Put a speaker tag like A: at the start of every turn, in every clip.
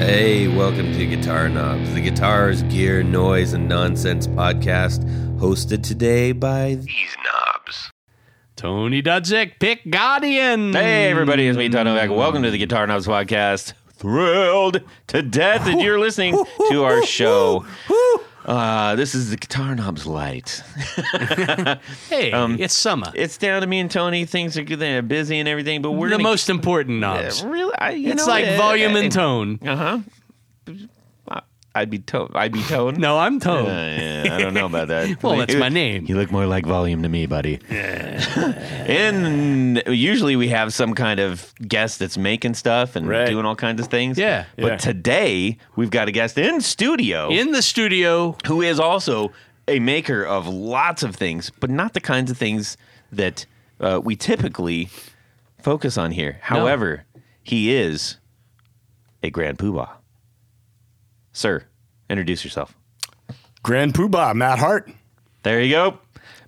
A: Hey, welcome to Guitar Knobs, the guitars, gear, noise, and nonsense podcast, hosted today by these knobs.
B: Tony Dudzik, Pick Guardian.
C: Hey, everybody, it's me, Todd Novak. Welcome to the Guitar Knobs Podcast. Thrilled to death that you're listening to our show. Uh, this is the Guitar Knobs Light.
B: Hey,
C: Um,
B: it's summer.
C: It's down to me and Tony. Things are good, they're busy and everything, but we're
B: the
C: gonna-
B: most important
C: Uh,
B: knobs.
C: really, I, you
B: it's
C: know,
B: like
C: uh,
B: volume
C: uh,
B: and tone.
C: Uh-huh. I'd be tone. I'd be tone.
B: No, I'm
C: Uh,
B: tone.
C: yeah, I don't know about that.
B: Oh, Well, that's
C: You-
B: my name.
C: You look more like volume to me, buddy. and usually we have some kind of guest that's making stuff and
D: Right.
C: doing all kinds of things.
B: Yeah.
C: But
D: Yeah.
C: today we've got a guest in studio
B: In the studio,
C: who is also a maker of lots of things, but not the kinds of things that uh, we typically focus on here. However, he is a grand poobah. Sir, introduce yourself.
D: Grand Poobah, Matt Hart.
C: There you go.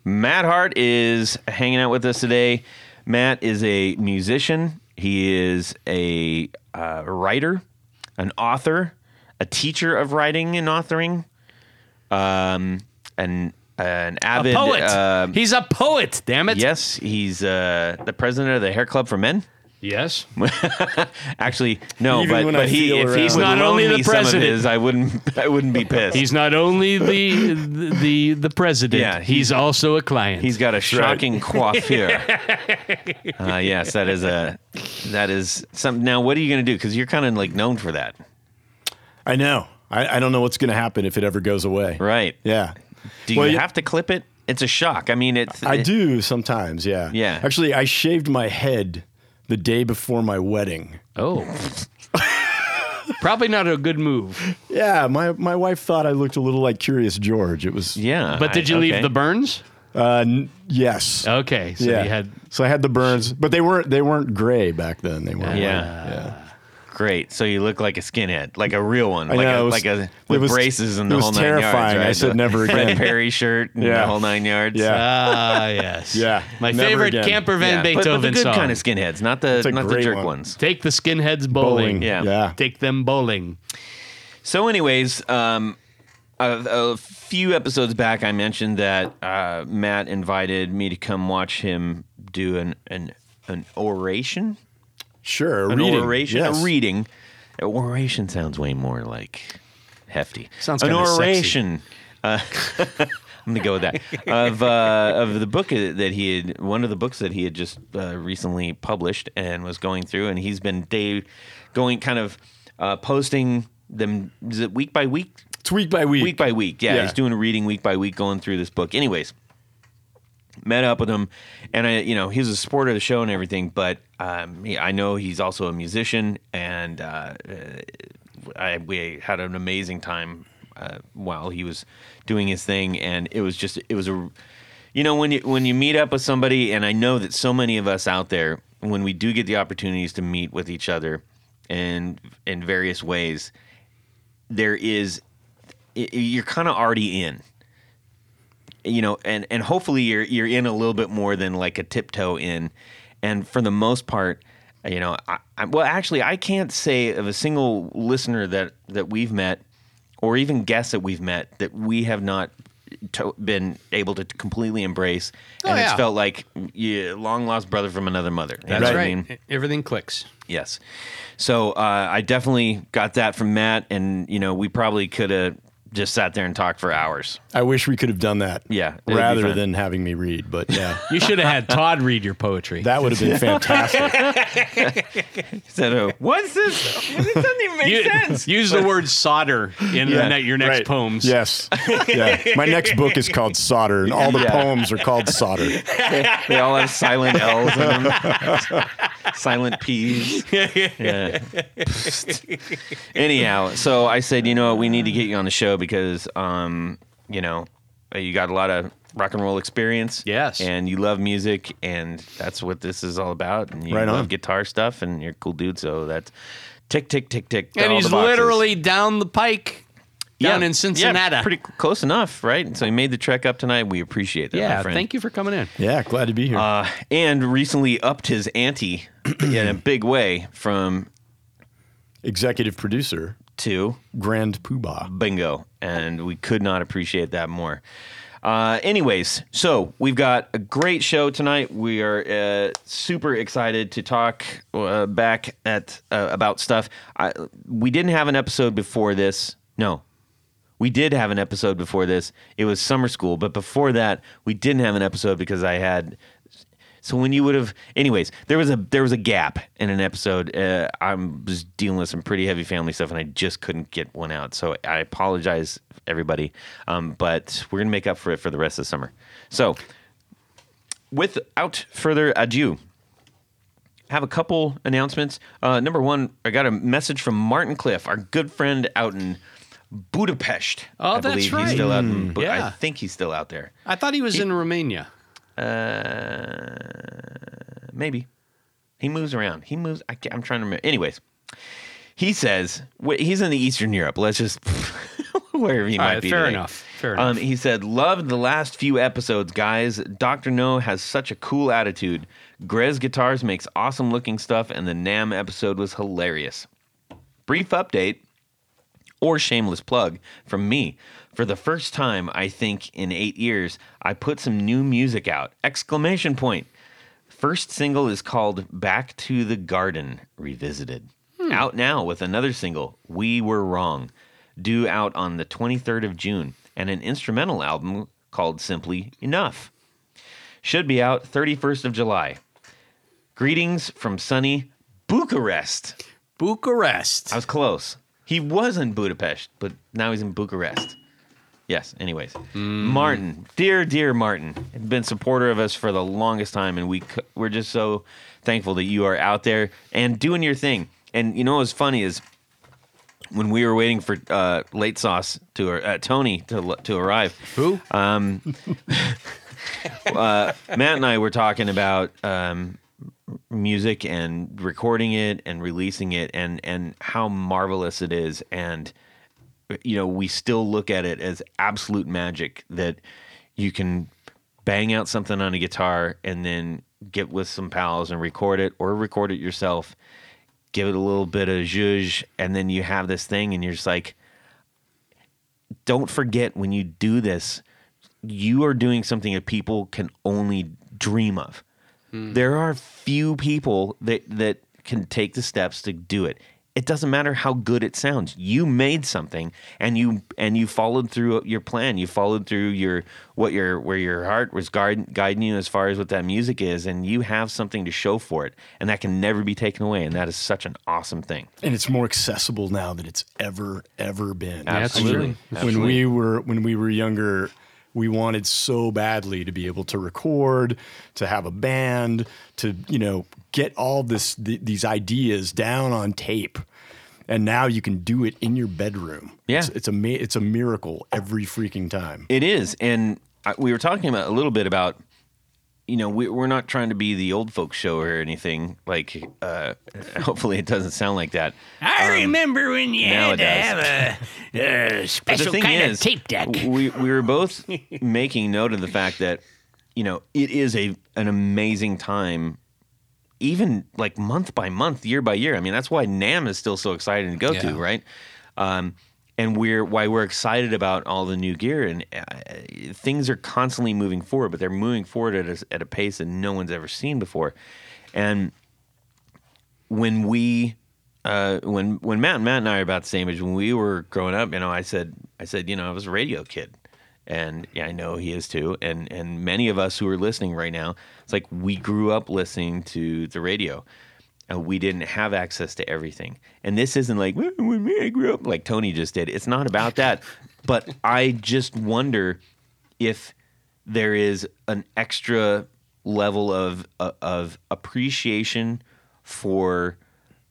C: Matt Hart is hanging out with us today. Matt is a musician. He is a uh, writer, an author, a teacher of writing and authoring, um, an an avid
B: poet.
C: uh,
B: He's a poet. Damn it.
C: yes, he's uh, the president of the Hair Club for Men.
B: Yes.
C: Actually, no,
D: Even
C: but,
D: when
C: but
D: I
C: he
D: feel
C: if he
D: around.
C: would
B: Not
C: loan
B: only the
C: me some of
B: president.
C: his, I wouldn't I wouldn't be pissed.
B: He's not only the the the president.
C: Yeah,
B: he's, also a client.
C: He's got a shocking coiffure. uh, yes, that is a that is something. Now, what are you going to do? Because you're kind of like known for that,
D: I know. I, I don't know what's going to happen if it ever goes away.
C: right?
D: Yeah.
C: Do you
D: Well, yeah,
C: have to clip it? It's a shock. I mean, it's
D: I do sometimes. Yeah.
C: Yeah.
D: Actually, I shaved my head the day before my wedding.
B: oh. Probably not a good move.
D: Yeah. My my wife thought I looked a little like Curious George. It was.
C: Yeah,
B: But did you
C: I-
B: leave
C: okay.
B: the burns?
D: Uh, n- yes.
C: Oh,
B: Okay. So
D: yeah.
B: you had
D: so I had the burns, but they weren't they weren't gray back then. They weren't.
C: Yeah.
D: white. Yeah.
C: Great. So you look like a skinhead, like a real one,
D: I
C: like
D: know,
C: a,
D: it was-
C: like a
D: it
C: with
D: was-
C: braces and
D: it
C: the
D: was
C: whole nine yards.
D: terrifying. I
C: right?
D: said
C: The
D: never
C: Fred
D: again.
C: Perry shirt and the
D: Yeah.
C: whole nine yards.
D: Yeah.
B: ah yes.
D: Yeah,
B: My
D: never
B: favorite
D: again.
B: Camper Van
C: Yeah. But-
B: Beethoven
C: but, the good
B: song.
C: kind of skinheads, not the
D: a
C: not the
D: great
C: jerk
D: one.
C: ones.
B: Take the skinheads bowling.
D: Bowling.
C: Yeah.
D: Yeah.
B: Take them bowling.
C: So, anyways, um, a, a few episodes back, I mentioned that uh, Matt invited me to come watch him do an an, an oration,
D: Sure. A
C: an
D: reading.
C: oration,
D: Yes.
C: a reading. An oration sounds way more like hefty.
B: Sounds
C: an
B: kinda sexy.
C: oration. Uh, I'm gonna go with that of uh, of the book that he had one of the books that he had just uh, recently published and was going through, and he's been day going kind of uh, posting them is it week by week
D: It's week by week.
C: week by week. Yeah,
D: Yeah.
C: he's doing a reading week by week, going through this book. Anyways, met up with him, and I, you know, he was a supporter of the show and everything. But um, he, I know he's also a musician, and uh, uh, I, we had an amazing time uh, while he was doing his thing, and it was just, it was a, you know, when you when you meet up with somebody, and I know that so many of us out there, when we do get the opportunities to meet with each other, and in various ways, there is y- y- you're kind of already in you know and and hopefully you're you're in a little bit more than like a tiptoe in and for the most part you know I, I well actually i can't say of a single listener that that we've met or even guests that we've met that we have not to, been able to completely embrace and it's
B: yeah.
C: felt like yeah, long lost brother from another mother that's what i mean
B: Everything clicks.
C: Yes. So uh, I definitely got that from Matt, and you know we probably could have just sat there and talked for hours.
D: I wish we could have done that.
C: Yeah, it'd be
D: Rather
C: fun.
D: than having me read, but yeah.
B: You should have had Todd read your poetry.
D: That would have been fantastic.
C: Said, oh, "What's this? This doesn't even make
B: You-
C: sense."
B: Use the word solder in the
C: Yeah,
B: ne- your next
D: Right.
B: poems.
D: Yes. Yeah. My next book is called Solder, and all the
C: Yeah.
D: poems are called Solder.
C: they all have silent L's in them, silent P's. Yeah. Anyhow, so I said, you know, what, we need to get you on the show because, um, you know, uh, you got a lot of rock and roll experience.
B: Yes.
C: and you love music, and that's what this is all about. And you
D: Right
C: love
D: on.
C: guitar stuff, and you're a cool dude. So that's tick, tick, tick, tick.
B: And
C: all
B: he's
C: the boxes.
B: literally down the pike, down
C: Yeah.
B: in Cincinnati.
C: Yeah, pretty c- close enough, right? So he made the trek up tonight. We appreciate that. my
B: yeah
C: friend.
B: thank you for coming in.
D: Yeah. Glad to be here.
C: Uh, and recently upped his ante in a big way from
D: Executive producer
C: to
D: Grand Poobah.
C: Bingo. And we could not appreciate that more. Uh, anyways, so we've got a great show tonight. We are uh, super excited to talk uh, back at uh, about stuff. I, we didn't have an episode before this. No, we did have an episode before this. It was summer school, but before that, we didn't have an episode because I had. So when you would have, anyways, there was a there was a gap in an episode. Uh, I was dealing with some pretty heavy family stuff, and I just couldn't get one out. So I apologize, everybody. Um, but we're gonna make up for it for the rest of the summer. So without further ado, have a couple announcements. Uh, number one, I got a message from Martin Cliff, our good friend out in Budapest.
B: Oh,
C: I
B: that's
C: believe
B: right.
C: He's still out. In, Bu- I
B: yeah.
C: think he's still out there.
B: I thought he was in Romania.
C: Maybe he moves around. He moves. I, am trying to. remember. Anyways, he says wh- he's in the Eastern Europe. Let's just wherever he
B: All
C: might
B: right,
C: be.
B: fair
C: today.
B: enough. Fair
C: Um,
B: enough.
C: he said, "Loved the last few episodes, guys. Doctor No has such a cool attitude. Grez Guitars makes awesome looking stuff, and the Nam episode was hilarious." Brief update or shameless plug from me. For the first time, I think in eight years, I put some new music out! Exclamation point! First single is called "Back to the Garden Revisited." Out now with another single, "We Were Wrong," due out on the 23rd of June, and an instrumental album called simply "Enough." Should be out 31st of July. Greetings from sunny Bucharest.
B: Bucharest.
C: I was close. He was in Budapest, but now he's in Bucharest. Yes. Anyways, Martin, dear, dear Martin, been supporter of us for the longest time, and we c- we're just so thankful that you are out there and doing your thing. And you know what's funny is when we were waiting for uh, late sauce to ar- uh, Tony to to arrive,
B: Who?
C: Uh, Matt and I were talking about um, music and recording it and releasing it and and how marvelous it is and you know we still look at it as absolute magic that you can bang out something on a guitar and then get with some pals and record it or record it yourself give it a little bit of zhuzh and then you have this thing and you're just like don't forget when you do this, you are doing something that people can only dream of. There are few people that that can take the steps to do it. It doesn't matter how good it sounds. You made something and you and you followed through your plan. You followed through your what your where your heart was guard, guiding you as far as what that music is and you have something to show for it and that can never be taken away and that is such an awesome thing.
D: And it's more accessible now than it's ever, ever been.
B: That's
C: Absolutely.
B: true.
D: When we were when we were younger, we wanted so badly to be able to record, to have a band, to you know get all this th- these ideas down on tape, and now you can do it in your bedroom.
C: Yeah.
D: it's, it's a mi- it's a miracle every freaking time.
C: It is, and I, we were talking about a little bit about, you know, we, we're not trying to be the old folks show or anything. Like, uh, hopefully, it doesn't sound like that.
E: I remember when you
C: um, now
E: had to
C: it does.
E: have a, a
C: But
E: special kind of tape deck.
C: we we were both making note of the fact that, you know, it is a an amazing time. Even like month by month, year by year. I mean, that's why Nam is still so exciting to go to,
B: Yeah.
C: right? Um, and we're why we're excited about all the new gear and uh, things are constantly moving forward, but they're moving forward at a, at a pace that no one's ever seen before. And when we uh, when when Matt Matt and I are about the same age, when we were growing up, you know, I said I said you know I was a radio kid, and yeah, I know he is too, and and many of us who are listening right now, it's like we grew up listening to the radio. And we didn't have access to everything. And this isn't like "Well, when me I grew up like Tony just did. It's not about that. but I just wonder if there is an extra level of uh, of appreciation for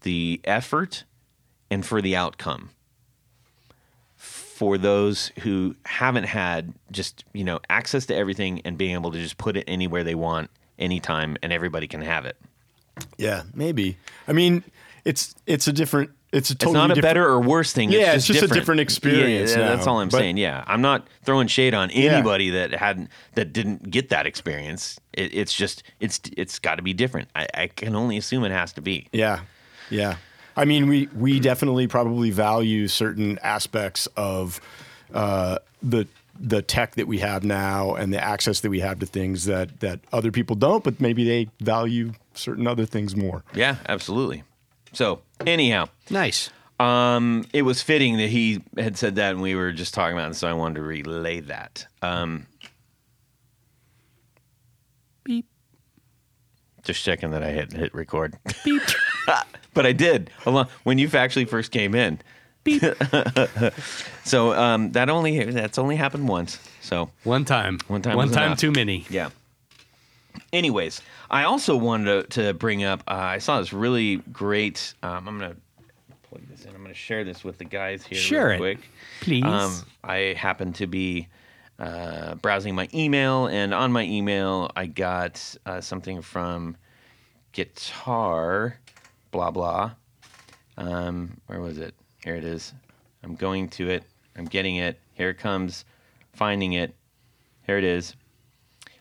C: the effort and for the outcome for those who haven't had just you know access to everything and being able to just put it anywhere they want anytime and everybody can have it
D: Yeah, maybe. I mean, it's it's a different. It's a
C: it's
D: totally
C: not a
D: different-
C: better or worse thing
D: Yeah,
C: it's
D: it's
C: just,
D: just a
C: different.
D: different experience
C: yeah,
D: now.
C: that's all i'm
D: But-
C: saying yeah i'm not throwing shade on anybody that hadn't that didn't get that experience it, it's just it's it's got to be different I, I can only assume it has to be
D: Yeah, yeah. I I mean, we we definitely probably value certain aspects of uh, the the tech that we have now and the access that we have to things that that other people don't, but maybe they value certain other things more.
C: Yeah, absolutely. So, anyhow,
B: Nice.
C: um, it was fitting that he had said that, and we were just talking about it, so I wanted to relay that. Um,
B: Beep.
C: Just checking that I hit hit record. but I did along, when you actually first came in. so um, that only that's only happened once. So
B: One time.
C: One time
B: One
C: was
B: time
C: enough.
B: too many.
C: yeah. Anyways, I also wanted to, to bring up. Uh, I saw this really great. Um, I'm gonna plug this in. I'm gonna share this with the guys here.
B: Share
C: real
B: it.
C: quick.
B: Please.
C: Um, I happened to be uh, browsing my email, and on my email, I got uh, something from Guitar, blah, blah. Um, where was it? Here it is. I'm going to it. I'm getting it. Here it comes. Finding it. Here it is.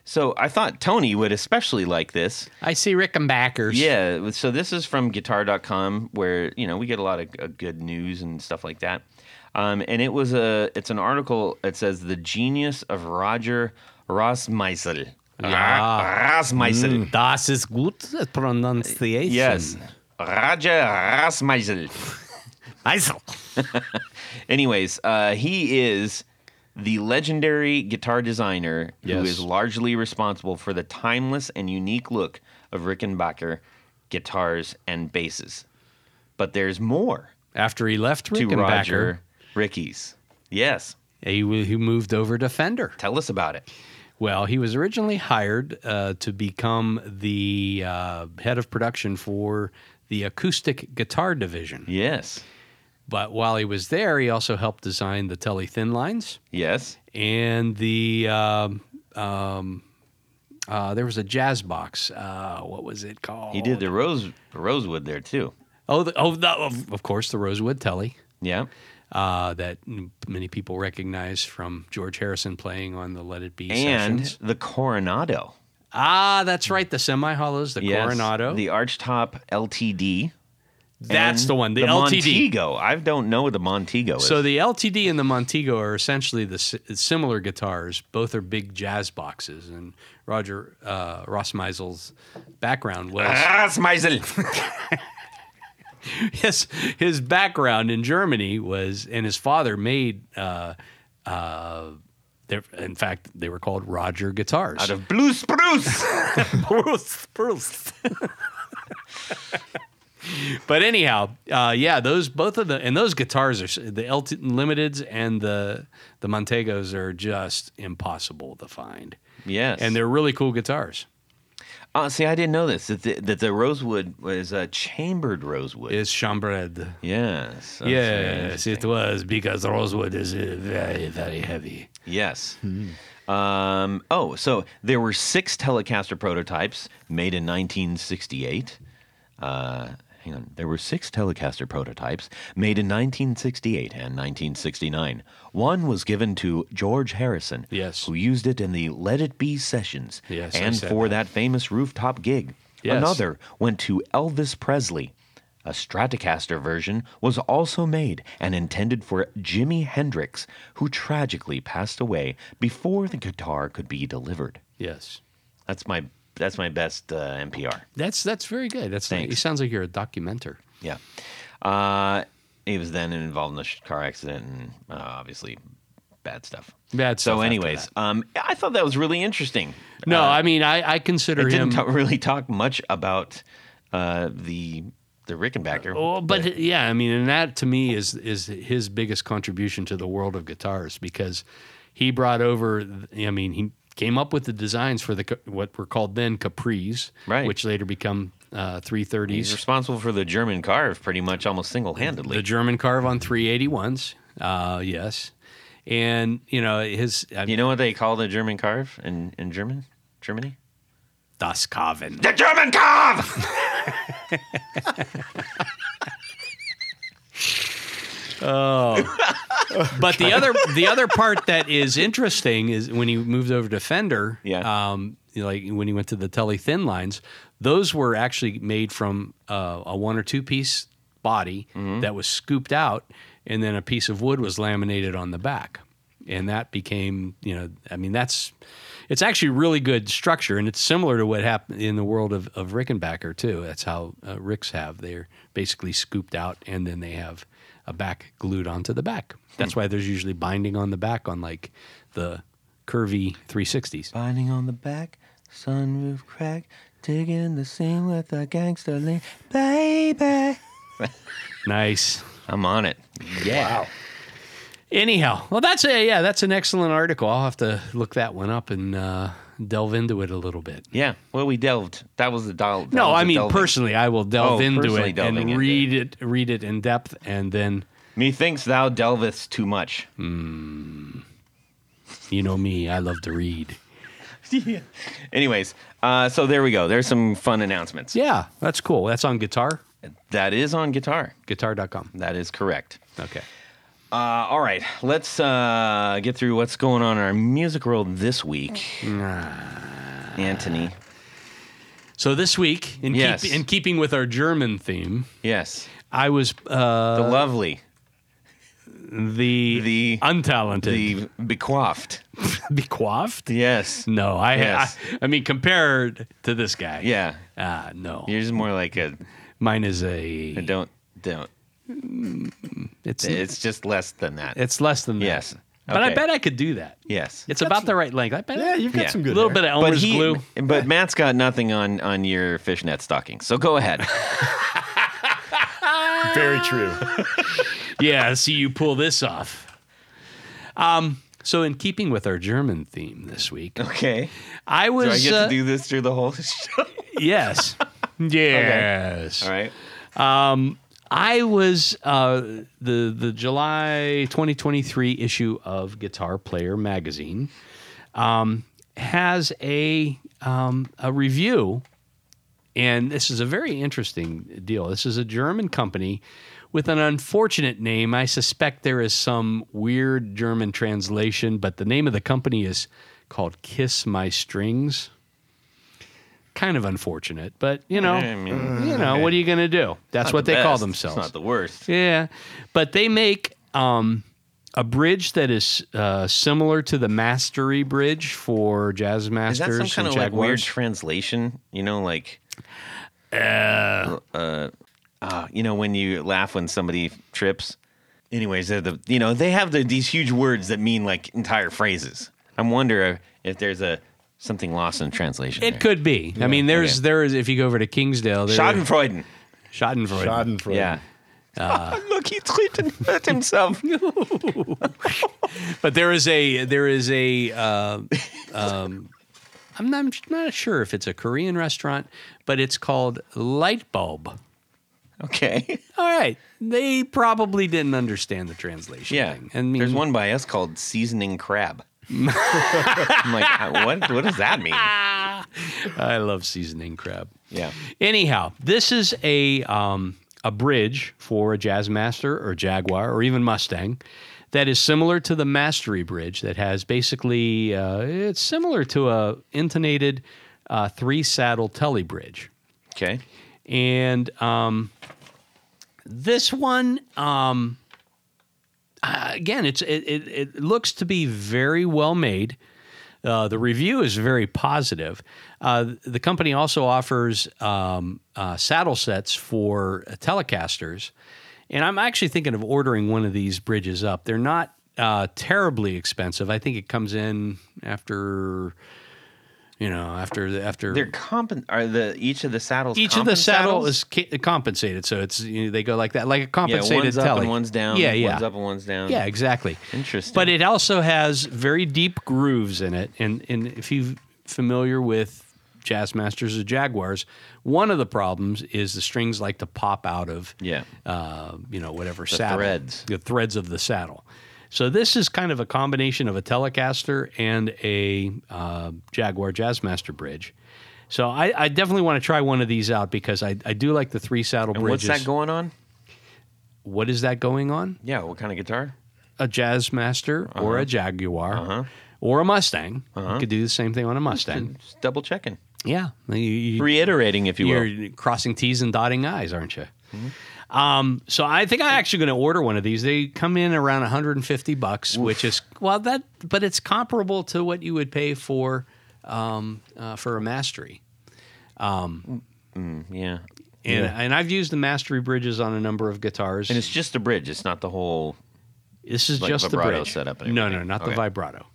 C: So I thought Tony would especially like this.
B: I see Rickenbackers.
C: Yeah. So this is from guitar.com where, you know, we get a lot of uh, good news and stuff like that. Um, and it was a, it's an article that says the genius of Roger Rosmeisel.
B: Ah.
C: Rosmeisel.
B: Das ist gut äh, pronunciation.
C: Yes. Roger Rosmeisel.
B: Eisel.
C: Anyways, uh, he is the legendary guitar designer who
D: Yes.
C: is largely responsible for the timeless and unique look of Rickenbacker guitars and basses. But there's more
B: After he left
C: to
B: Rickenbacker,
C: Roger Ricky's. Yes,
B: he, w- he moved over to Fender.
C: tell us about it.
B: Well, he was originally hired uh, to become the uh, head of production for the acoustic guitar division.
C: Yes,
B: But while he was there, he also helped design the Telly Thin Lines
C: yes,
B: and the. Um, um, uh, there was a jazz box. Uh, what was it called?
C: he did the rose rosewood there too.
B: Oh, the, oh, the, of, of course, the Rosewood Telly
C: Yeah,
B: uh, that m- many people recognize from George Harrison playing on the Let It Be
C: and
B: sessions.
C: the Coronado.
B: Ah, that's right, the semi hollows, the
C: Yes,
B: Coronado.
C: the Archtop Ltd.
B: that's
C: and
B: the one, the, LTD.
C: Montego. I don't know what the Montego is.
B: So the LTD and the Montego are essentially the si- similar guitars. Both are big jazz boxes, and Roger uh, Rossmeisel's background was
C: Ah, Smeisel.
B: his his background in Germany was, and his father made. Uh, uh, they're- in fact, they were called Roger guitars.
C: Out of Blue Spruce.
B: but anyhow, uh, yeah, those both of the and those guitars are s- the LT Limiteds and the the Montegos are just impossible to find,
C: yes.
B: and they're really cool guitars.
C: uh, see, I didn't know this that the, that the rosewood was a chambered rosewood.
B: It's chambred.
C: yes. That's very
B: Yes,
C: interesting.
B: it was because rosewood is uh, very very heavy.
C: Yes.
B: Hmm.
C: Um, oh, so there were six Telecaster prototypes made in 1968. Uh, hang on. There were six Telecaster prototypes made in 1968 and 1969. One was given to George Harrison,
B: Yes.
C: who used it in the Let It Be sessions
B: Yes, I
C: and
B: said
C: for that. famous rooftop gig.
B: Yes.
C: Another went to Elvis Presley. A Stratocaster version was also made and intended for Jimi Hendrix, who tragically passed away before the guitar could be delivered.
B: Yes.
C: That's my that's my best uh, NPR.
B: That's that's very good. That's nice.
C: Thanks.
B: it sounds like you're a documenter.
C: Yeah. Uh, he was then involved in a sh- car accident and uh, obviously bad stuff.
B: Bad stuff
C: So,
B: after
C: anyways,
B: that.
C: um, I thought that was really interesting.
B: No, I mean I I consider
C: Uh, It
B: him.
C: didn't ta- really talk much about uh, the the Rickenbacker.
B: Well, but yeah, I mean, and that to me is is his biggest contribution to the world of guitars because he brought over. I mean, he came up with the designs for the ca- what were called then capris,
C: Right.
B: which later become uh,
C: He's
B: 330s.
C: responsible for the German carve pretty much almost single
B: The
C: handedly.
B: German carve on 381s, uh, yes, and you know his uh,
C: You know what they call the German carve in, in German? Germany?
B: Das Kaven.
C: The German carve!
B: Oh. but the other the other part that is interesting is when he moved over to Fender.
C: Yeah.
B: Um, you know, like when he went to the Telly Thin Lines, those were actually made from uh, a one or two piece body that was scooped out, and then a piece of wood was laminated on the back, and that became you know I mean that's it's actually really good structure, and it's similar to what happened in the world of of Rickenbacker too. That's how uh, Ricks have they're basically scooped out, and then they have a back glued onto the back. That's why there's usually binding on the back on like the curvy 360s.
C: Binding on the back, sunroof crack, digging the seam with a gangster lean, baby.
B: Nice.
C: I'm on it. Yeah.
D: Wow.
B: Anyhow, well, that's a yeah, that's an excellent article. I'll have to look that one up and uh, delve into it a little bit.
C: Yeah. Well, we delved. That was the dial. that
B: No,
C: was
B: I
C: the
B: mean
C: delving.
B: personally, I will delve
C: Oh,
B: into
C: personally
B: it
C: delving
B: and
C: into
B: read it. read it in depth, and then
C: Methinks thou delvest too much.
B: Hmm. you know me, I love to read.
C: Anyways, uh, so there we go. There's some fun announcements.
B: Yeah, that's cool. That's on guitar,
C: That is on guitar.
B: guitar.com.
C: That is correct.
B: Okay.
C: Uh, all right, let's uh, get through what's going on in our music world this week. Anthony.
B: So this week, in,
C: Yes.
B: keep, in keeping with our German theme,
C: Yes.
B: I was uh,
C: The lovely.
B: the
C: The-
B: untalented
C: The bequoffed.
B: bequaffed.
C: Yes.
B: No, I,
C: Yes.
B: I I mean compared to this guy.
C: Yeah.
B: Ah, no.
C: Yours is more like a
B: Mine is a.
C: a don't don't.
B: It's it's,
C: It's just less than that.
B: less than that.
C: Yes.
B: But I
C: Okay.
B: bet I could do that.
C: yes.
B: It's about the right length. I bet.
D: Yeah, you've got
C: Yeah.
D: some
B: a
D: good.
B: little
D: there.
B: bit of Elmer's glue.
C: but Matt's got nothing on on your fishnet stockings. So go ahead.
D: Very true.
B: yeah. See you pull this off. Um. So in keeping with our German theme this week,
C: okay.
B: I was.
C: Do I get
B: uh,
C: to do this through the whole show?
B: yes. yes.
C: All right.
B: I was uh, the the July 2023 issue of Guitar Player magazine um, has a um, a review, and this is a very interesting deal. This is a German company with an unfortunate name. I suspect there is some weird German translation, but the name of the company is called Kiss My Strings. Kind of unfortunate, but you know,
C: I mean,
B: you know, what are you going to do? That's what they
C: best.
B: call
C: It's not
B: themselves.
C: the worst.
B: yeah, but they make um, a bridge that is uh, similar to the Mastery Bridge for jazz
C: Is
B: masters
C: that some kind
B: and
C: of like weird
B: jaguars.
C: translation? You know, like uh, uh, you know, when you laugh when somebody trips. Anyways, they're the you know they have the, these huge words that mean like entire phrases. I wonder if there's a something lost in translation.
B: It could be. I mean, there's
C: okay.
B: there is if you go over to Kingsdale, there,
C: there. Schadenfreude.
B: Schadenfreude.
D: Schadenfreude.
C: Yeah.
B: Uh.
C: Look, he tripped and hurt himself.
B: But there is a there is a. Uh, um, I'm not, I'm not sure if it's a Korean restaurant, but it's called Light Bulb.
C: okay.
B: All right, they probably didn't understand the translation.
C: Yeah.
B: thing. and I mean,
C: There's one by us called seasoning crab. I'm like, I- what? What does that mean?
B: I love seasoning crab.
C: Yeah.
B: Anyhow, this is a um, a bridge for a jazz master or Jaguar or even Mustang that is similar to the Mastery Bridge that has basically uh, it's similar to a intonated uh, three saddle telly bridge.
C: Okay.
B: And um, this one, um, uh, again, it's it, it, it looks to be very well made. Uh, the review is very positive. Uh, the company also offers um, uh, saddle sets for uh, Telecasters, and I'm actually thinking of ordering one of these bridges up. They're not uh, terribly expensive. I think it comes in after, you know, after the after
C: They're compen are the each of the saddles.
B: each of the
C: compen
B: saddle
C: saddles?
B: is ca- compensated, so it's you know, they go like that, like a
C: yeah,
B: compensated
C: one's up
B: telly.
C: and one's down.
B: Yeah, yeah,
C: One's up and one's down.
B: yeah, exactly.
C: Interesting.
B: But it also has very deep grooves in it, and and if you're familiar with jazz masters or jaguars, one of the problems is the strings like to pop out of
C: yeah.
B: uh, you know, whatever saddle.
C: threads.
B: The threads of the saddle. So this is kind of a combination of a Telecaster and a uh, Jaguar Jazzmaster bridge. So I, I definitely want to try one of these out because I, I do like the three saddle
C: And what's
B: bridges.
C: that going on?
B: what is that going on?
C: Yeah. What kind of guitar?
B: A Jazzmaster or
C: Uh-huh.
B: a Jaguar or a Mustang. You could do the same thing on a Mustang.
C: Just double checking,
B: yeah. You, you,
C: reiterating, if you will. Mm-hmm.
B: you're crossing T's and dotting I's, aren't you? Um, so I think I'm actually going to order one of these. They come in around 150 bucks, which is well that, but it's comparable to what you would pay for um, uh, for a mastery.
C: Yeah.
B: And and I've used the mastery bridges on a number of guitars.
C: And it's just the bridge. It's not the whole.
B: This is
C: Like
B: just the
C: vibrato
B: bridge.
C: setup and
B: No, no,
C: everything.
B: not the
C: Okay.
B: vibrato.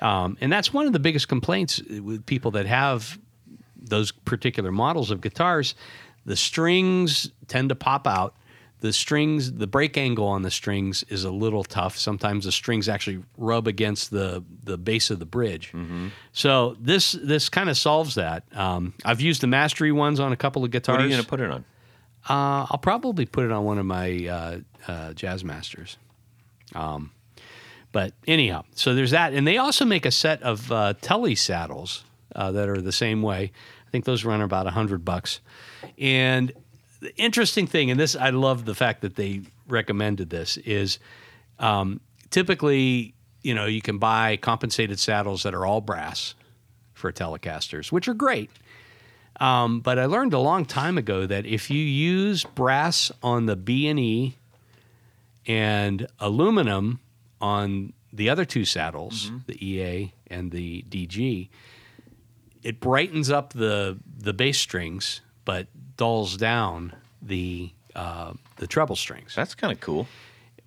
B: Um, and that's one of the biggest complaints with people that have those particular models of guitars. The strings tend to pop out. The strings, the break angle on the strings is a little tough. Sometimes the strings actually rub against the the base of the bridge.
C: Mm-hmm.
B: So this this kind of solves that. Um, I've used the mastery ones on a couple of guitars.
C: What are you going to put it on?
B: Uh, I'll probably put it on one of my uh, uh, jazz masters. Um, but anyhow, so there's that, and they also make a set of uh, Telly saddles uh, that are the same way. I think those run about a hundred bucks. And the interesting thing, and this I love the fact that they recommended this is um, typically you know you can buy compensated saddles that are all brass for Telecasters, which are great. Um, but I learned a long time ago that if you use brass on the B and E and aluminum on the other two saddles, the EA and the DG, it brightens up the the bass strings, but dulls down the uh, the treble strings.
C: That's kind of cool.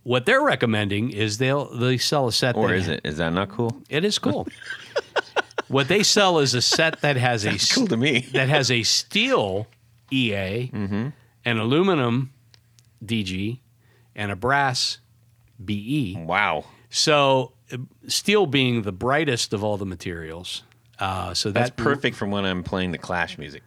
B: What they're recommending is they'll they sell a set.
C: Or
B: that
C: is it? Is that not cool?
B: It is cool. what they sell is a set that has a s-
C: Cool to me.
B: that has a steel EA,
C: Mm-hmm.
B: an aluminum DG, and a brass BE.
C: wow.
B: So uh, steel being the brightest of all the materials. Uh, so
C: That's
B: that
C: perfect from when I'm playing the Clash music.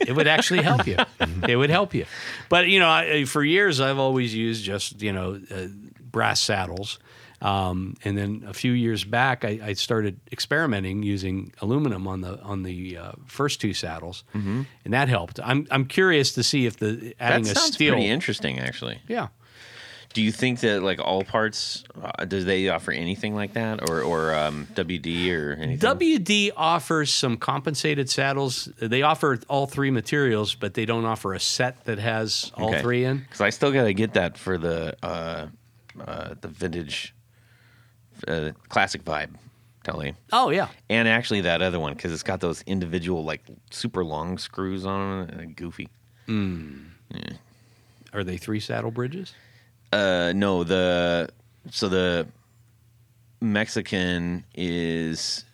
B: it would actually help you.
C: Mm-hmm.
B: it would help you. But you know, I, for years I've always used just you know uh, brass saddles, um, and then a few years back I, I started experimenting using aluminum on the on the uh, first two saddles, and that helped. I'm I'm curious to see if the
C: Mm-hmm.
B: adding
C: That
B: a
C: sounds
B: steel.
C: pretty interesting, actually.
B: yeah.
C: Do you think that like all parts, uh, do they offer anything like that, or or um, WD or anything?
B: WD offers some compensated saddles. They offer all three materials, but they don't offer a set that has all three in.
C: Because I still got to get that for the uh, uh, the vintage uh, classic vibe, Telly.
B: Oh yeah.
C: And actually that other one because it's got those individual like super long screws on them. uh, Goofy. Hmm.
B: Are they three saddle bridges?
C: Uh, no, the so the Mexican is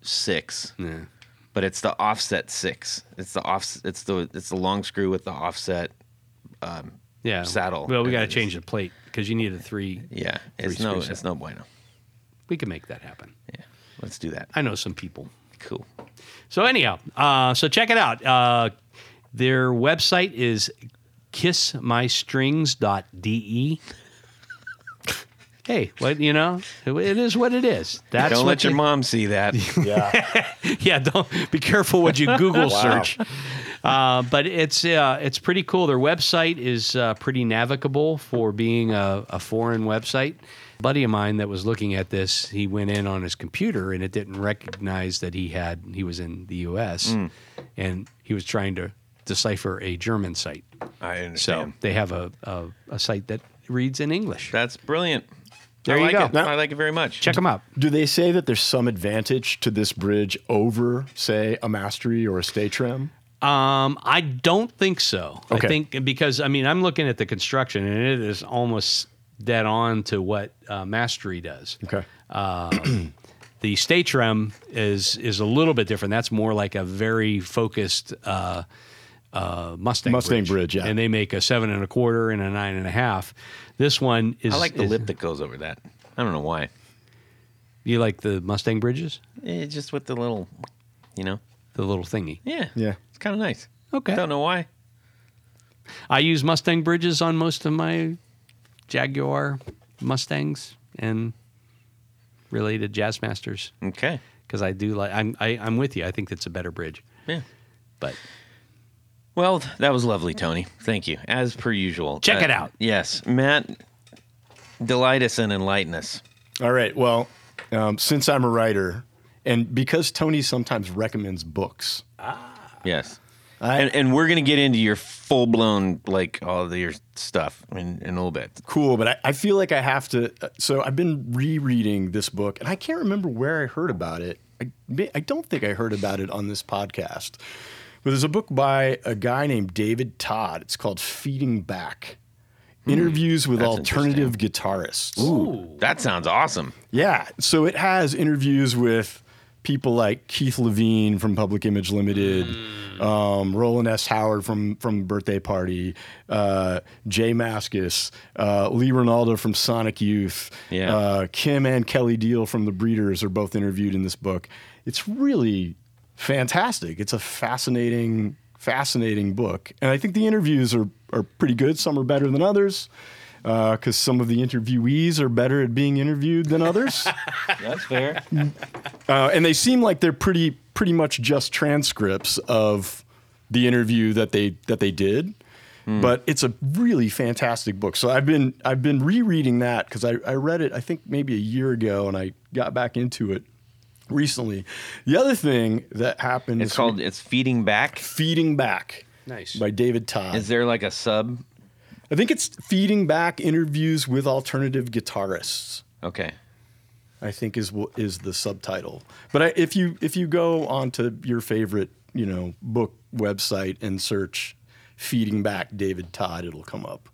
C: six,
B: Yeah.
C: but it's the offset six. It's the off. It's the it's the long screw with the offset.
B: yeah.
C: saddle.
B: Well, we
C: And
B: got to
C: it's-
B: change the plate because you need a three.
C: Yeah, it's
B: Three
C: no
B: screw set.
C: it's no bueno.
B: We can make that happen.
C: Yeah, let's do that.
B: I know some people.
C: Cool.
B: So anyhow, uh, so check it out. Uh, their website is kissmystrings.de. Hey, what you know? It is what it is. That's
C: Don't
B: what
C: let your
B: they-
C: mom see that.
D: Yeah.
B: yeah, don't be careful what you Google search. Uh, but it's uh, it's pretty cool. Their website is uh, pretty navigable for being a, a foreign website. A buddy of mine that was looking at this, he went in on his computer and it didn't recognize that he had he was in the U.S. and he was trying to decipher a German site.
C: I
B: So
C: understand.
B: they have a, a a site that reads in English.
C: That's brilliant.
B: There
C: I
B: you
C: like
B: go.
C: It. I like it very much.
B: Check them out.
D: Do they say that there's some advantage to this bridge over, say, a mastery or a stay trim?
B: Um, I don't think so. I
D: Okay.
B: think because I mean I'm looking at the construction and it is almost dead on to what uh, Mastery does.
D: Okay.
B: The state rem is is a little bit different. That's more like a very focused uh, uh, Mustang
D: Mustang bridge, yeah.
B: and they make a seven and a quarter and a nine and a half. This one is
C: I like the
B: is-
C: lip that goes over that. I don't know why.
B: You like the Mustang bridges,
C: Eh, just with the little, you know.
B: the little thingy.
C: Yeah.
D: Yeah.
C: It's kind of nice.
B: Okay.
C: Don't know why.
B: I use Mustang bridges on most of my Jaguar Mustangs and related Jazzmasters
C: Okay.
B: because I do like. I'm I, I'm with you. I think it's a better bridge,
C: Yeah.
B: but
C: Well, th- that was lovely, Tony. Thank you, as per usual. Uh,
B: Check it out.
C: Yes, Matt, delight us and enlighten us.
D: All right. Well, um, since I'm a writer, and because Tony sometimes recommends books,
C: Yes,
D: I-
C: and, and we're gonna get into your f- full blown like all of your stuff in, in a little bit.
D: cool, but I, I feel like I have to. uh, So I've been rereading this book, and I can't remember where I heard about it. I, may- I don't think I heard about it on this podcast. But there's a book by a guy named David Todd. It's called Feeding Back Interviews with
C: that's
D: Alternative Guitarists.
C: That sounds awesome.
D: Yeah. So it has interviews with people like Keith Levine from Public Image Limited, um, Roland S. Howard from from Birthday Party, uh, Jay Maskus, uh, Lee Ronaldo from Sonic Youth,
C: Yeah.
D: uh, Kim and Kelly Deal from The Breeders are both interviewed in this book. It's really fantastic. It's a fascinating, fascinating book, and I think the interviews are are pretty good. Some are better than others because some of the interviewees are better at being interviewed than others,
C: That's fair.
D: uh, and they seem like they're pretty pretty much just transcripts of the interview that they that they did.
C: Hmm.
D: But it's a really fantastic book. So I've been I've been rereading that because I, I read it I think maybe a year ago and I got back into it recently. The other thing that happened
C: It's
D: is
C: called it's feeding back.
D: Feeding Back
B: Nice.
D: by David Todd.
C: Is there like a sub?
D: I think it's Feeding Back interviews with alternative guitarists.
C: Okay.
D: I think is wh- is the subtitle. But I, if you if you go onto your favorite you know book website and search "Feeding Back David Todd," it'll come up.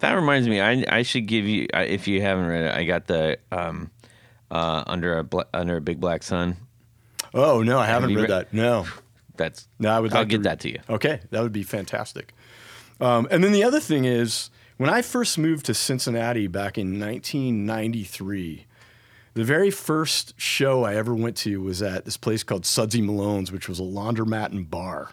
C: That reminds me, I I should give you I- if you haven't read it. I got the um, uh, under a bla under a big black sun.
D: Oh no, I haven't
C: you
D: read
C: read-
D: that. No,
C: That's
D: no, I would.
C: I'll
D: like
C: get
D: to
C: that to you.
D: Okay, that would be fantastic. Um, and then the other thing is, when I first moved to Cincinnati back in 1993, the very first show I ever went to was at this place called Sudsy Malone's, which was a laundromat and bar.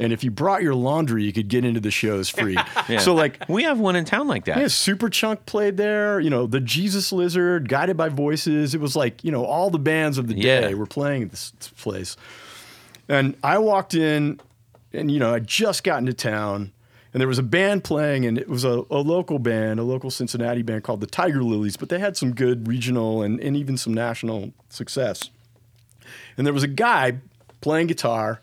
D: And if you brought your laundry, you could get into the shows free. So like
C: We have one in town like that.
D: yeah, Super Chunk played there. You know, the Jesus Lizard, Guided by Voices. It was like you know all the bands of the
C: Yeah.
D: day were playing at this this place. And I walked in, and you know I just got into town, and there was a band playing, and it was a, a local band, a local Cincinnati band called the Tiger Lilies, but they had some good regional and, and even some national success. And there was a guy playing guitar.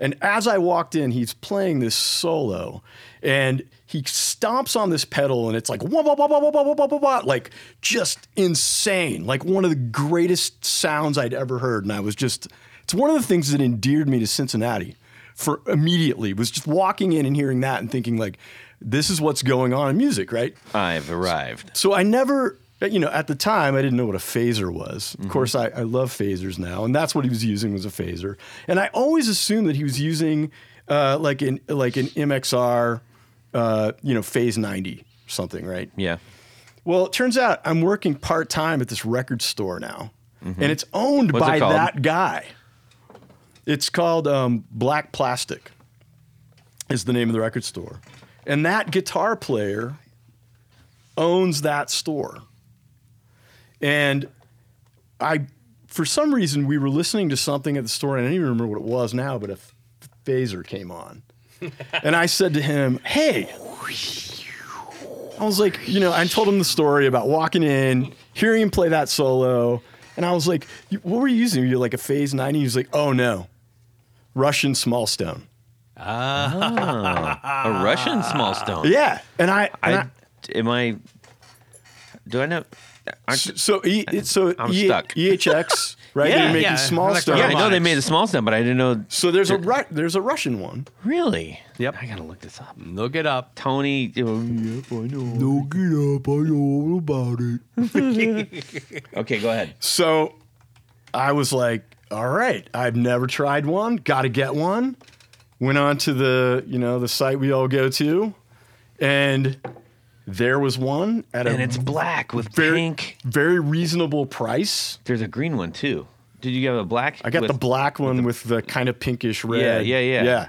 D: And as I walked in, he's playing this solo and he stomps on this pedal and it's like, wah, wah, wah, wah, wah, wah, wah, wah, wah, wah, like just insane. Like one of the greatest sounds I'd ever heard. And I was just, it's one of the things that endeared me to Cincinnati for immediately was just walking in and hearing that and thinking like, this is what's going on in music, right?
C: I've arrived.
D: So I never, you know, at the time I didn't know what a phaser was. Of course, I, I love phasers now, and that's what he was using was a phaser. And I always assumed that he was using uh, like an like an MXR, uh, you know, phase ninety or something, right?
C: Yeah.
D: Well, it turns out I'm working part time at this record store now, and it's owned
C: Mm-hmm. What's it
D: by
C: called?
D: that guy. It's called um, Black Plastic. Is the name of the record store, and that guitar player owns that store. And I, for some reason, we were listening to something at the store, and I don't even remember what it was now, but a f- phaser came on. and I said to him, Hey, I was like, you know, I told him the story about walking in, hearing him play that solo. And I was like, "You- What were you using? Were you like a phase 90? He was like, Oh no, Russian small stone.
C: A Russian small stone.
D: Ah. Yeah. And I, and I,
C: I, am I? Do I know? Aren't,
D: so, e, it, so
C: I'm
D: E-
C: stuck.
D: EHX, right? they
C: Yeah.
D: make
B: Yeah,
D: these small
B: like
D: stones.
C: yeah, I know they
B: harmonics.
C: made a small stone, but I didn't know.
D: So there's a Ru- there's a Russian one.
C: Really?
B: Yep.
C: I gotta look this up.
B: Look it up.
C: Tony.
D: No, get up! I know all about it.
C: Okay, go ahead.
D: So I was like, all right, I've never tried one. Got to get one. Went on to the you know the site we all go to, and there was one at a
C: And it's black with
D: very
C: pink.
D: very reasonable price.
C: There's a green one too. Did you have a black?
D: I got
C: with-
D: the black one with the kind of pinkish red.
C: yeah, yeah.
D: yeah.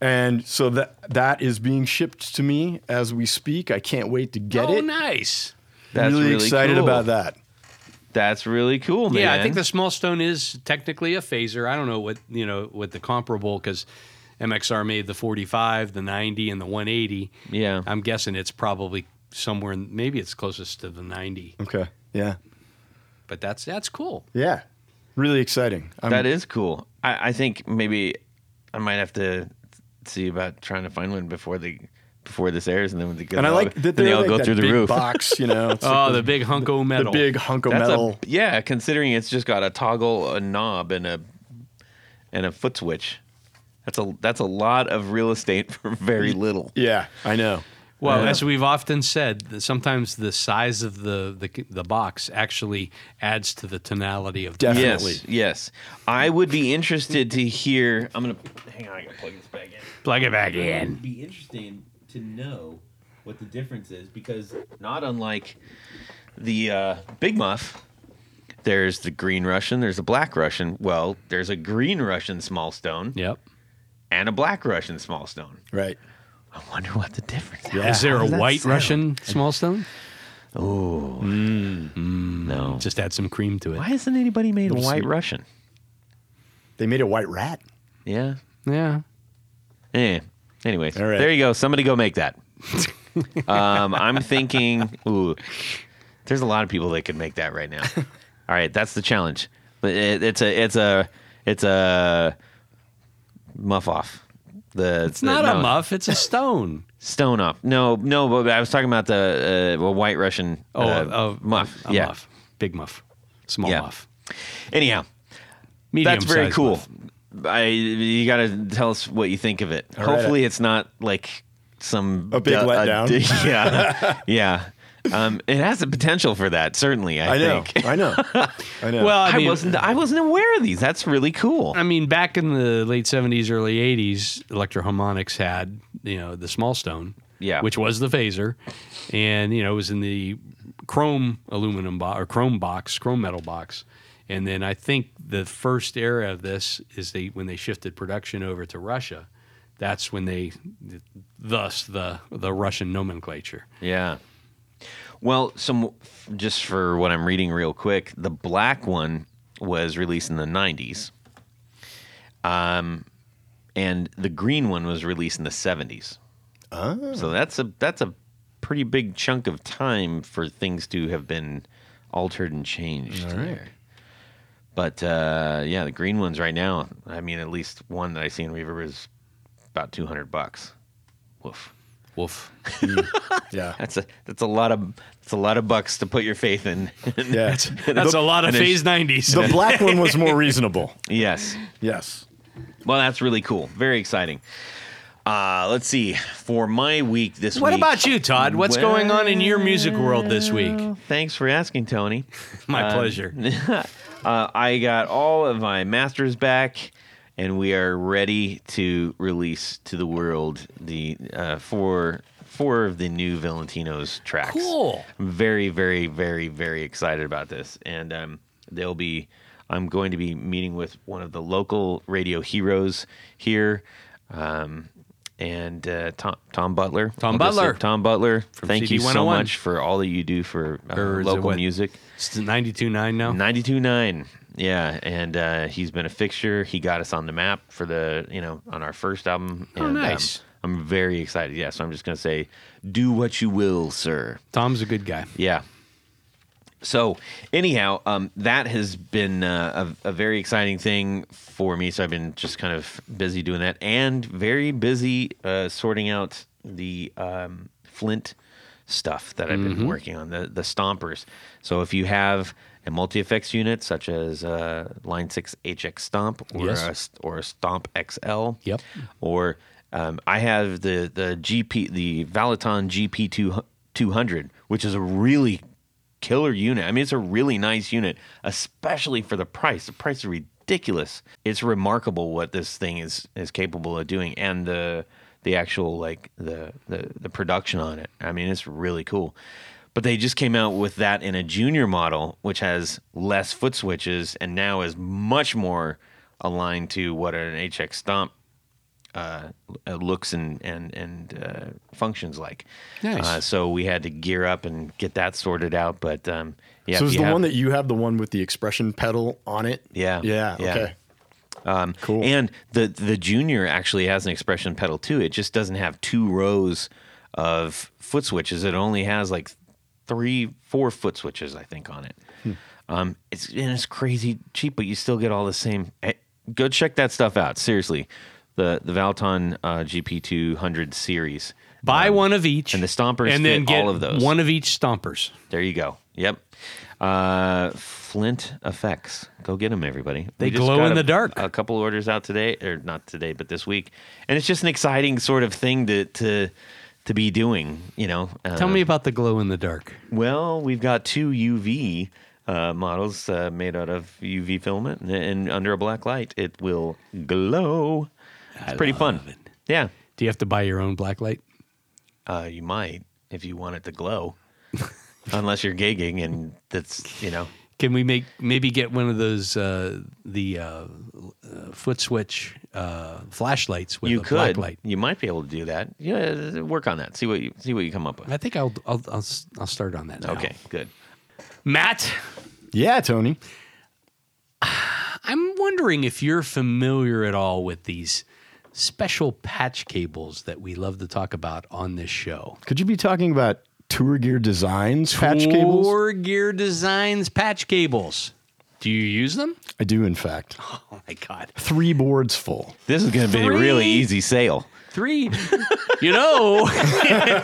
D: And so that that is being shipped to me as we speak. I can't wait to get
B: oh,
D: it.
B: nice.
C: That's really,
D: excited
C: cool.
D: about that.
C: That's really cool, man.
B: Yeah, I think the small stone is technically a phaser. I don't know what you know what the comparable because MXR made the 45, the 90, and the 180.
C: Yeah.
B: I'm guessing it's probably somewhere. In, maybe it's closest to the 90,
D: Okay. Yeah.
B: but that's that's cool.
D: Yeah. Really exciting. I'm,
C: That is cool. I, I think maybe I might have to see about trying to find one before they before this airs, and then they go.
D: And I
C: all-
D: like that
C: then they
D: they're
C: all
D: like
C: go
D: that
C: through the
D: big
C: roof.
D: box, you know. It's
B: Oh,
D: like
B: the big hunko
D: the
B: metal.
D: big hunk of
C: That's
D: metal.
C: A, yeah, considering it's just got a toggle, a knob, and a and a foot switch. That's a that's a lot of real estate for very little.
D: yeah, I know.
B: Well, as we've often said, th- sometimes the size of the, the the box actually adds to the tonality of the
D: Definitely.
C: Yes, yes. I would be interested to hear. I'm gonna hang on. I gotta plug this back in.
B: Plug it back in.
C: It'd be interesting to know what the difference is because not unlike the uh, Big Muff, there's the green Russian, there's a black Russian. Well, there's a green Russian small stone
B: Yep.
C: and a black Russian small stone.
D: Right.
C: I wonder what the difference is.
B: Is there a white Russian small stone?
C: Oh no!
B: Just add some cream to it.
C: Why hasn't anybody made a white Russian?
D: They made a white rat.
C: Yeah.
B: Yeah.
C: Eh. Anyways,
D: All right.
C: there you go. Somebody go make that. um, I'm thinking, ooh, there's a lot of people that could make that right now. All right, that's the challenge. But it, it's a, it's a, it's a muff off. The
B: It's not a muff. It's a stone.
C: Stone off. No, no. But I was talking about the uh, well, white Russian.
B: Oh,
C: uh,
B: a, a-
C: muff.
B: A
C: yeah.
B: muff. Big muff. Small
C: Yeah.
B: muff.
C: Anyhow,
B: Medium
C: that's very
B: sized
C: cool.
B: muff.
C: I you got to tell us what you think of it.
D: right.
C: Hopefully, it's not like some
D: A big letdown.
C: d- yeah, yeah. Um, it has the potential for that. Certainly, I,
D: I know.
C: think.
D: I know. I know.
B: Well,
C: I,
B: I mean,
C: wasn't. I wasn't aware of these. That's really cool.
B: I mean, back in the late seventies, early eighties, electroharmonics had you know the small stone,
C: Yeah.
B: which was the phaser, and you know it was in the chrome aluminum box or chrome box, chrome metal box, and then I think the first era of this is they when they shifted production over to Russia, that's when they, thus the the Russian nomenclature.
C: Yeah. Well, some just for what I'm reading real quick, the black one was released in the 90s. Um, and the green one was released in the 70s. Oh. So that's a that's a pretty big chunk of time for things to have been altered and changed. there. But uh, yeah, the green ones right now, I mean at least one that I see in Reverb is about 200 bucks. Woof.
B: Woof.
D: yeah.
C: That's a that's a lot of that's a lot of bucks to put your faith in.
D: Yeah.
B: That's a lot of
C: and it's-
B: phase nineties.
D: the black one was more reasonable.
C: yes.
D: Yes.
C: Well, that's really cool. Very exciting. Uh, let's see. For my week this
B: What
C: week.
B: about you, Todd? What's going on in your music world this week?
C: Thanks for asking, Tony.
B: My pleasure.
C: Uh, I got all of my masters back, and we are ready to release to the world the uh, four four of the new Valentino's tracks.
B: Cool.
C: I'm very, very, very, very excited about this, and um, they'll be. I'm going to be meeting with one of the local radio heroes here, um, and uh, Tom Tom Butler.
B: Tom
C: I'll just say
B: Butler.
C: Tom Butler. Thank you so
B: CD101.
C: much for all that you do for uh,
B: Or is it
C: local
B: what?
C: music.
B: It's 92.9 now.
C: 92.9 yeah and uh, he's been a fixture he got us on the map for the you know on our first album
B: Oh,
C: and, um,
B: nice.
C: i'm very excited yeah so i'm just gonna say do what you will sir
B: Tom's a good guy.
C: yeah so anyhow um, that has been uh, a, a very exciting thing for me so i've been just kind of busy doing that and very busy uh, sorting out the um, flint stuff that i've
B: Mm-hmm.
C: been working on the, the stompers so if you have a multi-effects unit such as uh, line 6 hx stomp or,
B: Yes.
C: a, st- or a stomp xl
B: Yep.
C: or um, I have the the GP the Valiton GP two two hundred, which is a really killer unit. I mean, it's a really nice unit, especially for the price. The price is ridiculous. It's remarkable what this thing is is capable of doing, and the the actual like the the, the production on it. I mean, it's really cool. But they just came out with that in a junior model, which has less foot switches and now is much more aligned to what an HX Stomp uh, uh, looks and and and uh, functions like.
B: Nice.
C: Uh, so we had to gear up and get that sorted out. But um, yeah,
D: so
C: if
D: is
C: you
D: the
C: have-
D: one that you have the one with the expression pedal on it?
C: Yeah.
D: Yeah.
C: Yeah.
D: Okay. Um, cool.
C: and the the junior actually has an expression pedal too. It just doesn't have two rows of foot switches. It only has like three, four foot switches, I think, on it.
D: Hmm.
C: Um, it's and it's crazy cheap, but you still get all the same. eh, Go check that stuff out. Seriously, the the Valton uh, GP200 series.
B: Buy one of each,
C: Um, and the stompers
B: and then
C: fit
B: get
C: all of those.
B: One of each stompers.
C: There you go. Yep. Uh, Flint effects. Go get them, everybody.
B: They
C: We just
B: glow
C: got
B: in
C: a-
B: the dark.
C: A couple orders out today, or not today, but this week, and it's just an exciting sort of thing to to to be doing. You know.
B: Tell
C: Um,
B: me about the glow in the dark.
C: Well, we've got two UV uh, models uh, made out of UV filament, and, and under a black light, it will glow. It's pretty fun. Yeah.
B: Do you have to buy your own black light?
C: Uh, you might if you want it to glow. Unless you're gigging and that's, you know,
B: Can we make maybe get one of those uh, the uh, uh, foot switch uh, flashlights with
C: you
B: a
C: could.
B: black light?
C: You might be able to do that. Yeah, work on that. See what you see what you come up with.
B: I think I'll I'll I'll, s- I'll start on that. Now.
C: Okay, good.
B: Matt,
D: Yeah, Tony.
B: I'm wondering if you're familiar at all with these special patch cables that we love to talk about on this show.
D: Could you be talking about tour gear designs, patch cables?
B: Core Gear Designs patch cables. Do you use them?
D: I do, in fact.
B: Oh my god.
D: Three boards full.
C: This is going to be a really easy sale.
B: Three. you know,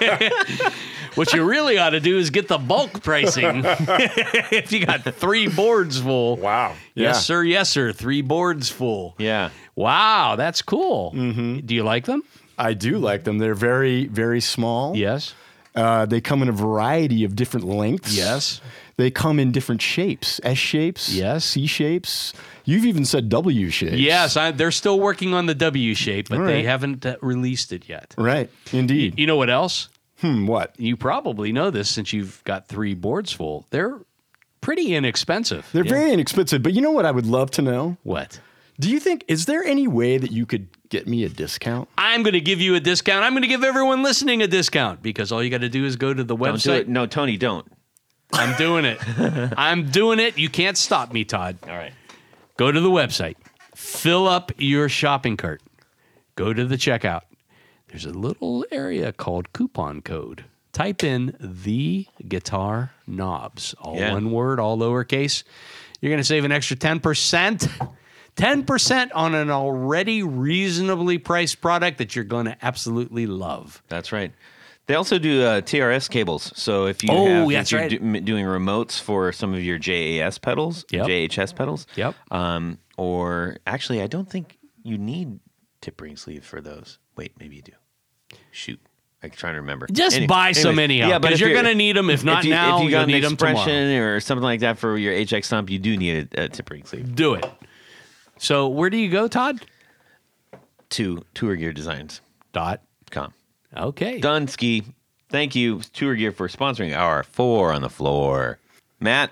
B: what you really ought to do is get the bulk pricing. if you got three boards full.
D: Wow. Yeah.
B: Yes, sir. Yes, sir. Three boards full.
C: Yeah.
B: Wow, that's cool.
D: Mm-hmm.
B: Do you like them?
D: I do like them. They're very, very small.
B: Yes.
D: Uh, they come in a variety of different lengths.
B: Yes.
D: They come in different shapes S shapes,
B: Yes.
D: C shapes. You've even said W shapes.
B: Yes, I, they're still working on the W shape, but
D: All
B: they
D: right.
B: haven't uh, released it yet.
D: Right. Indeed.
B: You know what else?
D: Hmm, what?
B: You probably know this since you've got three boards full. They're pretty inexpensive.
D: They're very inexpensive, but you know what I would love to know?
B: what?
D: Do you think, is there any way that you could get me a discount?
B: I'm going to give you a discount. I'm going to give everyone listening a discount because all you got to do is go to the
C: Don't do
B: website.
C: it. No, Tony, don't.
B: I'm doing it. I'm doing it. You can't stop me, Todd.
C: All right.
B: Go to the website, fill up your shopping cart, go to the checkout. There's a little area called coupon code. Type in the guitar knobs, all
C: Yeah.
B: one word, all lowercase. You're going to save an extra 10%. 10% on an already reasonably priced product that you're going to absolutely love.
C: That's right. They also do uh, TRS cables. So if you
B: Oh,
C: have, if
B: that's
C: you're
B: right.
C: do- m- doing remotes for some of your JAS pedals,
B: Yep.
C: JHS pedals,
B: Yep.
C: um, or actually, I don't think you need tip ring sleeve for those. Wait, maybe you do. Shoot. I'm trying to remember.
B: Just
C: Any-
B: buy some anyhow, 'cause
C: if
B: you're gonna need 'em. If not
C: you,
B: now,
C: if you got
B: you'll
C: an
B: need 'em tomorrow.
C: expression or something like that for your HX stomp, you do need a, a tip ring sleeve.
B: Do it. So, where do you go, Todd?
C: To tourgeardesigns.com.
B: Dot. Okay.
C: Dunsky, thank you, Tour Gear, for sponsoring our four on the floor. Matt,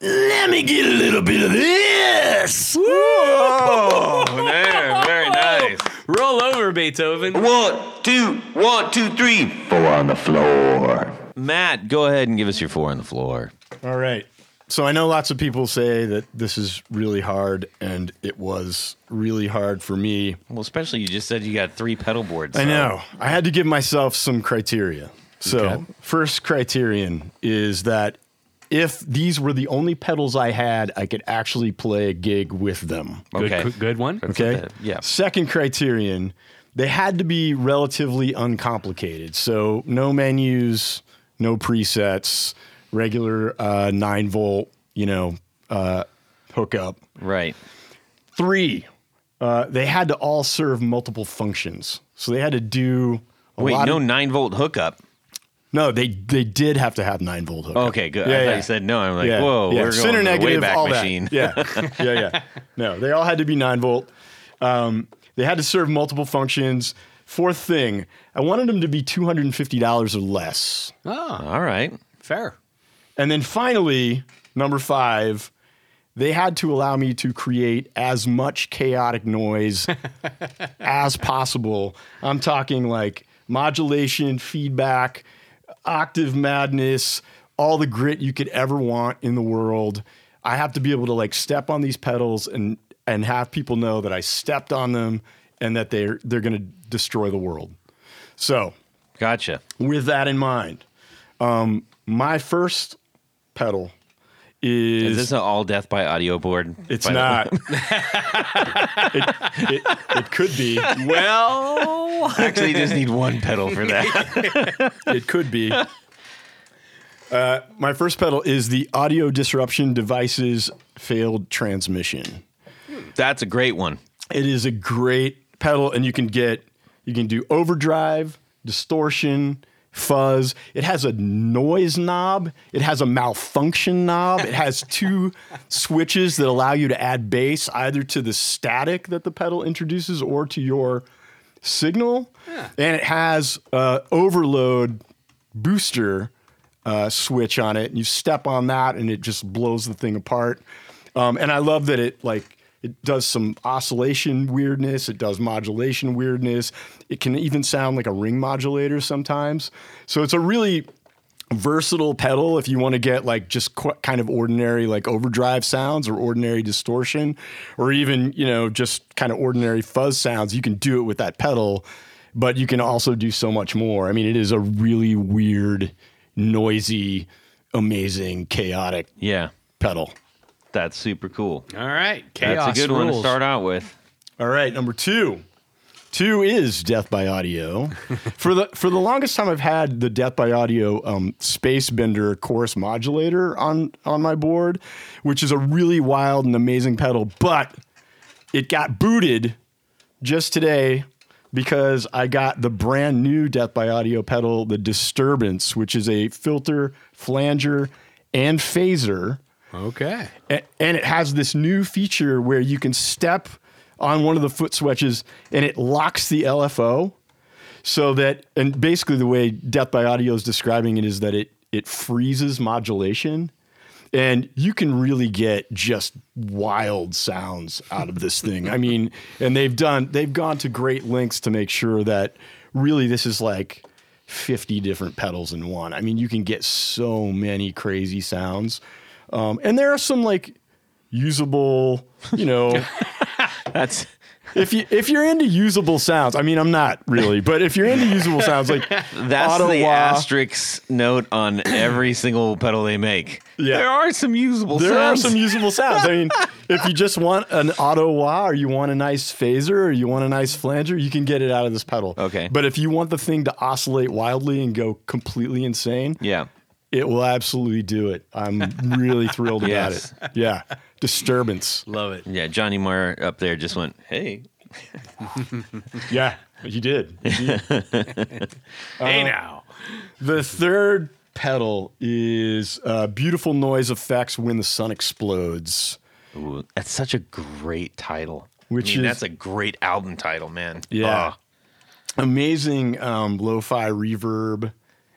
D: Let me get a little bit of this. Whoa.
C: there, Oh, very nice.
B: Roll over, Beethoven.
C: One, two, one, two, three, four on the floor. Matt, go ahead and give us your four on the floor.
D: All right. So I know lots of people say that this is really hard, and it was really hard for me.
C: Well, especially you just said you got three pedal boards.
D: I
C: so-
D: know. I had to give myself some criteria. So, first criterion is that if these were the only pedals I had, I could actually play a gig with them.
B: Good,
C: Okay.
B: good one.
D: Okay.
C: that- yeah.
D: Second criterion, they had to be relatively uncomplicated. So no menus, no presets, regular uh, nine volt, you know, uh, hookup.
C: Right.
D: Three, uh, they had to all serve multiple functions. So they had to do a
C: Wait,
D: lot.
C: no
D: of,
C: nine volt hookup.
D: no, they they did have to have nine volt hookup.
C: Okay, good.
D: Yeah,
C: I thought
D: yeah.
C: you said no. I'm like,
D: yeah,
C: whoa,
D: yeah.
C: we're
D: Center
C: going to the
D: negative,
C: Wayback
D: all
C: Machine.
D: That. Yeah, yeah, yeah. No, they all had to be nine volt. Um, they had to serve multiple functions. Fourth thing, I wanted them to be two hundred and fifty dollars or less.
B: Ah,
C: All right.
B: fair.
D: And then finally, number five, they had to allow me to create as much chaotic noise as possible. I'm talking like modulation, feedback, octave madness, all the grit you could ever want in the world. I have to be able to like step on these pedals and and have people know that I stepped on them and that they're they're going to destroy the world. So,
C: Gotcha.
D: with that in mind, um, my first pedal is
C: Is this an all death by audio board?
D: it's
C: By the-
D: not. it, it, it could be.
C: Well, actually, you just need one pedal for that.
D: It could be. Uh, my first pedal is the audio disruption devices failed transmission.
C: That's a great one.
D: It is a great pedal, and you can get you can do overdrive, distortion, fuzz. It has a noise knob. It has a malfunction knob. It has two switches that allow you to add bass either to the static that the pedal introduces or to your signal. And it has uh, overload booster uh, switch on it, and you step on that, and it just blows the thing apart. Um, and I love that it like it does some oscillation weirdness, it does modulation weirdness. It can even sound like a ring modulator sometimes. So it's a really versatile pedal if you want to get like just qu- kind of ordinary like overdrive sounds or ordinary distortion or even you know just kind of ordinary fuzz sounds you can do it with that pedal but you can also do so much more i mean it is a really weird noisy amazing chaotic
C: Yeah,
D: pedal
C: that's super cool.
B: All right, chaos
C: That's a good one to
B: rules.
C: start out with.
D: all right number 2 Two is Death by Audio. for the for the longest time, I've had the Death by Audio um, Space Bender chorus modulator on on my board, which is a really wild and amazing pedal. But it got booted just today because I got the brand new Death by Audio pedal, the Disturbance, which is a filter, flanger, and phaser.
B: Okay.
D: A- and it has this new feature where you can step on one of the foot switches and it locks the LFO so that and basically the way Death by Audio is describing it is that it it freezes modulation and you can really get just wild sounds out of this thing. I mean, and they've done they've gone to great lengths to make sure that really this is like 50 different pedals in one. I mean, you can get so many crazy sounds. Um, and there are some like usable, you know,
C: That's
D: if you if you're into usable sounds, I mean, I'm not really, but if you're into usable sounds like
C: that's the
D: Ottawa-
C: asterisk note on every single pedal they make.
D: Yeah.
C: There are some usable
D: There are
C: sounds.
D: some usable sounds. I mean, if you just want an auto wah or you want a nice phaser or you want a nice flanger, you can get it out of this pedal.
C: Okay.
D: But if you want the thing to oscillate wildly and go completely insane,
C: yeah.
D: it will absolutely do it. I'm really thrilled
C: Yes.
D: about it. Yeah. Disturbance.
B: Love it.
C: Yeah, Johnny Marr up there just went, "Hey,
D: Yeah. You did.
B: hey
D: Uh,
B: now.
D: The third pedal is uh, beautiful noise effects when the sun explodes.
C: Ooh, that's such a great title."
D: Which
C: I mean,
D: is-
C: that's a great album title, man.
D: Yeah.
C: Ah,
D: amazing um, lo-fi reverb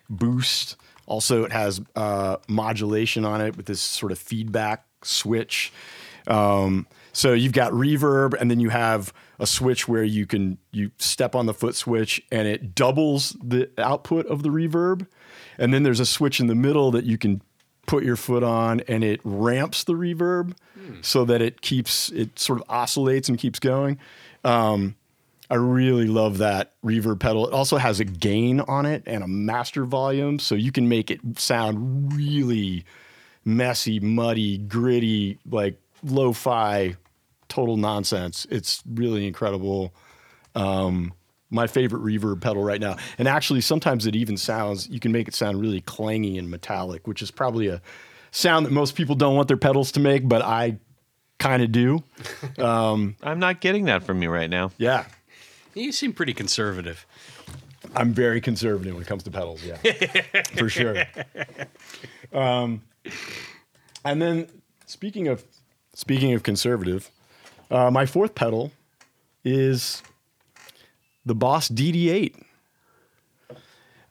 D: boost. Also, it has uh, modulation on it with this sort of feedback switch. Um, so you've got reverb, and then you have a switch where you can you step on the foot switch, and it doubles the output of the reverb. And then there's a switch in the middle that you can put your foot on and it ramps the reverb so that it keeps it sort of oscillates and keeps going. Um, I really love that reverb pedal. It also has a gain on it and a master volume, so you can make it sound really messy, muddy, gritty, like lo fi, total nonsense. It's really incredible. Um, my favorite reverb pedal right now. And actually, sometimes it even sounds, you can make it sound really clangy and metallic, which is probably a sound that most people don't want their pedals to make, but I kind of do.
C: I'm not getting that from you right now.
D: Yeah.
B: You seem pretty conservative.
D: I'm very conservative when it comes to pedals. Yeah, for sure. Um, and then speaking of speaking of conservative, uh, my fourth pedal is the Boss DD8.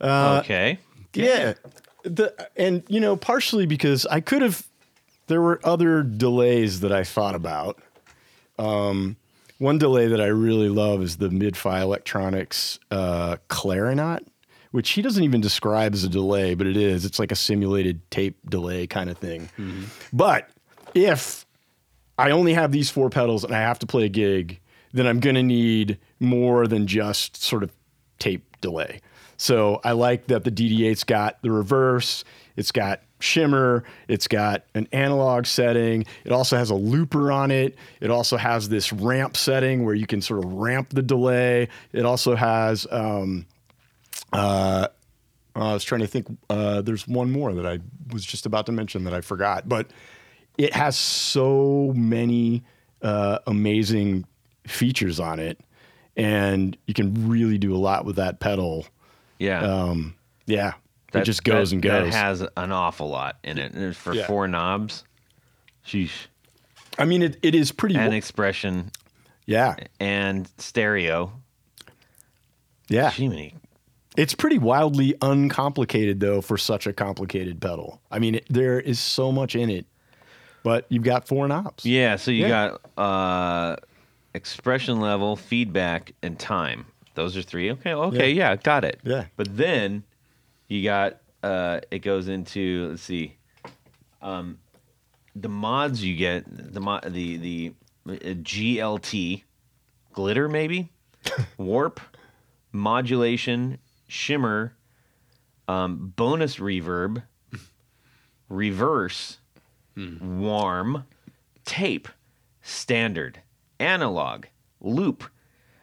D: Uh,
C: okay.
D: Yeah, the and you know partially because I could have. There were other delays that I thought about. Um, one delay that I really love is the Midfi Electronics uh, Clarinaut, which he doesn't even describe as a delay, but it is. It's like a simulated tape delay kind of thing. But if I only have these four pedals and I have to play a gig, then I'm going to need more than just sort of tape delay. So I like that the DD8's got the reverse, it's got shimmer. It's got an analog setting. It also has a looper on it. It also has this ramp setting where you can sort of ramp the delay. It also has. Um, uh, I was trying to think. Uh, there's one more that I was just about to mention that I forgot, but it has so many uh, amazing features on it, and you can really do a lot with that pedal.
C: Yeah.
D: Um, yeah,
C: That-
D: it just goes
C: that-
D: and goes.
C: That has an awful lot in it. And for
D: Yeah.
C: four knobs, sheesh,
D: I mean, it, it is pretty.
C: and
D: wa-
C: expression
D: yeah,
C: and stereo.
D: yeah.
C: Jiminy.
D: It's pretty wildly uncomplicated though for such a complicated pedal. I mean, it, there is so much in it, but you've got four knobs.
C: Yeah. So you
D: Yeah.
C: got uh, expression level, feedback, and time. Those are three. Okay. Okay. Yeah. got it.
D: Yeah.
C: But then you got uh, it goes into let's see, um, the mods you get the mo- the the uh, GLT glitter maybe warp modulation shimmer um, bonus reverb reverse warm tape standard analog loop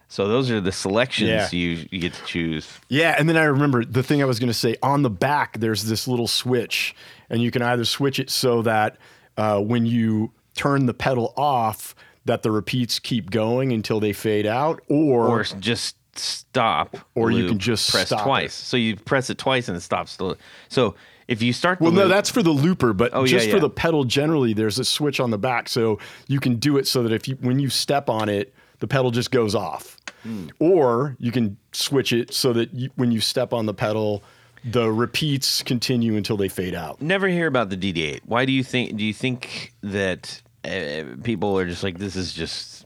C: so those are the selections
D: Yeah.
C: you, you get to choose
D: Yeah, and then I remember the thing I was going to say on the back. There's this little switch, and you can either switch it so that uh, when you turn the pedal off, that the repeats keep going until they fade out, or,
C: or s- just stop
D: Or you
C: loop,
D: can just
C: press
D: stop
C: twice
D: it.
C: so you press it twice and it stops the so if you start the
D: well, no,
C: loop- Oh,
D: that's for the looper, but
C: yeah,
D: just for
C: yeah.
D: the pedal generally, there's a switch on the back, so you can do it so that if you when you step on it, the pedal just goes off,
C: Hmm.
D: or you can switch it so that you, when you step on the pedal, the repeats continue until they fade out.
C: never hear about the DD8. Why do you think? Do you think that uh, people are just like this is just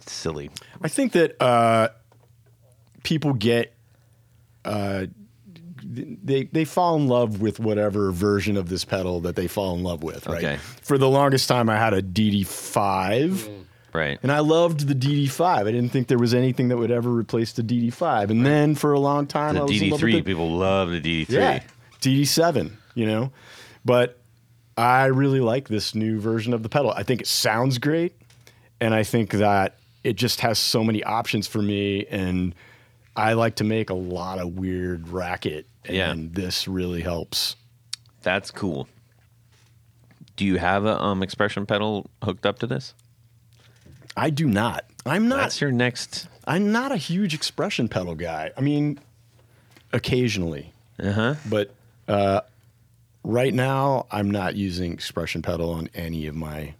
C: silly?
D: I think that uh, people get uh, they they fall in love with whatever version of this pedal that they fall in love with. Right.
C: Okay.
D: For the longest time, I had a DD5,
C: Right.
D: and I loved the DD5. I didn't think there was anything that would ever replace the DD5. And then for a long time,
C: The
D: I was in love
C: DD3
D: with the,
C: people love the DD3.
D: yeah, DD7. You know, but I really like this new version of the pedal. I think it sounds great, and I think that it just has so many options for me. And I like to make a lot of weird racket, and
C: Yeah.
D: this really helps.
C: That's cool. Do you have a um, expression pedal hooked up to this?
D: I do not. I'm not.
C: That's your next.
D: I'm not a huge expression pedal guy. I mean, occasionally,
C: Uh huh.
D: but uh, right now I'm not using expression pedal on any of my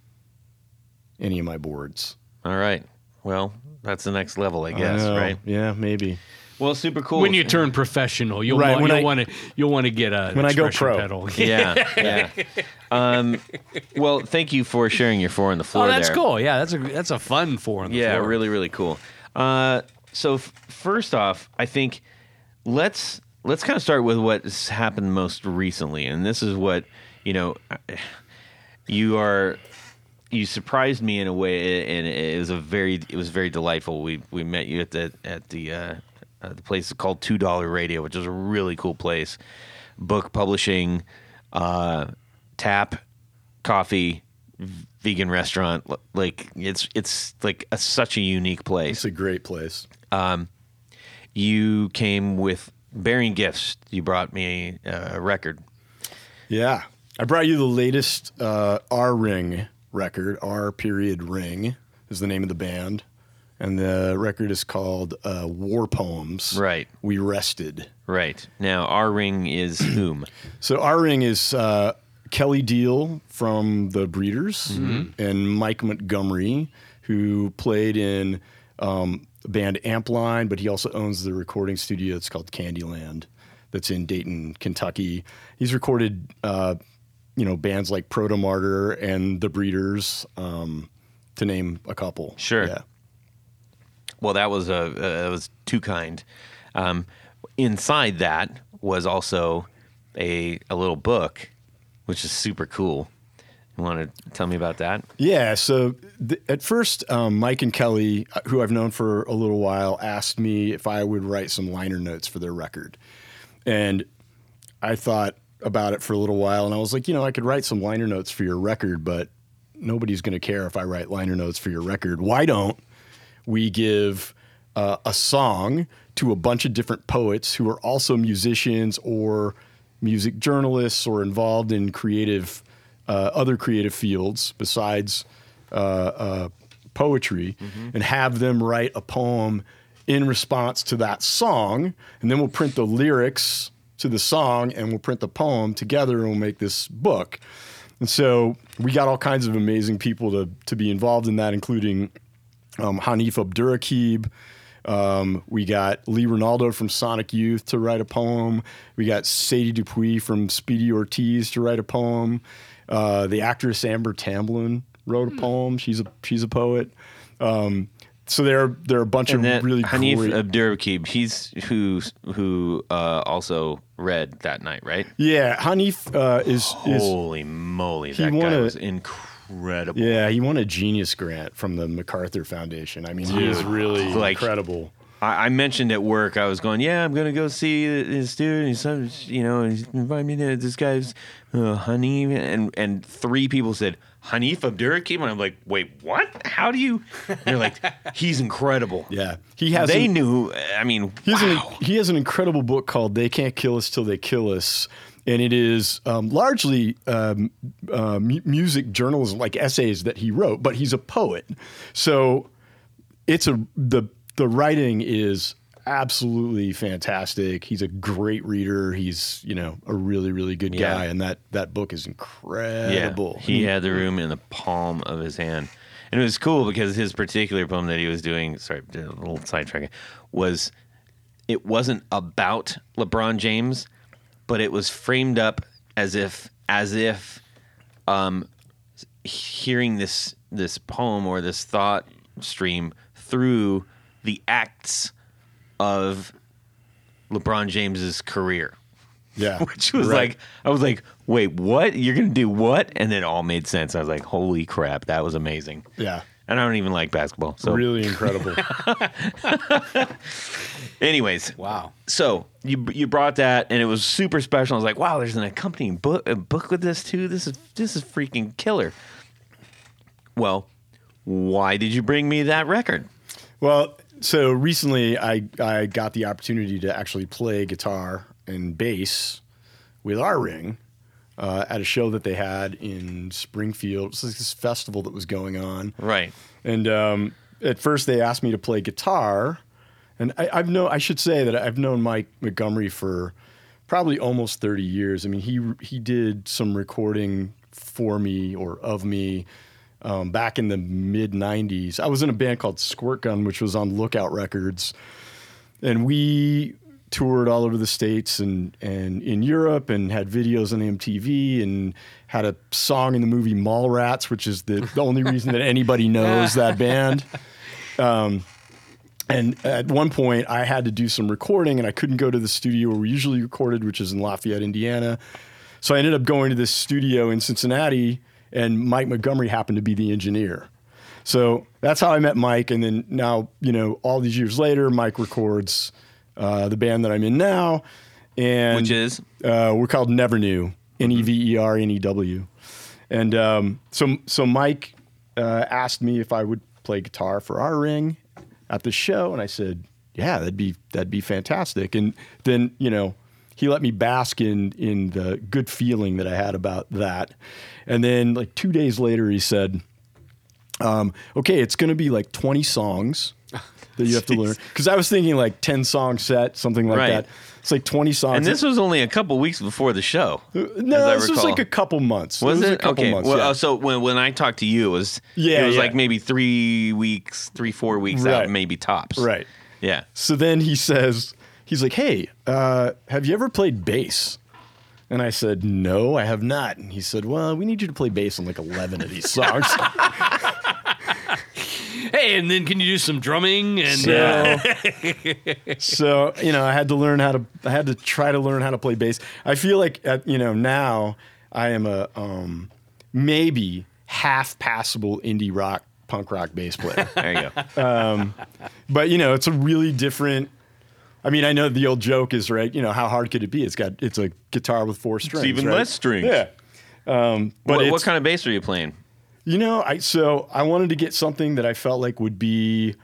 D: any of my boards.
C: All right. Well, that's the next level, I guess.
D: I know.
C: right.
D: Yeah, maybe.
C: Well, super cool.
B: When you turn professional, you'll
D: Right,
B: want,
D: when
B: you'll
D: I-
B: want to you'll want to get a
D: When I go
B: expression
D: pro.
B: pedal.
C: yeah, yeah. Um, well, thank you for sharing your four on the floor.
B: Oh, that's
C: there.
B: cool. Yeah, that's a that's a fun four on the
C: yeah
B: floor.
C: really really cool uh, so f- first off i think let's let's kind of start with what's happened most recently and this is what you know you are you surprised me in a way and it was a very it was very delightful we we met you at the at the uh, uh the place called two dollar radio which is a really cool place book publishing uh tap coffee v- vegan restaurant L- like it's it's like a, such a unique place
D: It's a great place.
C: you came with bearing gifts you brought me a record
D: Yeah. I brought you the latest uh, R Ring record. R period Ring is the name of the band. And the record is called uh, War Poems.
C: Right.
D: We Rested.
C: right now our ring is whom
D: So R Ring is uh, Kelly Deal from the Breeders and Mike Montgomery, who played in um, the band Ampline, but he also owns the recording studio. It's called Candyland. That's in Dayton, Kentucky. He's recorded, uh, you know, bands like Proto Martyr and the Breeders, um, to name a couple.
C: Sure.
D: Yeah.
C: Well, that was a uh, that was too kind. Um, inside that was also a a little book, which is super cool. You want to tell me about that?
D: Yeah. So th- at first, um, Mike and Kelly, uh, who I've known for a little while, asked me if I would write some liner notes for their record. And I thought, about it for a little while, and I was like, you know, I could write some liner notes for your record, but nobody's going to care if I write liner notes for your record. Why don't we give uh, a song to a bunch of different poets who are also musicians or music journalists or involved in creative uh, other creative fields besides uh, uh, poetry and have them write a poem in response to that song and then we'll print the lyrics to the song and we'll print the poem together and we'll make this book and so we got all kinds of amazing people to, to be involved in that including um, Hanif Abdurakib. Um, we got Lee Ronaldo from Sonic Youth to write a poem. We got Sadie Dupuis from Speedy Ortiz to write a poem. Uh, the actress Amber Tamblyn wrote a poem. She's a she's a poet. Um, so there are, there are a bunch
C: And
D: of
C: that
D: really
C: Hanif uh,
D: great.
C: Abdurraqib, he's who who uh, also read that night, right?
D: yeah, Hanif uh, is is
C: Holy moly, that
D: won
C: guy
D: a-
C: was incredible.
D: yeah he won a genius grant from the MacArthur Foundation. I mean he is really
C: Like-
D: incredible.
C: I, I mentioned at work, I was going, yeah, I'm gonna go see this dude. And he's, some- you know, he's invited me to this guy's uh, Hanif, and and three people said Hanif Abdurraqib, and I'm like, wait, what? How do you? And they're like, he's incredible.
D: Yeah, he has
C: they
D: an-
C: knew. I mean,
D: He has,
C: wow.
D: an, he has an incredible book called They Can't Kill Us Till They Kill Us. And it is um, largely um, uh, mu- music journalism, like essays that he wrote, but he's a poet. So it's a the the writing is absolutely fantastic. He's a great reader. He's, you know, a really, really good
C: Yeah.
D: guy. And that that book is incredible.
C: He had the room in the palm of his hand. And it was cool because his particular poem that he was doing, sorry, did a little sidetracking, was it wasn't about LeBron James, but it was framed up as if as if um hearing this this poem or this thought stream through the acts of LeBron James's career
D: yeah.
C: which was
D: Right.
C: like I was like, wait, what? You're gonna do what? And it all made sense. I was like, holy crap, that was amazing.
D: Yeah.
C: And I don't even like basketball. So,
D: Really incredible.
C: anyways,
B: Wow.
C: so you you brought that, and it was super special. I was like, wow, there's an accompanying book a book with this too. This is this is freaking killer. Well, why did you bring me that record?
D: Well, so recently I I got the opportunity to actually play guitar and bass with our ring uh, at a show that they had in Springfield. It was like this festival that was going on,
C: Right.
D: and um, at first they asked me to play guitar, and I, I've known I should say that I've known Mike Montgomery for probably almost thirty years. I mean, he he did some recording for me or of me um, back in the mid '90s. I was in a band called Squirt Gun, which was on Lookout Records, and we toured all over the states and and in Europe and had videos on MTV and had a song in the movie Mallrats, which is the, the only reason that anybody knows that band. Um, and at one point, I had to do some recording, and I couldn't go to the studio where we usually recorded, which is in Lafayette, Indiana. So I ended up going to this studio in Cincinnati, and Mike Montgomery happened to be the engineer. So that's how I met Mike. And then now, you know, all these years later, Mike records uh, the band that I'm in now. And
C: Which is
D: uh, we're called Never Knew, N E V E R N E W. And um, so, so Mike uh, asked me if I would play guitar for our ring at the show, and I said, "Yeah, that'd be that'd be fantastic." And then you know, he let me bask in in the good feeling that I had about that. And then like two days later, he said, um, "Okay, it's going to be like twenty songs." That you have to learn because I was thinking like ten song set something like
C: Right.
D: that. It's like twenty songs.
C: and this was only a couple weeks before the show. as
D: Uh, No,
C: I
D: this was
C: recall.
D: like a couple months.
C: Was it,
D: was a couple
C: okay?
D: Months,
C: well,
D: yeah.
C: uh, so when when I talked to you, it was
D: Yeah,
C: it was
D: yeah.
C: like maybe three weeks, three four weeks out,
D: Right.
C: maybe tops.
D: right.
C: Yeah.
D: So then he says, he's like, "Hey, uh, have you ever played bass?" And I said, "No, I have not." And he said, "Well, we need you to play bass on like eleven of these songs."
B: Hey, and then can you do some drumming and uh,
D: so, so you know, I had to learn how to. I had to try to learn how to play bass. I feel like at, you know now I am a um, maybe half passable indie rock punk rock bass player.
C: There you go.
D: but you know it's a really different I mean, I know the old joke is right. You know, how hard could it be? It's got it's a guitar with four strings.
C: even
D: right?
C: less strings.
D: Yeah. Um, but
C: what,
D: it's,
C: what kind of bass are you playing?
D: you know, I so I wanted to get something that I felt like would be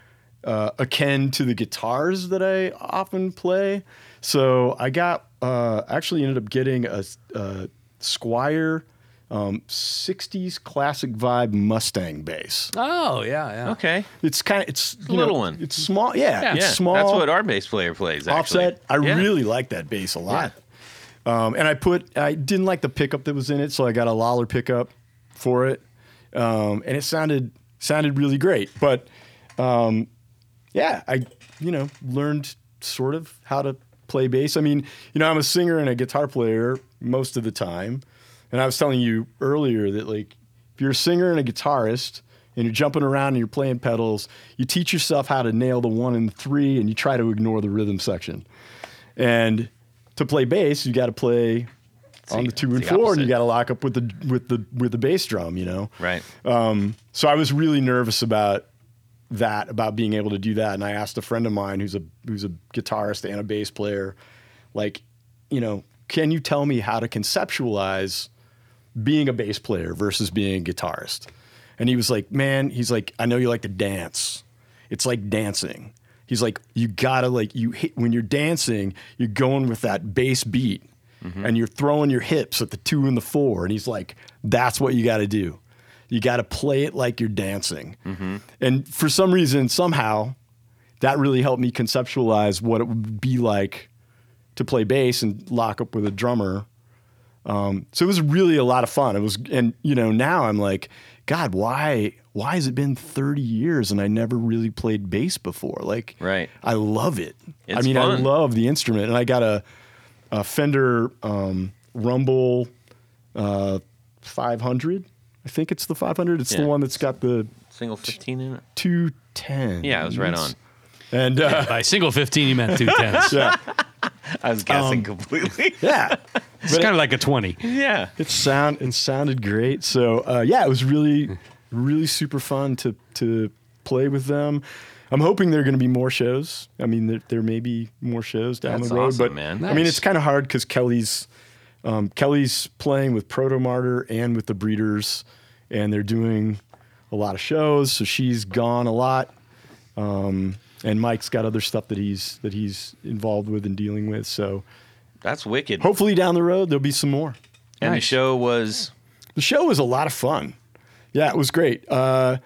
D: uh, akin to the guitars that I often play. So I got uh, actually ended up getting a, a Squire um, '60s classic vibe Mustang bass.
B: Oh yeah, yeah.
C: Okay,
D: It's kind of it's you
C: little
D: know,
C: one.
D: It's small. Yeah, it's
C: yeah,
D: small.
C: That's what our bass player plays. Actually.
D: offset. I
C: Yeah.
D: really like that bass a lot. Um, and I put I didn't like the pickup that was in it, so I got a Lawler pickup for it, um, and it sounded sounded really great. But um, yeah, I you know learned sort of how to play bass. I mean, you know, I'm a singer and a guitar player most of the time, and I was telling you earlier that like if you're a singer and a guitarist. And you're jumping around and you're playing pedals. You teach yourself how to nail the one and the three, and you try to ignore the rhythm section. And to play bass, you got to play on the two and
C: the
D: four, and
C: opposite.
D: you got to lock up with the with the with the bass drum. You know.
C: Right.
D: Uh, Um, So I was really nervous about that, about being able to do that. And I asked a friend of mine who's a who's a guitarist and a bass player, like, you know, can you tell me how to conceptualize being a bass player versus being a guitarist? And he was like, Man, he's like, I know you like to dance. It's like dancing. He's like, you gotta like you hit when you're dancing, you're going with that bass beat and you're throwing your hips at the two and the four. And he's like, that's what you gotta do. You gotta play it like you're dancing. And for some reason, somehow, that really helped me conceptualize what it would be like to play bass and lock up with a drummer. Um, so it was really a lot of fun. It was, and you know, now I'm like, God, why, why has it been 30 years and I never really played bass before? Like,
C: Right.
D: I love it. I
C: It's
D: mean, I
C: fun.
D: love the instrument, and I got a, a Fender um, Rumble uh, 500. I think it's the 500. It's
C: Yeah.
D: the one that's got the
C: Single fifteen in it.
D: 210.
C: Yeah, I was right on.
D: And uh,
B: By single fifteen, he meant two tens.
D: yeah,
C: I was guessing
D: Um,
C: completely.
D: yeah.
B: it's kind of like a twenty.
C: yeah.
D: It sound it sounded great. So uh, yeah, it was really really super fun to to play with them. I'm hoping there are going to be more shows. I mean, there, there may be more shows down
C: That's
D: the road,
C: awesome,
D: but
C: man.
D: I mean,
B: Nice.
D: it's kind of hard because Kelly's um, Kelly's playing with Proto Martyr and with the Breeders, and they're doing a lot of shows. So she's gone a lot, um, and Mike's got other stuff that he's that he's involved with and dealing with. So
C: That's wicked.
D: hopefully down the road there'll be some more.
C: and the show was
D: The show was a lot of fun. Yeah, it was great. Uh,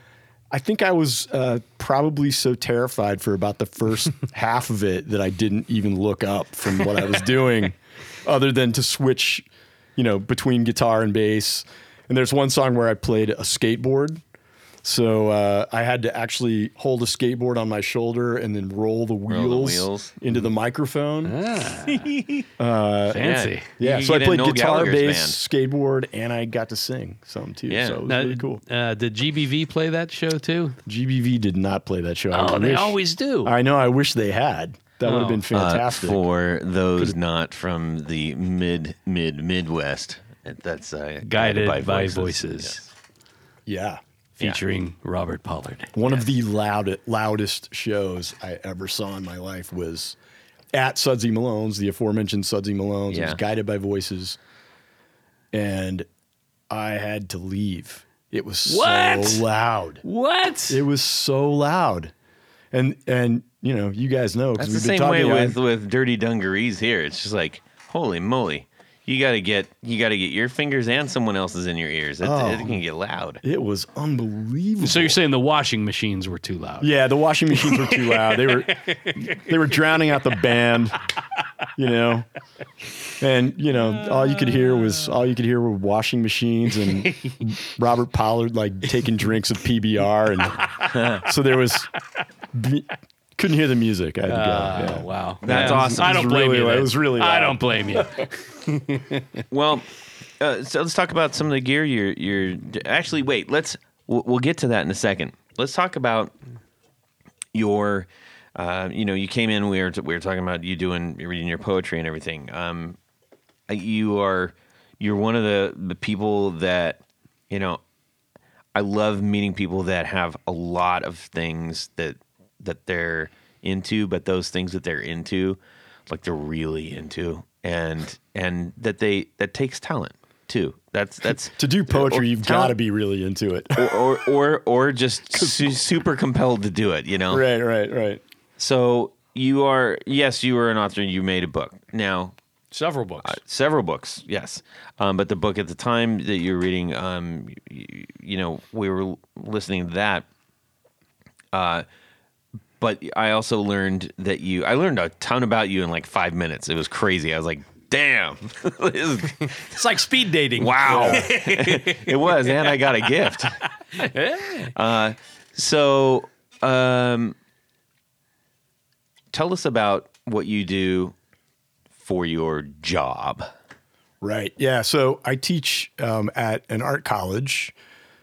D: I think I was uh, probably so terrified for about the first half of it that I didn't even look up from what I was doing, other than to switch, you know, between guitar and bass. And there's one song where I played a skateboard. So uh, I had to actually hold a skateboard on my shoulder and then roll the wheels,
C: the wheels. Hmm.
D: into the microphone.
B: Fancy.
D: Yeah,
C: You
D: so I
C: get in
D: played
C: Noel
D: guitar,
C: Gallagher's
D: bass, skateboard, and I got to sing some too.
C: Yeah.
D: so it was
B: Now,
D: really cool.
B: Uh, did GBV play that show too?
D: GBV did not play that show. I
B: Oh, they
D: wish-
B: always do.
D: I know. I wish they had. That would have been
C: Uh,
D: fantastic.
C: for those not from the mid mid Midwest. That's uh,
B: Guided by Voices.
D: yeah,
B: Featuring Robert Pollard.
D: one of the loud, loudest shows I ever saw in my life was at Sudsy Malone's, the aforementioned Sudsy Malone's. It was
C: Yeah.
D: guided by voices, and I had to leave. It was
B: What?
D: so loud.
B: What?
D: It was so loud, and and you know, you guys know 'cause
C: That's the
D: we've been
C: same way
D: talking
C: with
D: about-
C: with Dirty Dungarees here. It's just like holy moly. You gotta get you gotta get your fingers and someone else's in your ears. It,
D: Oh.
C: it can get loud.
D: It was unbelievable.
B: so you're saying the washing machines were too loud?
D: Yeah, the washing machines were too loud. They were they were drowning out the band, you know. And you know, all you could hear was all you could hear were washing machines and Robert Pollard like taking drinks of PBR, and so there was couldn't hear the music. I had to go.
B: Oh,
C: Ah.
D: yeah.
B: wow.
C: That's awesome.
B: I don't blame
D: really
B: you.
D: loud. It
B: then.
D: was really
B: I
D: loud.
B: don't blame you.
C: Well, uh, so let's talk about some of the gear you're you're actually wait, let's we'll, we'll get to that in a second. Let's talk about your uh, you know, you came in we were we were talking about you doing you're reading your poetry and everything. Um you are you're one of the the people that you know I love meeting people that have a lot of things that that they're into, but those things that they're into, like they're really into, and and that they that takes talent too. That's that's
D: To do poetry,
C: or
D: you've
C: talent-
D: got to be really into it.
C: or or or, or just su- super compelled to do it. You know,
D: right, right, right.
C: so you are yes, you are an author. You made a book now.
B: Several books.
C: several books yes um, but the book at the time that you're reading um, you, you know we were listening to that uh, but i also learned that you i learned a ton about you in like five minutes it was crazy i was like damn This is-
B: it's like speed dating.
C: wow it was and i got a gift uh, so um, tell us about what you do for your job
D: Right. Yeah. So I teach um, at an art college,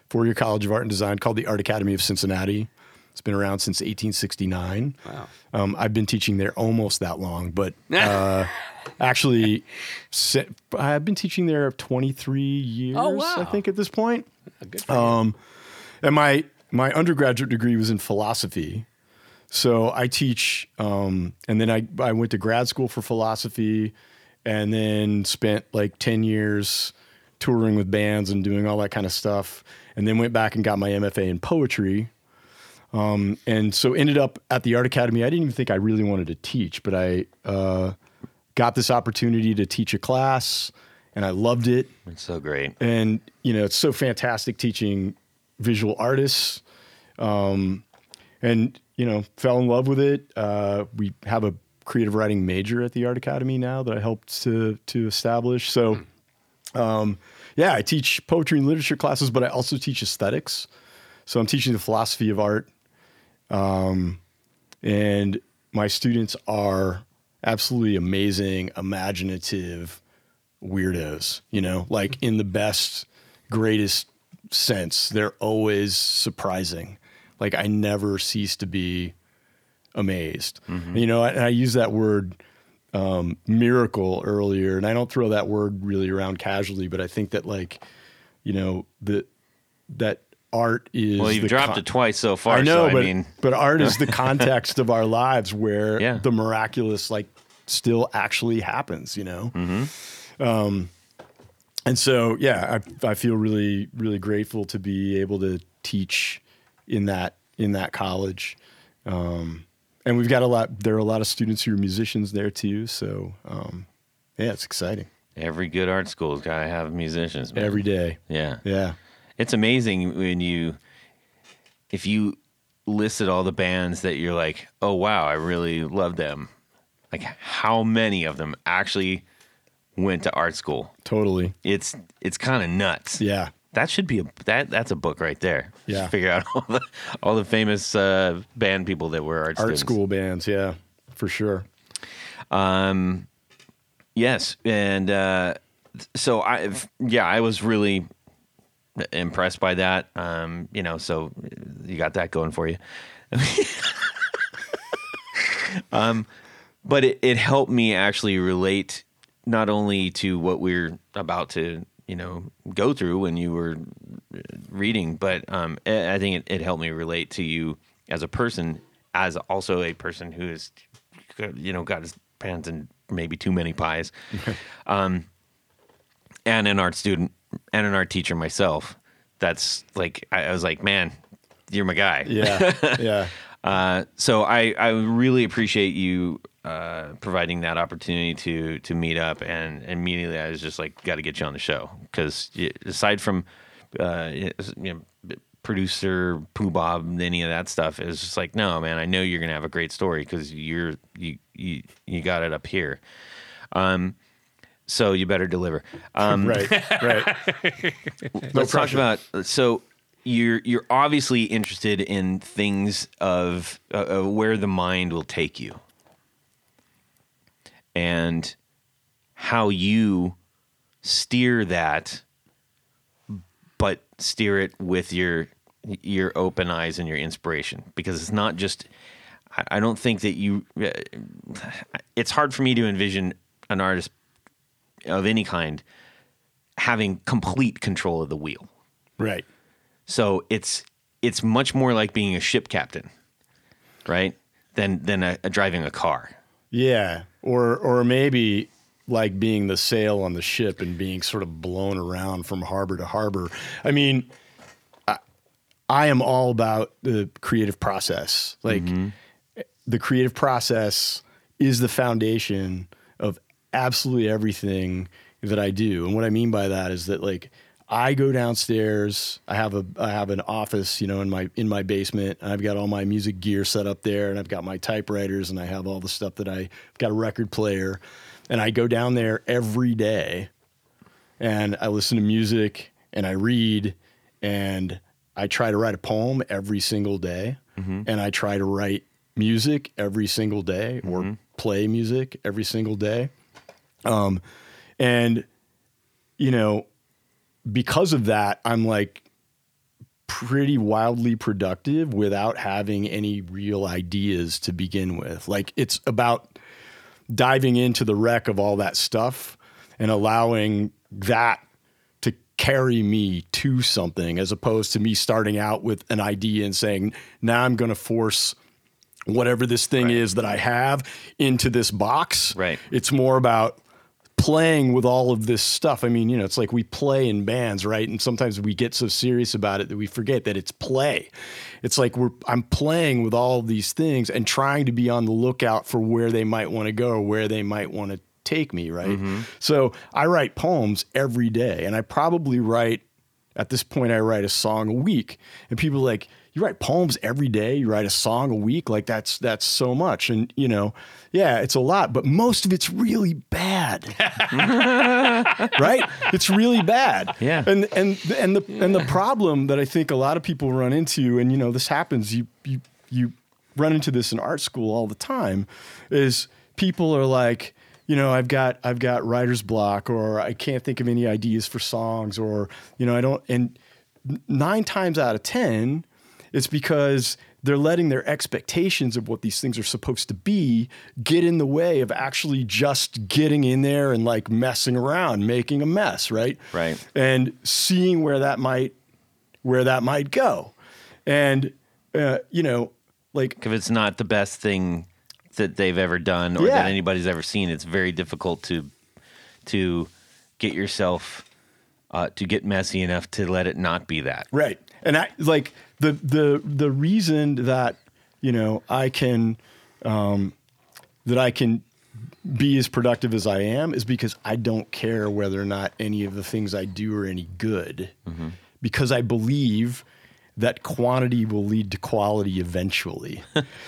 D: four year college of art and design called the Art Academy of Cincinnati. It's been around since 1869. Wow. Um, I've been teaching there almost that long, but uh, actually, se- I've been teaching there 23 years,
B: Oh, wow.
D: I think, at this point.
B: Good for you.
D: Um, and my my undergraduate degree was in philosophy, so I teach. Um, and then I I went to grad school for philosophy, and then spent like ten years touring with bands and doing all that kind of stuff, and then went back and got my MFA in poetry. Um, and so ended up at the art academy. I didn't even think I really wanted to teach, but I uh, got this opportunity to teach a class, and I loved it
C: It's so great.
D: and you know it's so fantastic teaching visual artists um, and you know fell in love with it uh, we have a creative writing major at the art academy now that i helped to to establish so um, yeah i teach poetry and literature classes but i also teach aesthetics so i'm teaching the philosophy of art and my students are absolutely amazing, imaginative weirdos, you know, like in the best, greatest sense. They're always surprising. Like I never cease to be amazed.
C: Mm-hmm.
D: You know, and I use that word um, miracle earlier, and I don't throw that word really around casually, but I think that like, you know, the that art is
C: Well, you've
D: the
C: dropped
D: con-
C: it twice so far.
D: I know,
C: so,
D: but
C: I mean,
D: but art is the context of our lives where
C: Yeah.
D: the miraculous like still actually happens, you know. Um,
C: Mm-hmm.
D: and so yeah, I I feel really really grateful to be able to teach in that in that college. Um, and we've got a lot. There are a lot of students who are musicians there too. So um, yeah, it's exciting
C: every good art school's got to have musicians. man.
D: every day.
C: yeah.
D: Yeah,
C: It's amazing when you, if you listed all the bands that you're like, oh, wow, I really love them. Like, how many of them actually went to art school?
D: totally.
C: It's it's kind of nuts.
D: Yeah,
C: That should be a that that's a book right there. Just
D: Yeah.
C: figure out all the all the famous uh, band people that were art
D: art
C: students.
D: school bands. Yeah, for sure.
C: Um, yes, and uh, th- so I, have yeah, I was really impressed by that. Um, you know, so you got that going for you. um, but it, it helped me actually relate not only to what we're about to you know go through when you were uh, reading, but um, I I think it, it helped me relate to you as a person, as also a person who is, you know, got his pants in maybe too many pies, um, and an art student and an art teacher myself. That's like I, I was like, man, you're my guy.
D: Yeah, yeah.
C: Uh, so I, I really appreciate you uh, providing that opportunity to to meet up, and immediately I was just like, got to get you on the show because aside from uh, you know, producer Pooh Bob and any of that stuff, it's just like, no man, I know you're gonna have a great story because you're you, you you got it up here, um, so you better deliver. Um,
D: right, right.
C: let's talk about so you're you're obviously interested in things of uh, uh, where the mind will take you and how you steer that but steer it with your your open eyes and your inspiration because it's not just I- I don't think that you uh, it's hard for me to envision an artist of any kind having complete control of the wheel.
D: Right.
C: So it's it's much more like being a ship captain, right? than than a, a driving a car.
D: Yeah, or or maybe like being the sail on the ship and being sort of blown around from harbor to harbor. I mean, I, I am all about the creative process. Like the creative process is the foundation of absolutely everything that I do. And what I mean by that is that like I go downstairs, I have a I have an office, you know, in my in my basement, and I've got all my music gear set up there and I've got my typewriters and I have all the stuff that I I've got a record player and I go down there every day and I listen to music and I read and I try to write a poem every single day and I try to write music every single day or play music every single day. Um, and you know, because of that, I'm like pretty wildly productive without having any real ideas to begin with. Like it's about diving into the wreck of all that stuff and allowing that to carry me to something as opposed to me starting out with an idea and saying, now I'm going to force whatever this thing is that I have into this box.
C: Right.
D: It's more about playing with all of this stuff. I mean, you know, it's like we play in bands, right? And sometimes we get so serious about it that we forget that it's play. It's like we're I'm playing with all of these things and trying to be on the lookout for where they might want to go, or where they might want to take me, right? So, I write poems every day and I probably write at this point I write a song a week and people are like you write poems every day you write a song a week like that's that's so much and you know yeah it's a lot but most of it's really bad right it's really bad
C: Yeah.
D: and and and the and the problem that I think a lot of people run into and you know this happens you you you run into this in art school all the time is people are like you know i've got i've got writer's block or i can't think of any ideas for songs or you know i don't and n- nine times out of ten it's because they're letting their expectations of what these things are supposed to be get in the way of actually just getting in there and like messing around making a mess right
C: Right.
D: and seeing where that might where that might go and uh, you know like
C: If it's not the best thing that they've ever done or
D: Yeah.
C: that anybody's ever seen, it's very difficult to to get yourself uh, to get messy enough to let it not be that.
D: Right. And I like the the the reason that you know I can um, that I can be as productive as I am is because I don't care whether or not any of the things I do are any good
C: Mm-hmm.
D: because I believe that quantity will lead to quality eventually.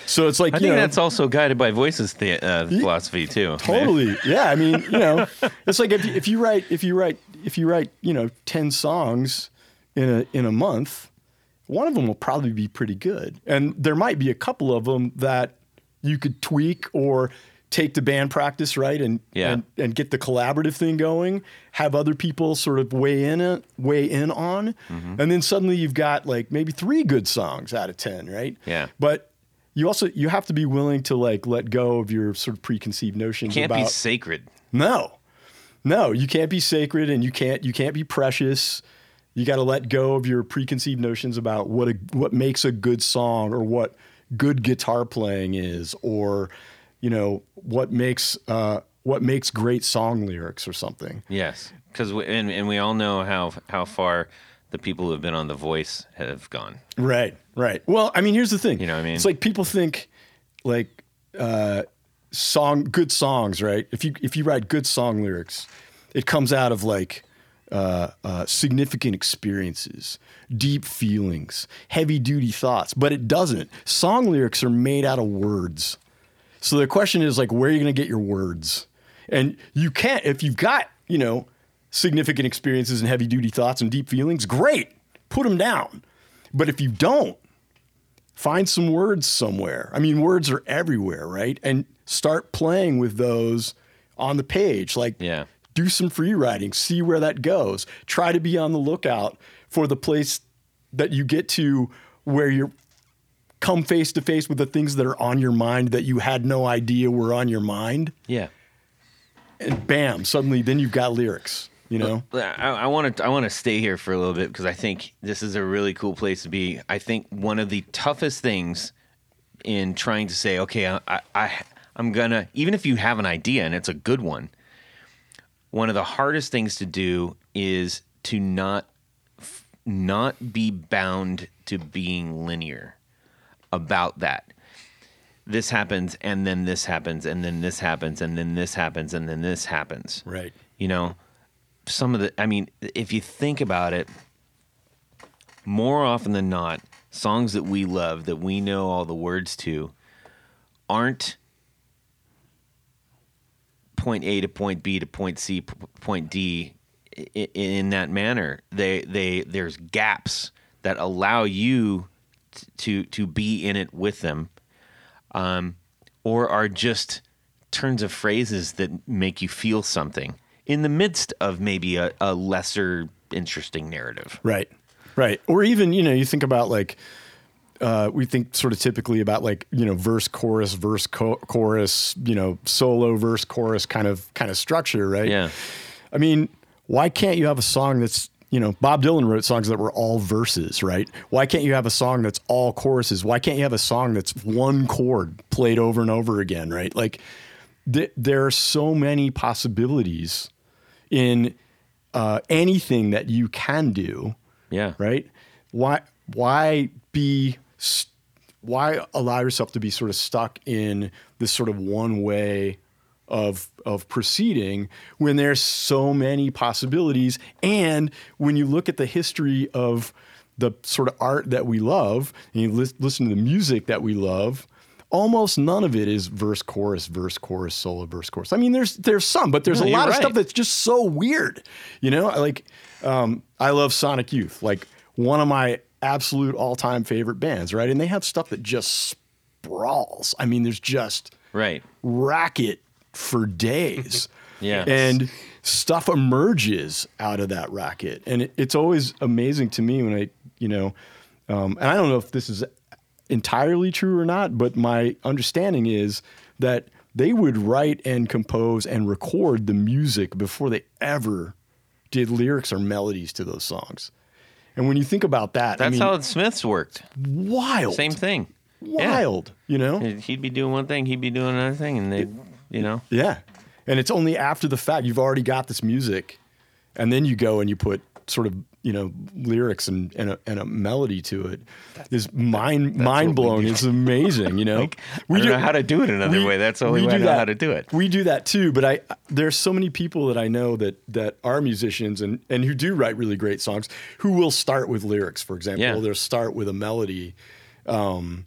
D: so it's like
C: I
D: you
C: think
D: know,
C: that's also guided by voices the, uh, philosophy too.
D: Totally. Yeah. I mean, you know, it's like if you, if you write if you write if you write you know ten songs in a in a month, one of them will probably be pretty good, and there might be a couple of them that you could tweak or take to band practice right and
C: Yeah.
D: and, and get the collaborative thing going have other people sort of weigh in it- weigh in on
C: Mm-hmm.
D: and then suddenly you've got like maybe three good songs out of ten right
C: Yeah.
D: but you also you have to be willing to like let go of your sort of preconceived notions
C: Can't
D: about
C: be sacred.
D: no, no, you can't be sacred and you can't you can't be precious. You got to let go of your preconceived notions about what a, what makes a good song or what good guitar playing is or you know what makes uh, what makes great song lyrics or something.
C: Yes, because and and we all know how how far the people who have been on The Voice have gone.
D: Right, right. Well, I mean, here's the thing.
C: You know what I mean?
D: It's like people think, like, uh, song, good songs, right? If you if you write good song lyrics, it comes out of like uh, uh, significant experiences, deep feelings, heavy duty thoughts, but it doesn't. Song lyrics are made out of words. So the question is like, where are you going to get your words? And you can't if you've got you know significant experiences and heavy duty thoughts and deep feelings. Great, put them down. But if you don't, find some words somewhere. I mean, words are everywhere, right? And start playing with those on the page. Like,
C: Yeah.
D: do some free writing, see where that goes. Try to be on the lookout for the place that you get to where you're come face to face with the things that are on your mind that you had no idea were on your mind.
C: Yeah.
D: And bam, suddenly then you've got lyrics, you know?
C: I want to I want to stay here for a little bit because I think this is a really cool place to be. I think one of the toughest things in trying to say, okay, I, I- I, I'm gonna, even if you have an idea and it's a good one, one of the hardest things to do is to not, f- not be bound to being linear about that. This happens, and then this happens, and then this happens, and then this happens, and then this happens
D: Right.
C: you know some of the i mean if you think about it more often than not songs that we love that we know all the words to aren't point a to point b to point c p- point d i- i- in that manner they they there's gaps that allow you t- to to be in it with them or are just turns of phrases that make you feel something in the midst of maybe a, a lesser interesting narrative.
D: Right. Right. Or even, you know, you think about like, uh, we think sort of typically about like, you know, verse, chorus, verse, co- chorus, you know, solo, verse, chorus kind of, kind of structure. Right.
C: Yeah.
D: I mean, why can't you have a song that's, you know, Bob Dylan wrote songs that were all verses, right? Why can't you have a song that's all choruses? Why can't you have a song that's one chord played over and over again, right? Like, th- there are so many possibilities in uh, anything that you can do
C: Yeah.
D: right? Why why be st- why allow yourself to be sort of stuck in this sort of one way of of proceeding when there's so many possibilities and when you look at the history of the sort of art that we love and you lis- listen to the music that we love almost none of it is verse chorus verse chorus solo verse chorus i mean there's there's some but there's a lot of
C: right.
D: stuff that's just so weird you know I like um, i love sonic youth like one of my absolute all-time favorite bands right and they have stuff that just sprawls i mean there's just
C: Right.
D: racket for days
C: Yeah.
D: and stuff emerges out of that racket and it, it's always amazing to me when i you know um, and i don't know if this is entirely true or not but my understanding is that they would write and compose and record the music before they ever did lyrics or melodies to those songs and when you think about that
C: That's
D: i mean
C: how the Smiths worked.
D: wild
C: Same thing.
D: wild you know
C: Yeah. He'd be doing one thing, he'd be doing another thing, and they, you know.
D: Yeah. And it's only after the fact you've already got this music and then you go and you put sort of, you know, lyrics and, and, a, and a melody to it is mind mind blowing. It's amazing, you know.
C: We don't know how to do it another
D: we-
C: way. That's the only
D: we
C: way I
D: do
C: know
D: that.
C: how to do it.
D: We do that too, but I there's so many people that I know that that are musicians and and who do write really great songs who will start with lyrics, for example.
C: Yeah.
D: They'll start with a melody. Um,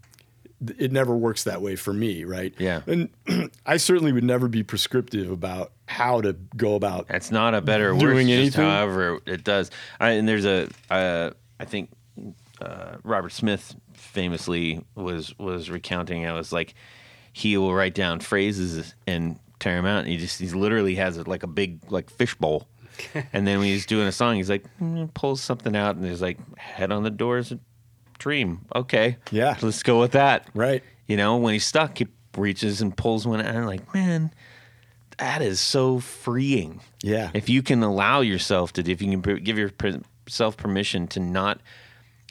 D: th- it never works that way for me, right?
C: Yeah.
D: And I certainly would never be prescriptive about how to go about
C: That's not a better word.
D: Doing
C: just
D: anything?
C: however it does. I, and there's a, uh, I think uh, Robert Smith famously was was recounting. I was like, he will write down phrases and tear them out, and he just he literally has it like a big like fishbowl. and then when he's doing a song, he's like mm, pulls something out, and there's like head on the doors, dream. Okay,
D: Yeah.
C: let's go with that.
D: right.
C: You know, when he's stuck, he reaches and pulls one out. And I'm like, man, that is so freeing.
D: Yeah.
C: If you can allow yourself to, if you can per- give yourself permission to not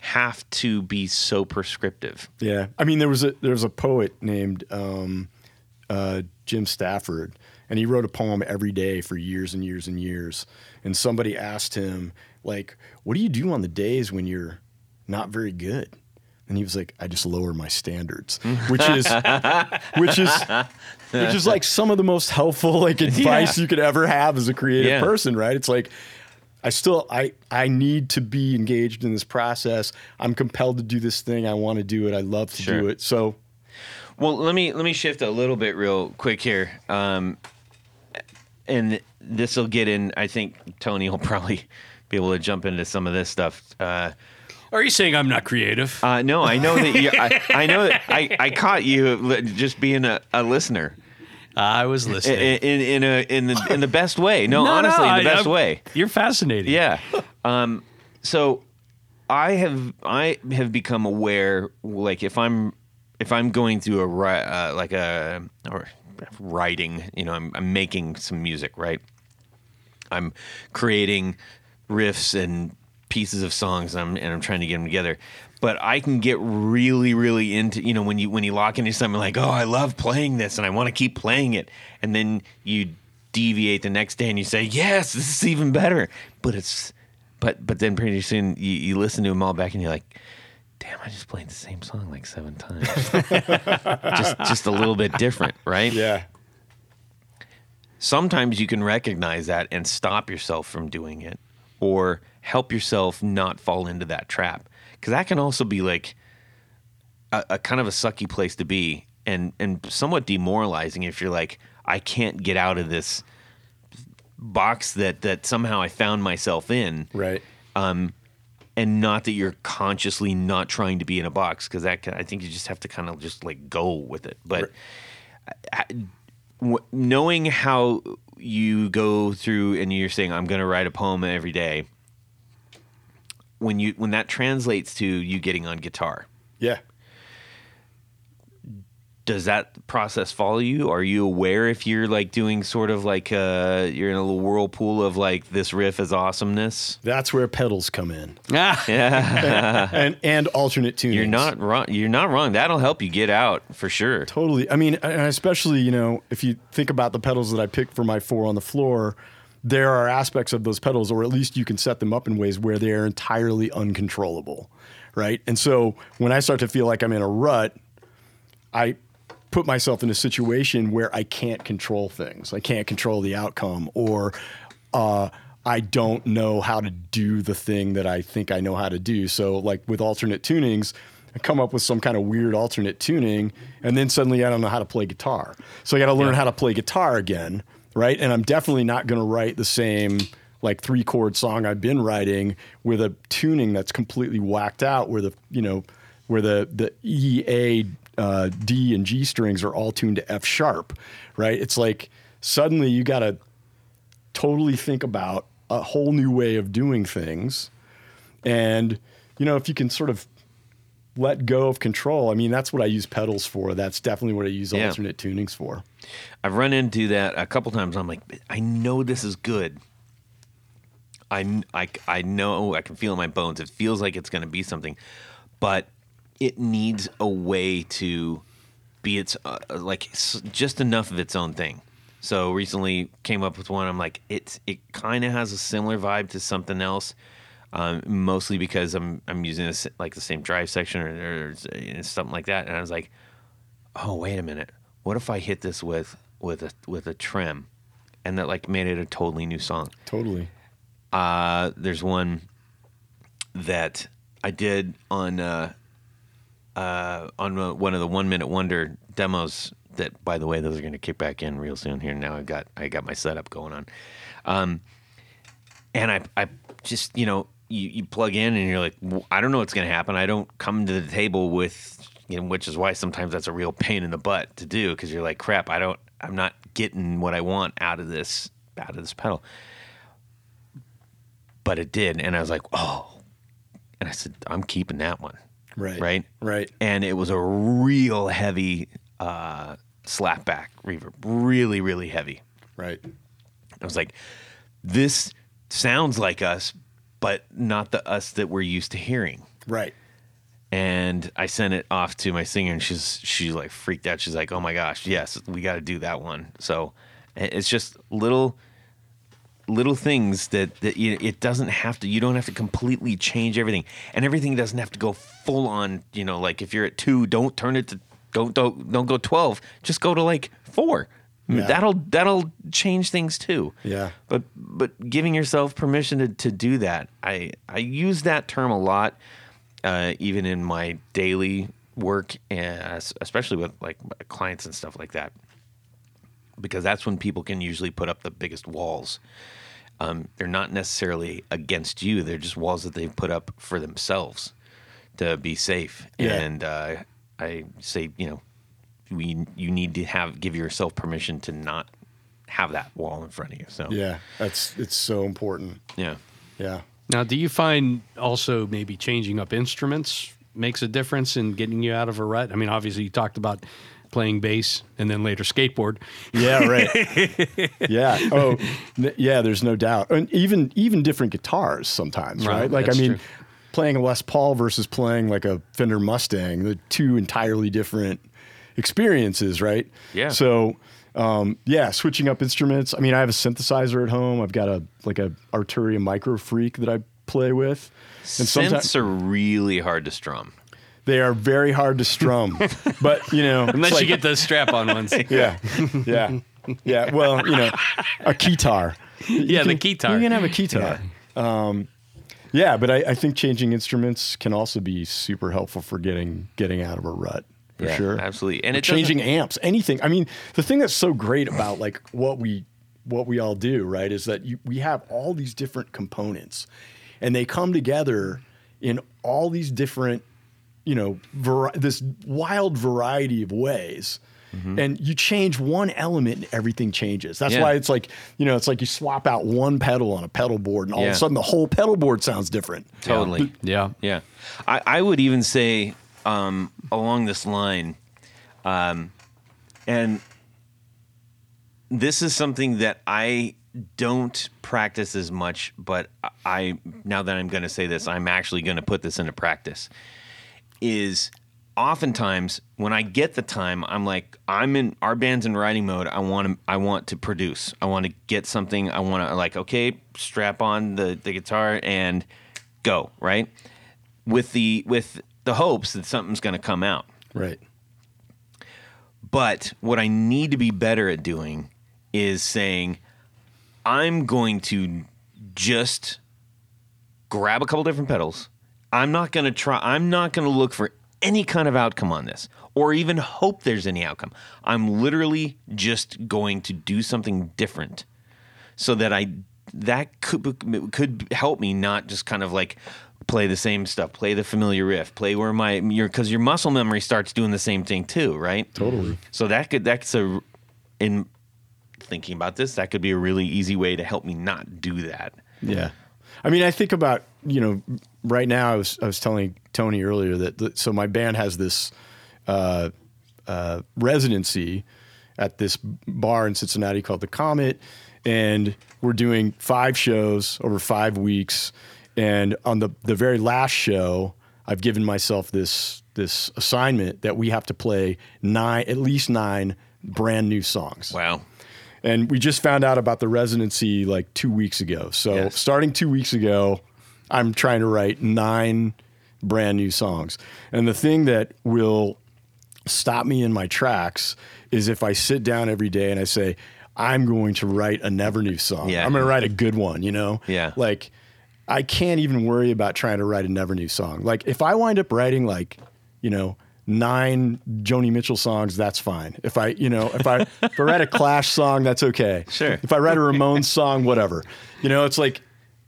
C: have to be so prescriptive.
D: Yeah, I mean, there was a there was a poet named um, uh, Jim Stafford, and he wrote a poem every day for years and years and years. And somebody asked him, like, "What do you do on the days when you're not very good?" And he was like, "I just lower my standards," which is which is which is like some of the most helpful like advice you could ever have as a creative
C: Yeah.
D: person, right? It's like I still I I need to be engaged in this process. I'm compelled to do this thing. I want to do it. I love to do
C: Sure.
D: it. So
C: Well, let me let me shift a little bit real quick here, um, and this will get in. I think Tony will probably be able to jump into some of this stuff. Uh,
B: Are you saying I'm not creative?
C: Uh, no, I know that you. I, I know that I, I caught you li- just being a, a listener
B: I was
C: I-
B: listening.
C: in in, in, a, in the in the best way. Eh, No,
B: No, no,
C: honestly, in the
B: I-
C: best
B: I-
C: way.
B: You're fascinating.
C: Yeah. Um, so I have I have become aware like if I'm if I'm going through a ri- uh, like a or writing, you know, I'm I'm making some music, right? I'm creating riffs and pieces of songs and I'm, and I'm trying to get them together. But I can get really, really into you know when you when you lock into something like oh I love playing this and I want to keep playing it, and then you deviate the next day and you say yes this is even better, but it's but but then pretty soon you, you listen to them all back and you're like. Damn! I just played the same song like seven times. just, just a little bit different, right?
D: Yeah.
C: sometimes you can recognize that and stop yourself from doing it or help yourself not fall into that trap because that can also be like a, a kind of a sucky place to be and and somewhat demoralizing if you're like i can't get out of this box that that somehow i found myself in
D: Right.
C: and not that you're consciously not trying to be in a box because that can, I think you just have to kind of just like go with it. But I- I- w- knowing how you go through and you're saying I'm going to write a poem every day, when you when that translates to you getting on guitar,
D: Yeah.
C: does that process follow you? Are you aware if you're like doing sort of like uh you're in a little whirlpool of like this riff is awesomeness?
D: That's where pedals come in.
B: Ah,
D: and and alternate tunes.
C: Uh-huh. You're not wrong. You're not wrong. That'll help you get out for sure.
D: Totally. I mean, and especially, you know, if you think about the pedals that I picked for my four on the floor, there are aspects of those pedals, or at least you can set them up in ways where they are entirely uncontrollable. Right. And so when I start to feel like I'm in a rut, I put myself in a situation where I can't control things. I can't control the outcome, or uh, I don't know how to do the thing that I think I know how to do. So, like with alternate tunings, I come up with some kind of weird alternate tuning, and then suddenly I don't know how to play guitar. So I got to learn how to play guitar again, right? And I'm definitely not going to write the same like three chord song I've been writing with a tuning that's completely whacked out, where the you know where the the E, A, uh, D, and G strings are all tuned to F sharp, right? It's like suddenly you got to totally think about a whole new way of doing things, and you know if you can sort of let go of control. I mean, that's what I use pedals for. That's definitely what I use
C: Yeah.
D: alternate tunings for.
C: I've run into that a couple times. I'm like, I know this is good. I, kn- I, I know I can feel it in my bones. It feels like it's going to be something, but it needs a way to be its uh, uh, like s- just enough of its own thing. So recently came up with one. I'm like, it's it kind of has a similar vibe to something else, um, mostly because I'm I'm using this like the same drive section or, or s- something like that. And I was like, oh wait a minute what if i hit this with with a with a trim and that like made it a totally new song
D: Totally.
C: uh there's one that i did on uh uh on uh, one of the one minute wonder demos that by the way those are going to kick back in real soon here now i got i got my setup going on Um, and I, I just you know you, you plug in and you're like "W- i don't know what's going to happen i don't come to the table with you know which is why sometimes that's a real pain in the butt to do because you're like crap i don't i'm not getting what i want out of this out of this pedal but it did and i was like oh and i said i'm keeping that one
D: Right.
C: right
D: Right.
C: and it was a real heavy uh slapback reverb really really heavy
D: Right.
C: I was like, this sounds like us, but not the us that we're used to hearing.
D: Right.
C: And I sent it off to my singer, and she's she's like freaked out. She's like, "Oh my gosh, yes, we got to do that one." So it- it's just little little things that that you, it doesn't have to. You don't have to completely change everything, and everything doesn't have to go full on. You know, like if you're at two, don't turn it to don't don't don't go twelve. Just go to like four.
D: Yeah.
C: That'll that'll change things too
D: Yeah.
C: but but giving yourself permission to, to do that i i use that term a lot uh, even in my daily work and es- especially with like clients and stuff like that because that's when people can usually put up the biggest walls um, they're not necessarily against you they're just walls that they've put up for themselves to be safe
D: Yeah.
C: and uh, i say you know we, you need to have give yourself permission to not have that wall in front of you so
D: Yeah. That's it's so important.
C: yeah.
D: Yeah.
B: Now, do you find also maybe changing up instruments makes a difference in getting you out of a rut? I mean, obviously, you talked about playing bass and then later skateboard.
D: Yeah, right. yeah. Oh, n- yeah. There's no doubt, and even even different guitars sometimes,
B: Right,
D: right? Like I
B: that's
D: mean,
B: true.
D: playing a Les Paul versus playing like a Fender Mustang, the two entirely different experiences, right?
C: Yeah.
D: So, um, yeah, switching up instruments. I mean, I have a synthesizer at home. I've got a like a Arturia Micro Freak that I play with, and sometimes
C: Synths are really hard to strum.
D: they are very hard to strum, but you know,
B: Unless you get the strap on ones.
D: yeah, yeah, yeah. Well, you know, a guitar.
B: yeah, the
D: You
B: guitar.
D: can have a guitar. Yeah. Um, yeah, but I, I think changing instruments can also be super helpful for getting getting out of a rut. For
C: Yeah,
D: sure,
C: absolutely. And
D: Or
C: it doesn't-
D: changing amps, anything. I mean, the thing that's so great about like what we what we all do, right, is that you, we have all these different components, and they come together in all these different, you know, vari- this wild variety of ways. And you change one element and everything changes. That's
C: Mm-hmm. Yeah.
D: why it's like, you know, it's like you swap out one pedal on a pedal board and all
C: Yeah.
D: of a sudden the whole pedal board sounds different.
C: Totally.
B: yeah.
C: Yeah. I, I would even say um, along this line, um, and this is something that I don't practice as much, but I, now that I'm going to say this, I'm actually going to put this into practice. Is oftentimes when I get the time, I'm like, I'm in our band's in writing mode. I want to, I want to produce. I want to get something. I want to like, okay, strap on the, the guitar and go right with the with the hopes that something's going to come out.
D: Right.
C: But what I need to be better at doing is saying I'm going to just grab a couple different pedals. I'm not going to try I'm not going to look for any kind of outcome on this or even hope there's any outcome. I'm literally just going to do something different so that I that could could help me not just kind of like play the same stuff, play the familiar riff, play where my your because your muscle memory starts doing the same thing too, right? Totally. So that could that's a in thinking about this that could be a really easy way to help me not do that.
D: Yeah. I mean, I think about, you know, right now I was I was telling Tony earlier that, that so my band has this uh, uh, residency at this bar in Cincinnati called the Comet and we're doing five shows over 5 weeks and on the the very last show I've given myself this this assignment that we have to play nine at least 9 brand new songs.
C: Wow.
D: And we just found out about the residency like two weeks ago. So
C: Yes.
D: starting two weeks ago, I'm trying to write nine brand new songs. And the thing that will stop me in my tracks is if I sit down every day and I say, I'm going to write a never new song.
C: Yeah.
D: I'm going to write a good one, you know?
C: Yeah.
D: Like, I can't even worry about trying to write a never new song. Like, if I wind up writing, like, you know, nine Joni Mitchell songs, that's fine. If I, you know, if I, if I write a Clash song, that's okay.
C: Sure.
D: If I write a Ramones song, whatever. You know, it's like,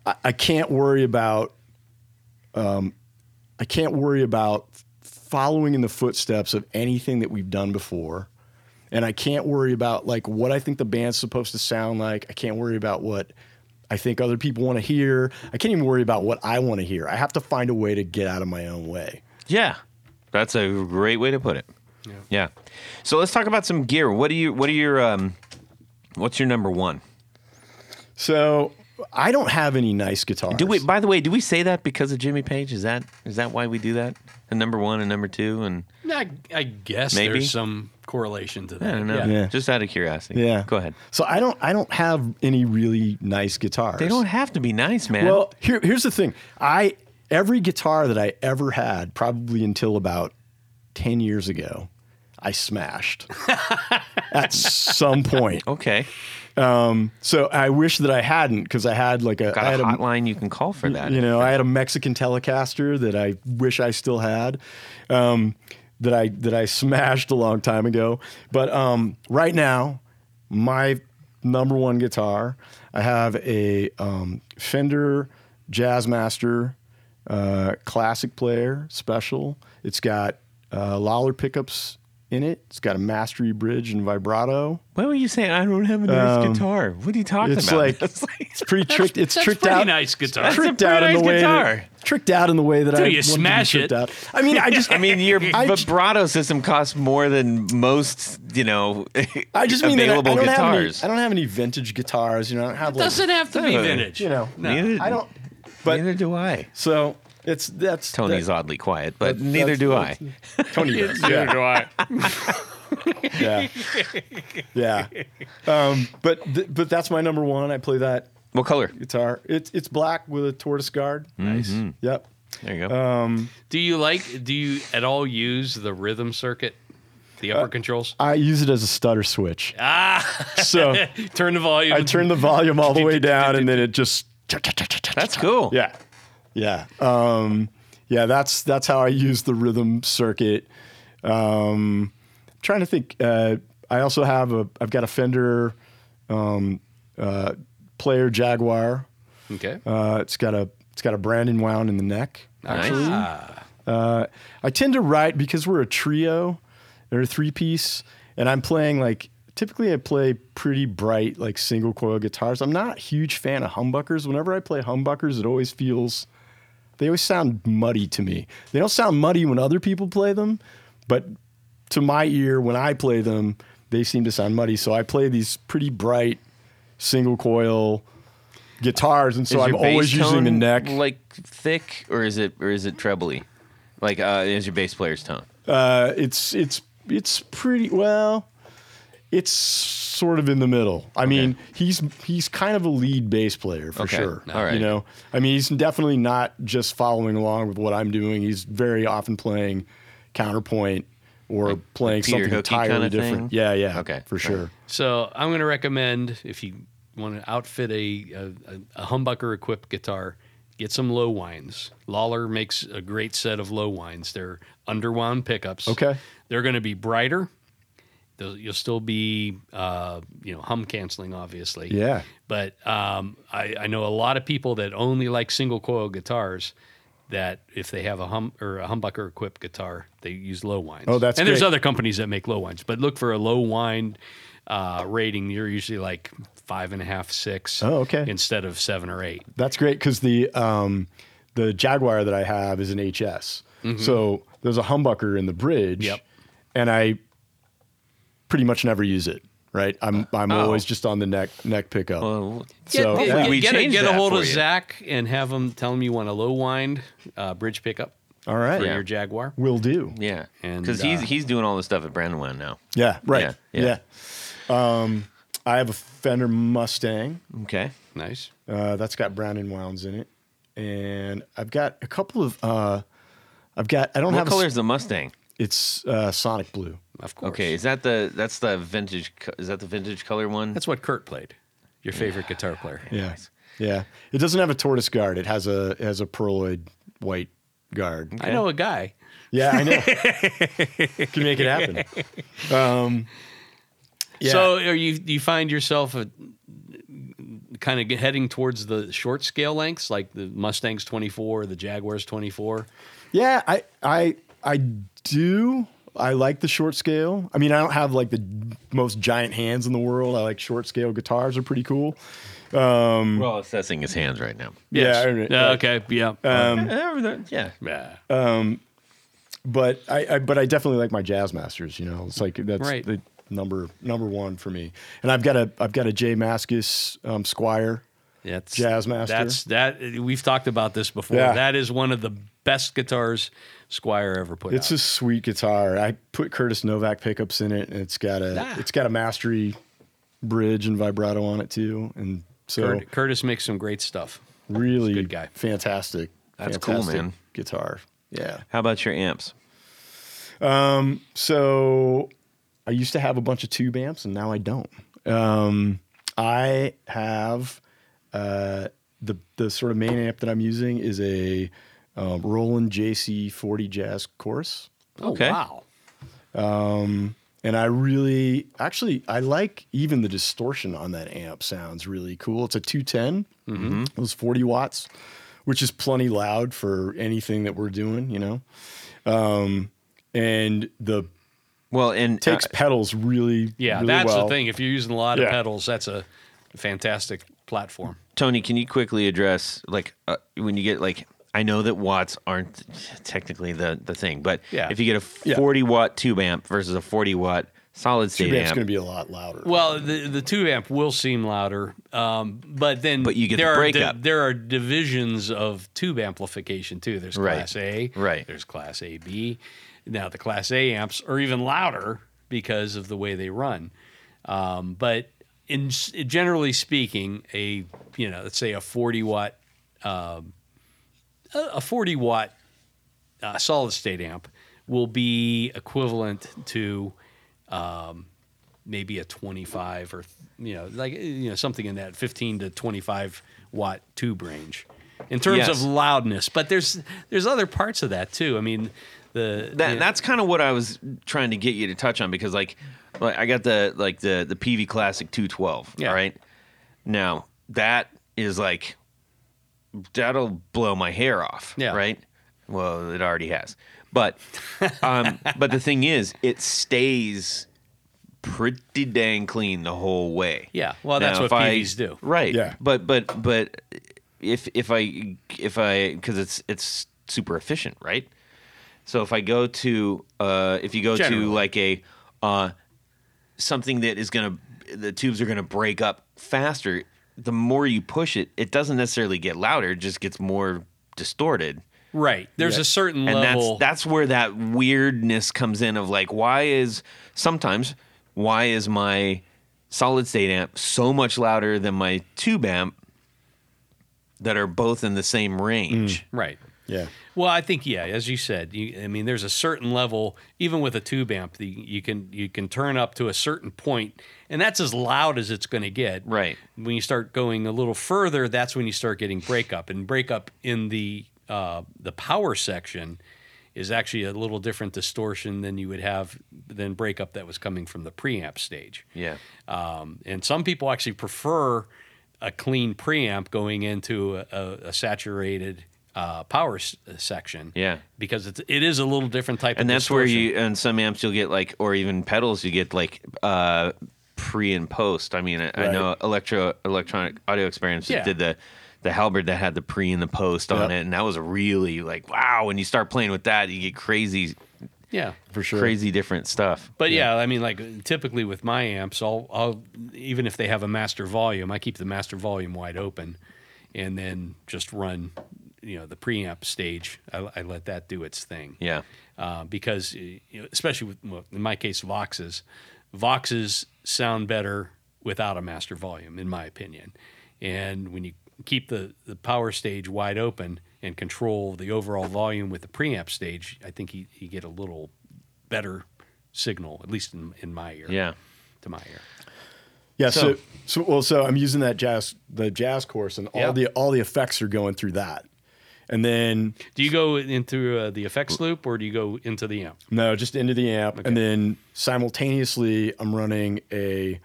D: I, I can't worry about um, I can't worry about following in the footsteps of anything that we've done before. And I can't worry about like what I think the band's supposed to sound like. I can't worry about what I think other people want to hear. I can't even worry about what I want to hear. I have to find a way to get out of my own way.
C: Yeah. That's a great way to put it. Yeah. So let's talk about some gear. What do you what are your um what's your number 1?
D: So I don't have any nice guitars.
C: Do we by the way, do we say that because of Jimmy Page? Is that is that why we do that? And number 1 and number 2 and
B: I, I guess
C: Maybe.
B: there's some correlation to that.
C: I don't know.
B: Yeah.
D: Yeah.
C: Just out of curiosity.
D: Yeah.
C: Go ahead.
D: So I don't I don't have any really nice guitars.
C: They don't have to be nice, man.
D: Well, here, here's the thing. I every guitar that I ever had, probably until about ten years ago, I smashed at some point.
C: okay.
D: So I wish that I hadn't because I had like a, I
C: Got
D: had
C: a
D: a
C: hotline you can call for that.
D: you know, I had a Mexican Telecaster that I wish I still had, um, that I that I smashed a long time ago. But um, right now, my number one guitar, I have a um, Fender Jazzmaster uh, Classic Player Special. It's got uh, Lawler pickups in it. It's got a mastery bridge and vibrato.
C: What were you saying? I don't have a nice
D: Um,
C: guitar. What are you talking
D: It's
C: about?
D: like,
C: It's
D: it's pretty tricked. It's
B: That's
D: tricked
B: pretty
D: out.
B: nice guitar.
C: That's a
D: tricked
C: pretty
D: out in the
C: nice
D: way
C: guitar.
D: That, tricked out in the way that I
B: you
D: wanted to be
B: smash it.
D: tricked out. I mean, I just
C: I mean, your
D: I j-
C: vibrato system costs more than most, you know,
D: I just mean that I, I
C: available
D: don't
C: guitars.
D: have any. I don't have any vintage guitars. You know, I don't have like
B: Doesn't have to be
C: Yeah.
B: vintage.
D: you know.
B: No.
C: Neither,
D: I don't. But
C: neither do I.
D: so it's that's
C: Tony's
D: that-
C: oddly quiet, but
D: that-
C: neither
D: that's-
C: do I.
D: that's- Tony is. Yeah.
B: do I.
D: Yeah. yeah. Um, but th- but that's my number one. I play that
C: What color?
D: guitar. It's it's black with a tortoise guard.
B: Nice.
D: Yep.
C: There you go.
D: Uh,
B: Do you like? Do you at all use the rhythm circuit, the upper controls?
D: Uh, I use it as a stutter switch.
B: Ah,
D: So
B: turn the volume.
D: I turn the volume all the way down, and then it just
C: That's cool.
D: yeah, yeah, um, yeah. That's that's how I use the rhythm circuit. Um, I'm trying to think. Uh, I also have a. I've got a Fender um, uh, player Jaguar.
B: Okay.
D: Uh, it's got a. It's got a Brandon wound in the neck. Uh,
C: Nice.
D: I tend to write because we're a trio or a three piece, and I'm playing like typically I play pretty bright like single coil guitars. I'm not a huge fan of humbuckers. Whenever I play humbuckers, it always feels they always sound muddy to me. They don't sound muddy when other people play them, but to my ear, when I play them, they seem to sound muddy. So I play these pretty bright single coil guitars, and so
C: Is
D: I'm
C: your bass
D: always using the
C: tone,
D: neck.
C: like thick, or is it or is it trebly? Like, uh, is your bass player's tone?
D: Uh, it's it's it's pretty well. It's sort of in the middle. I mean, he's he's kind of a lead bass player for
C: Okay.
D: sure.
C: All right.
D: You know, I mean, he's definitely not just following along with what I'm doing. He's very often playing counterpoint or playing
C: Peter
D: something
C: Hooky
D: entirely
C: kinda
D: different.
C: thing?
D: Yeah, yeah.
C: Okay.
D: for sure.
B: So I'm going to recommend if you want to outfit a a, a humbucker equipped guitar, get some low winds. Lawler makes a great set of low winds. They're underwound pickups.
D: Okay.
B: They're going to be brighter. They'll- You'll still be, uh, you know, hum canceling, obviously.
D: Yeah.
B: But um, I, I know a lot of people that only like single coil guitars. That if they have a hum or a humbucker equipped guitar, they use low winds.
D: Oh, that's
B: and there's
D: great.
B: other companies that make low winds, but look for a low wind uh, rating. You're usually like five and a half, six.
D: Oh, okay.
B: Instead of seven or eight.
D: That's great because the um, the Jaguar that I have is an HS. So there's a humbucker in the bridge,
B: Yep.
D: and I pretty much never use it. Right, I'm I'm always just on the neck neck pickup.
C: Well,
D: so
B: get,
D: yeah.
B: get-
C: We
B: get a,
C: changed
B: get a
C: that
B: hold
C: for
B: of
C: you.
B: Zach and have him tell him you want a low wind uh, bridge pickup
D: all
B: for
D: right,
B: your Jaguar.
D: will do.
C: yeah,
B: And,
C: because he's
B: uh,
C: he's doing all the stuff at Brandywine now.
D: Yeah, right.
C: Yeah,
D: Yeah,
C: yeah.
D: Um, I have a Fender Mustang
C: Okay,
B: Nice.
D: uh, that's got brown and wounds in it, and I've got a couple of. Uh, I've got. I don't
C: what
D: have. a s-
C: color is the Mustang?
D: it's uh, Sonic Blue.
B: Of course.
C: Okay, is that the that's the vintage? co- Is that the vintage color one?
B: That's what Kurt played. Your favorite guitar player.
D: Yeah. Yeah. It doesn't have a tortoise guard. It has a it has a pearloid white guard.
B: I know a guy.
D: Yeah, I know. Can make it happen. Um, yeah.
B: So are you do you find yourself a, kind of heading towards the short scale lengths like the Mustang's 24, the Jaguar's 24?
D: yeah, I I I do. I like the short scale. I mean, I don't have like the most giant hands in the world. I like short scale guitars are pretty cool.
C: We're all assessing his hands right now.
B: Yes.
D: I Um, mean,
B: Uh,
D: like-
B: okay. Yeah.
C: Yeah, yeah.
B: yeah.
D: uh, but I, I but I definitely like my jazz masters. You know, it's like that's
B: Right.
D: the number number one for me. And I've got a I've got a Jay Maskus um, Squire.
B: That's
D: Jazz master.
B: That's that. We've talked about this before.
D: Yeah.
B: That is one of the best guitars Squire ever put
D: It's
B: out.
D: a sweet guitar. I put Curtis Novak pickups in it, and it's got a
B: Ah.
D: it's got a mastery bridge and vibrato on it too. And so
B: Curt- Curtis makes some great stuff.
D: really
B: good guy.
D: fantastic.
C: That's cool,
D: fantastic
C: man.
D: Guitar. Yeah.
C: How about your amps?
D: So I used to have a bunch of tube amps, and now I don't. Um, I have uh, the the sort of main amp that I'm using is a um, Roland JC40 Jazz Chorus.
C: Okay.
B: Oh, wow.
D: And I really, actually, I like even the distortion on that amp sounds really cool. It's a 210.
B: Mm-hmm.
D: It was 40 watts, which is plenty loud for anything that we're doing, you know? Um, and the
C: Well, and
D: Takes
C: uh,
D: pedals really,
B: Yeah,
D: really
B: that's
D: well.
B: the thing. If you're using a lot of
D: Yeah.
B: pedals, that's a fantastic platform.
C: Tony, can you quickly address like uh, when you get like I know that watts aren't technically the the thing, but
B: Yeah.
C: if you get a
D: Yeah.
C: 40 watt tube amp versus a 40 watt solid state
D: It's
C: amp,
D: going to be a lot louder.
B: Well, the the two amp will seem louder, um, but then
C: But you get the
B: there are
C: breakup.
B: there are divisions of tube amplification too. There's
C: Right.
B: class A,
C: Right.
B: There's class AB. Now the class A amps are even louder because of the way they run. Um, but in generally speaking, a you know let's say a 40 watt um, a a 40 watt uh, solid state amp will be equivalent to um, maybe a 25 or you know like you know something in that 15 to 25 watt tube range in terms
C: Yes.
B: of loudness but there's there's other parts of that too i mean the
C: that,
B: the-
C: that's kind of what I was trying to get you to touch on because like, like I got the like the the PV Classic 212,
B: Yeah.
C: right? Now, that is like that'll blow my hair off,
B: Yeah.
C: right? Well, it already has. But um but the thing is, it stays pretty dang clean the whole way.
B: Yeah. Well, that's what
C: if I-
B: PVs do.
C: Right.
D: Yeah.
C: But but but if if I if I cuz it's it's super efficient, right? So if I go to uh, if you go
B: Generally.
C: to like a uh, something that is gonna the tubes are gonna break up faster, the more you push it, it doesn't necessarily get louder, it just gets more distorted.
B: right there's a certain
C: And
B: level
C: that's that's where that weirdness comes in of like why is sometimes why is my solid state amp so much louder than my tube amp that are both in the same range.
B: right
D: yeah.
B: well i think yeah as you said you, i mean there's a certain level even with a tube amp the, you can you can turn up to a certain point and that's as loud as it's going to get
C: Right.
B: when you start going a little further, that's when you start getting breakup. And breakup in the uh, the power section is actually a little different distortion than you would have than breakup that was coming from the preamp stage.
C: Yeah.
B: Um, and some people actually prefer a clean preamp going into a, a, a saturated uh, power s- section.
C: Yeah.
B: Because it's, it is a little different type.
C: and
B: of
C: that's where
B: distortion.
C: you and some amps you'll get like or even pedals you get like uh pre and post i mean i, I know electro electronic audio experience
B: Yeah.
C: that did the the halberd that had the pre and the post on
D: Yep.
C: it and that was a really like wow when you start playing with that you get crazy
B: yeah.
D: For sure.
C: crazy different stuff
B: But yeah. I mean, like typically with my amps, I'll, I'll even if they have a master volume, I keep the master volume wide open, and then just run, you know, the preamp stage. I, I let that do its thing.
C: yeah
B: Uh, because you know, especially with well, in my case, Voxes, Voxes sound better without a master volume, in my opinion. And when you keep the the power stage wide open and control the overall volume with the preamp stage, I think you, you get a little better signal, at least in, in my ear.
C: yeah
B: to my ear.
D: Yeah.
C: So-
D: So, so, well, so I'm using that jazz, the jazz course, and all
B: Yeah.
D: the all the effects are going through that, and then
B: Do you go into uh, the effects loop or do you go into the amp?
D: no, just into the amp, and then simultaneously I'm running a,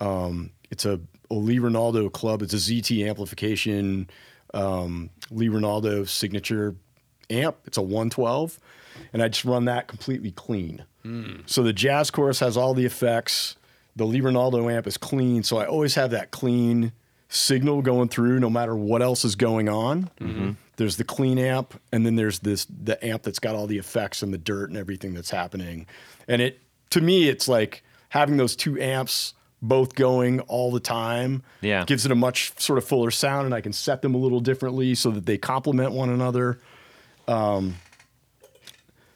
D: um, it's a Lee Ronaldo club. It's a ZT amplification, um, Lee Ronaldo signature amp. It's a 112, and I just run that completely clean. So the jazz chorus has all the effects. The Lee Ronaldo amp is clean, so I always have that clean signal going through, no matter what else is going on. There's the clean amp, and then there's this the amp that's got all the effects and the dirt and everything that's happening. And it to me, it's like having those two amps both going all the time.
C: Yeah.
D: gives it a much sort of fuller sound, and I can set them a little differently so that they complement one another.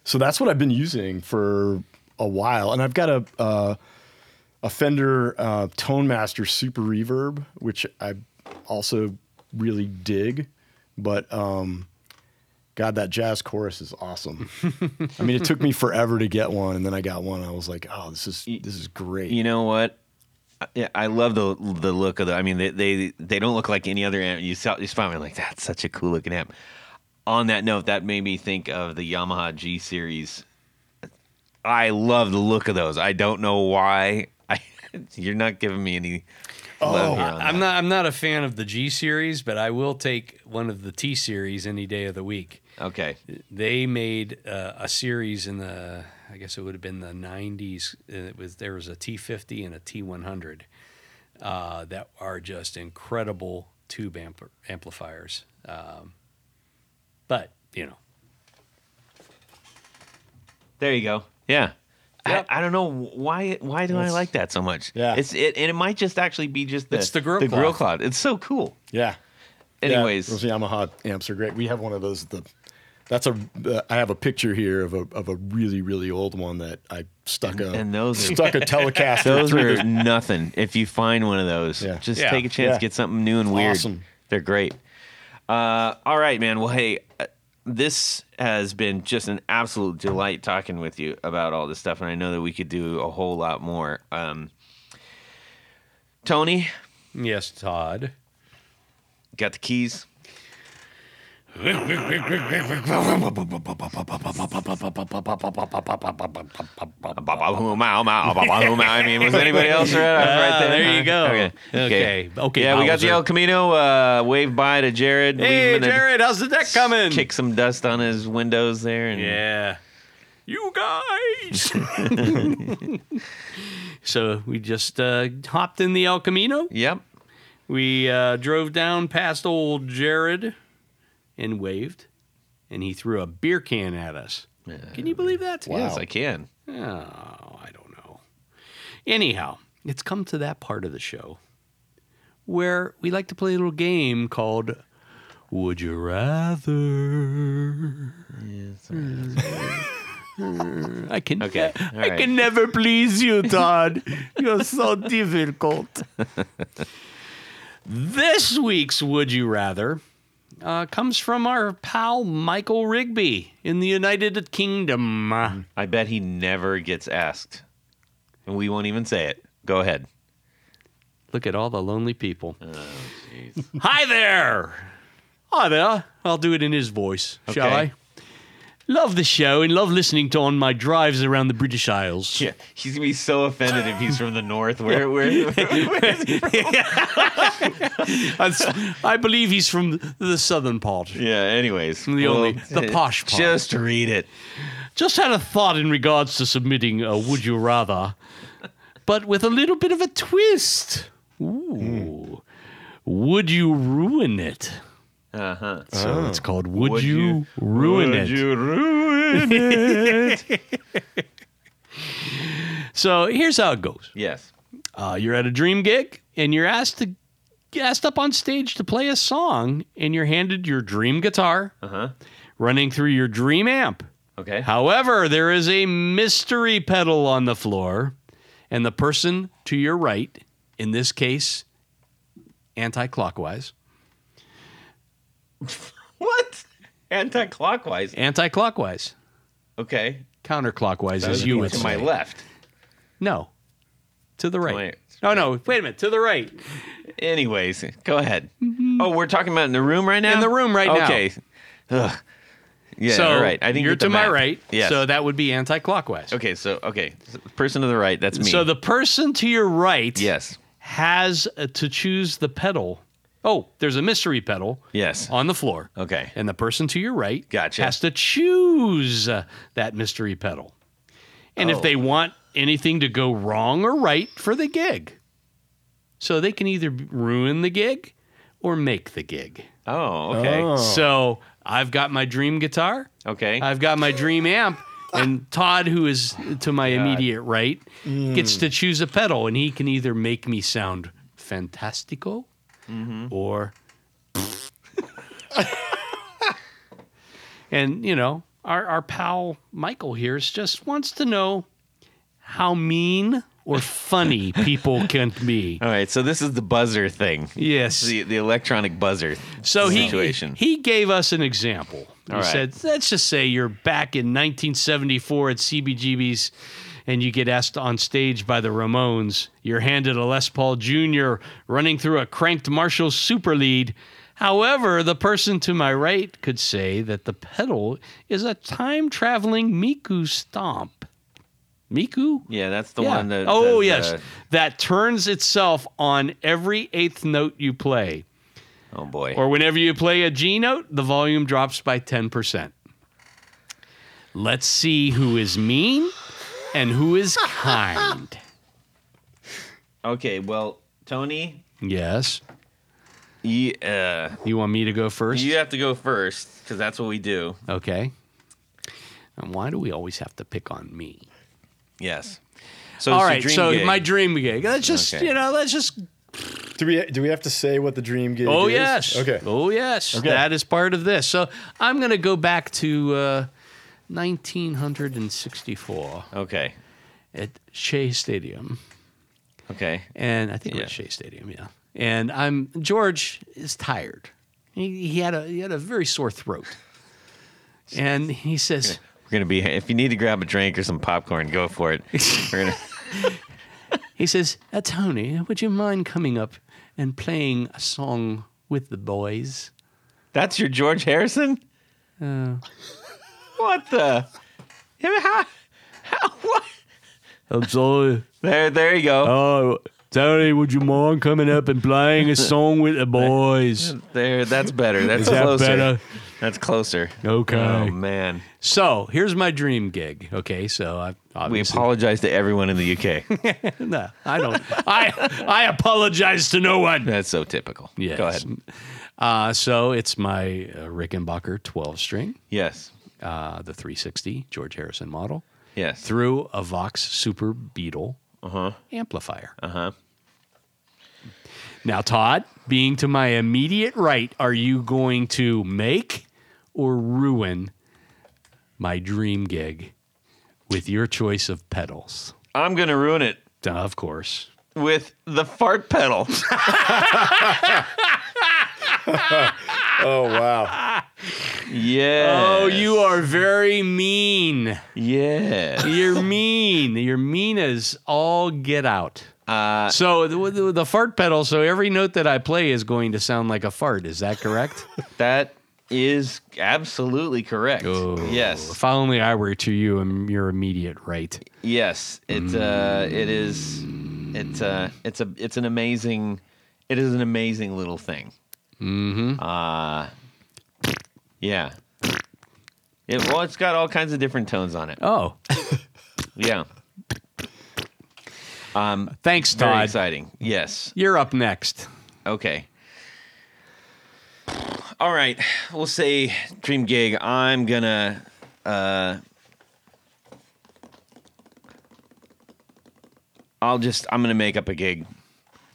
D: So that's what I've been using for a while, and I've got a uh, a Fender uh, ToneMaster Super Reverb, which I also really dig. But um, God, that jazz chorus is awesome. I mean, it took me forever to get one, and then I got one. And I was like, oh, this is this is great.
C: you know what I- yeah, I love the the look of the. I mean, they they, they don't look like any other amp. You saw, you spot me like that's such a cool looking amp. On that note, that made me think of the Yamaha G series. I love the look of those. I don't know why. I, you're not giving me any. love here on
B: I'm not. I'm not a fan of the G series, but I will take one of the T series any day of the week.
C: that. Okay.
B: they made uh, a series in the I guess it would have been the 90s. and It was there was a T50 and a T100 uh, that are just incredible tube ampl- amplifiers. Um, but you know,
C: There you go. Yeah.
B: Yep.
C: I, I don't know why why do I like that so much.
D: Yeah.
C: It's it and it might just actually be just the
B: It's the grill cloth.
C: cloth. It's so cool.
D: Yeah.
C: Anyways,
D: yeah, those Yamaha amps are great. We have one of those. at The that's a. Uh, I have a picture here of a of a really really old one that I stuck a
C: and those are-
D: stuck a Telecaster.
C: those
D: through
C: are
D: the-
C: nothing. If you find one of those,
D: Yeah.
C: just
B: Yeah.
C: take a chance,
D: Yeah.
C: get something new and weird.
D: Awesome.
C: They're great. Uh, all right, man. Well, hey, uh, this has been just an absolute delight talking with you about all this stuff, and I know that we could do a whole lot more. Um, Tony,
B: yes, Todd.
C: got the keys. Oh, I mean, was anybody else right? I was right there.
B: Uh, there you go.
C: Okay.
B: Okay. Okay,
C: yeah, we got the
B: Bowser.
C: El Camino. Uh, wave bye to Jared. Leave
B: Hey,
C: him in a-
B: Jared, how's the deck coming?
C: Kick some dust on his windows there. And
B: Yeah. You guys. so we just uh, hopped in the El Camino.
C: Yep.
B: We uh, drove down past old Jared and waved, and he threw a beer can at us. Can you believe that?
C: Yes, I can.
B: Oh, I don't know. Anyhow, it's come to that part of the show where we like to play a little game called Would You Rather? I can
C: Okay,
B: I,
C: all right.
B: can never please you, Todd. You're so difficult. this week's Would You Rather uh, comes from our pal Michael Rigby in the United Kingdom.
C: I bet he never gets asked, and we won't even say it. Go ahead.
B: Look at all the lonely people.
C: Oh,
B: Hi there. Hi there. I'll do it in his voice, shall
C: Okay.
B: I? Love the show and love listening to on my drives around the British Isles.
C: Yeah, he's gonna be so offended if he's from the north. Where, where,
B: I, I believe he's from the southern part.
C: Yeah. Anyways,
B: The only- the posh part.
C: Just read it.
B: Just had a thought in regards to submitting a Would You Rather, but with a little bit of a twist.
C: Hmm.
B: Ooh. Would you ruin it?
C: Uh huh.
B: So it's called Would,
C: Would
B: you,
C: you-
B: Ruin It?
C: you ruin it?
B: So here's how it goes.
C: yes.
B: Uh, you're at a dream gig and you're asked to asked up on stage to play a song and you're handed your dream guitar
C: Uh-huh.
B: running through your dream amp.
C: Okay.
B: However, there is a mystery pedal on the floor and the person to your right, in this case anti-clockwise,
C: What? Anti-clockwise.
B: anti-clockwise,
C: Okay.
B: counterclockwise as you would
C: to my
B: say.
C: left.
B: No. To the right.
C: my-
B: No, no, wait a minute. To the right.
C: Anyways, go ahead. Oh, we're talking about in the room right now.
B: In the room right now.
C: Okay. Ugh. Yeah.
B: so
C: all right. I think
B: you're to my right.
C: Yes.
B: So that would be anti-clockwise.
C: okay. So okay. So the person to the right. That's me.
B: So the person to your right
C: yes.
B: has uh, to choose the pedal. Oh, there's a mystery pedal
C: Yes.
B: on the floor.
C: Okay.
B: And the person to your right
C: Gotcha.
B: has to choose uh, that mystery pedal. And
C: Oh.
B: if they want anything to go wrong or right for the gig. So they can either ruin the gig or make the gig.
C: Oh. Okay.
D: Oh.
B: So I've got my dream guitar.
C: Okay.
B: I've got my dream amp, and Todd, who is to my immediate right, gets to choose a pedal, and he can either make me sound fantastico or. and you know, our our pal Michael here is just wants to know how mean or funny people can be.
C: all right. So this is the buzzer thing.
B: Yes.
C: The, the electronic buzzer.
B: So he
C: situation.
B: he gave us an example. He
C: All right.
B: said, "Let's just say you're back in 1974 at CBGB's, and you get asked on stage by the Ramones. You're handed a Les Paul Jr. running through a cranked Marshall super lead. However, the person to my right could say that the pedal is a time traveling Miku stomp. Miku,
C: yeah, that's the
B: yeah.
C: one that.
B: oh
C: that,
B: yes,
C: uh,
B: that turns itself on every eighth note you play."
C: oh boy.
B: Or whenever you play a G note, the volume drops by 10%. Let's see who is mean and who is kind.
C: Okay, well, Tony,
B: yes.
C: you uh,
B: You want me to go first?
C: you have to go first because that's what we do.
B: Okay. And why do we always have to pick on me?
C: Yes. So
B: All
C: it's your
B: right,
C: dream
B: so
C: gig.
B: my dream gig. Let's just
C: Okay.
B: you know, let's just.
D: Do we do we have to say what the dream gig
B: Oh
D: is?
B: yes.
D: Okay.
B: Oh yes. That is part of this. So I'm going to go back to uh, 1964
C: Okay.
B: at Shea Stadium,
C: Okay.
B: and I think it
C: Yeah.
B: was Shea Stadium, yeah. And I'm George is tired. He, he had a he had a very sore throat, and he says.
C: We're gonna be. If you need to grab a drink or some popcorn, go for it. We're gonna.
B: He says, uh, Tony, would you mind coming up and playing a song with the boys?
C: That's your George Harrison?
B: Uh.
C: What the? I mean, how, how, what?
B: I'm sorry.
C: There, there you go.
B: Oh, Tony, would you mind coming up and playing a song with the boys?
C: There, that's better. That's
B: Oh. that
C: closer.
B: better?
C: That's closer.
B: Okay.
C: Oh man,
B: So here's my dream gig. Okay, so I
C: we
B: obviously
C: apologize to everyone in the UK.
B: no, I don't. I I apologize to no one.
C: That's so typical.
B: Yes.
C: Go ahead.
B: Uh, so it's my uh, Rickenbacker 12 string,
C: Yes.
B: uh, the 360 George Harrison model,
C: Yes.
B: through a Vox Super Beetle Uh-huh. amplifier.
C: Uh huh.
B: Now, Todd, being to my immediate right, are you going to make or ruin my dream gig with your choice of pedals?
C: I'm gonna ruin it
B: Duh, of course.
C: with the fart pedal.
D: Oh wow.
C: yeah.
B: Oh, you are very mean.
C: Yeah.
B: You're mean. You're mean as all get out.
C: Uh,
B: So the, the, the fart pedal. So every note that I play is going to sound like a fart. Is that correct?
C: that is absolutely correct. Yes.
B: If only I were to you, um, your immediate right.
C: Yes, it uh, it is. It's uh, it's a it's an amazing. It is an amazing little thing. Mm-hmm. Uh, yeah. It, well, it's got all kinds of different tones on it.
B: Oh,
C: Yeah,
B: thanks,
C: very
B: Todd.
C: exciting. Yes.
B: You're up next.
C: Okay. All right. We'll say dream gig. I'm gonna. Uh, I'll just. I'm gonna make up a gig.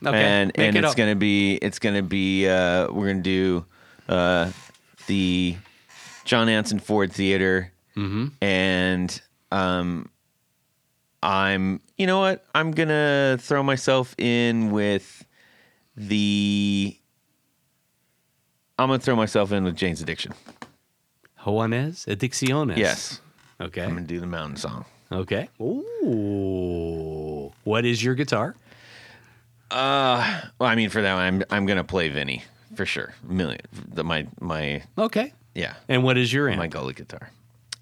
B: Okay.
C: and
B: make
C: and
B: it
C: it's
B: up.
C: gonna be it's gonna be uh, we're gonna do uh, the John Anson Ford Theater,
B: Mm-hmm.
C: and um, I'm you know what I'm gonna throw myself in with the I'm gonna throw myself in with Jane's Addiction.
B: Juanes Adicciones.
C: Yes,
B: Okay.
C: I'm gonna do the Mountain Song.
B: Okay. Ooh. What is your guitar? Uh,
C: Well, I mean for that one, I'm I'm gonna play Vinny for sure. Million the, my my
B: Okay.
C: yeah
B: And what is your amp?
C: my gully guitar.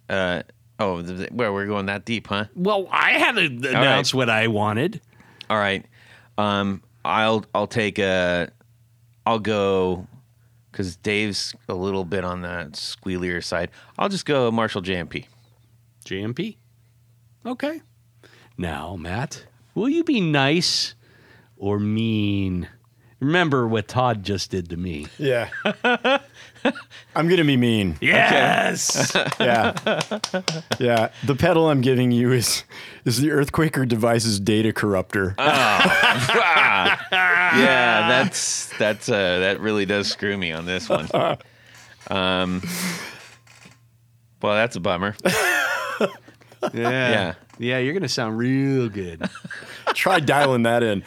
C: Uh, oh, th- th- well, we're going that deep, huh?
B: well, I had to announce what I wanted.
C: All right. Um, I'll I'll take a, I'll go, because Dave's a little bit on the squealier side. I'll just go Marshall JMP.
B: GMP. Okay. Now, Matt, will you be nice or mean? Remember what Todd just did to me.
D: Yeah. I'm gonna be mean.
B: Yes.
D: Yeah. Yeah. The pedal I'm giving you is is the Earthquaker device's data corruptor.
C: Uh. Ah. Yeah, that's that's uh that really does screw me on this one. Um, well, that's a bummer.
B: yeah.
C: Yeah,
B: Yeah, you're going to sound real good.
D: Try dialing that in.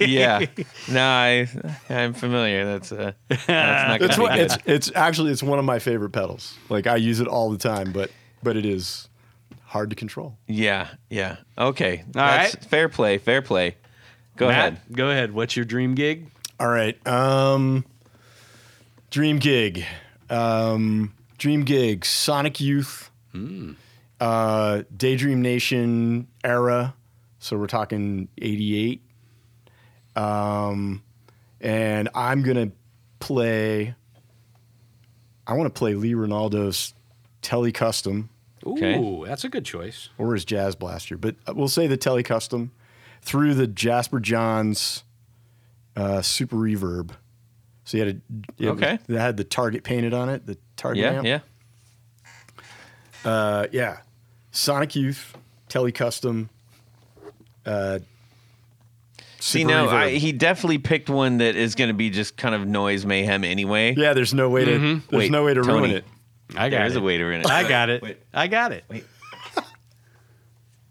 C: yeah. No, I I'm familiar. That's uh, that's not gonna
D: It's
C: be
D: one,
C: good.
D: it's it's actually it's one of my favorite pedals. Like I use it all the time, but but it is hard to control.
C: Yeah, yeah. Okay. All
B: right.
C: Fair play, fair play. Go ahead.
B: Matt, go ahead. What's your dream gig?
D: All right. Um Dream gig. Um Dream gig, Sonic Youth. Uh Daydream Nation era. So we're talking 88. Um and I'm going to play I want to play Lee Ronaldo's Telecustom
B: Ooh,
C: Okay.
B: that's a good choice.
D: or his Jazz Blaster, but uh, we'll say the Tele Custom through the Jasper Johns uh, Super Reverb. So you had a it was-
C: Okay.
D: that had the target painted on it. The target
C: Yeah,
D: amp.
C: yeah.
D: Uh, yeah. Sonic Youth Tele Custom. Uh,
C: See,
D: Super
C: now
D: Reverb.
C: I, he definitely picked one that is going to be just kind of noise mayhem anyway.
D: yeah, there's no way to there's
C: Mm-hmm. Wait,
D: no way to ruin
C: Tony.
D: it.
B: I got
C: There is
B: it.
C: a way to ruin it.
B: I got it.
C: Wait.
B: I got it.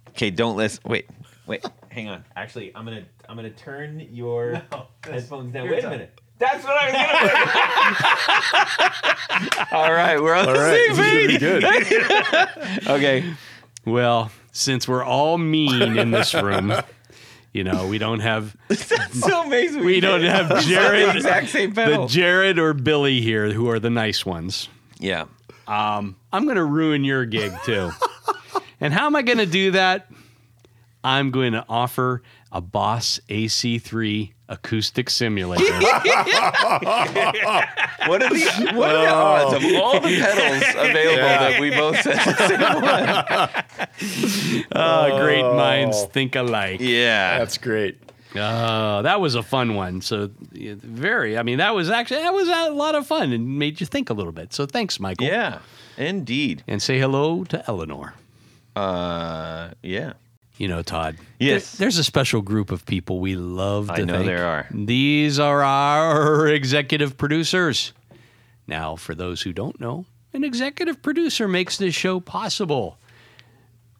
C: Okay, don't listen. Wait, wait, hang on. Actually, I'm gonna I'm gonna turn your headphones down. Wait a minute. That's what I was gonna do. All right, we're on
D: All
C: the
D: right, this
C: same
D: is
C: page.
D: gonna be good.
C: Okay,
B: Well, since we're all mean in this room, you know, we don't have
C: that's so amazing.
B: we don't have
C: the
B: Jared
C: exact same pedal.
B: the Jared or Billy here who are the nice ones.
C: yeah,
B: I'm going to ruin your gig too. and how am I going to do that? I'm going to offer a Boss AC3 acoustic simulator.
C: what are the what are the odds of all the pedals available that we both said the same one?
B: Ah, great minds think alike.
C: Yeah,
D: That's great.
B: Oh, that was a fun one. So yeah, very, I mean, that was actually that was a lot of fun and made you think a little bit. So thanks, Michael.
C: yeah, indeed.
B: And say hello to Eleanor.
C: Uh, yeah.
B: You know, Todd.
C: Yes.
B: there- there's a special group of people we love to
C: I know
B: thank.
C: there are.
B: These are our executive producers. Now, for those who don't know, an executive producer makes this show possible.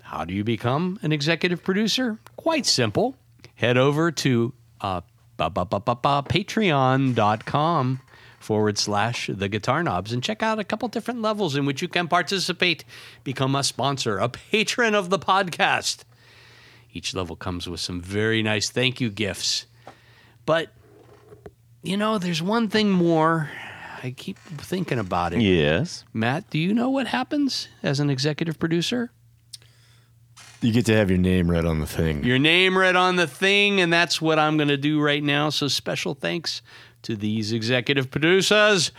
B: How do you become an executive producer? Quite simple. Head over to uh, ba- ba- ba- ba- ba- patreon.com forward slash the guitar knobs and check out a couple different levels in which you can participate, become a sponsor, a patron of the podcast. Each level comes with some very nice thank you gifts. But, you know, there's one thing more. I keep thinking about it.
C: Yes.
B: Matt, do you know what happens as an executive producer?
D: You get to have your name read on the thing.
B: Your name read on the thing, and that's what I'm going to do right now. So special thanks to these executive producers.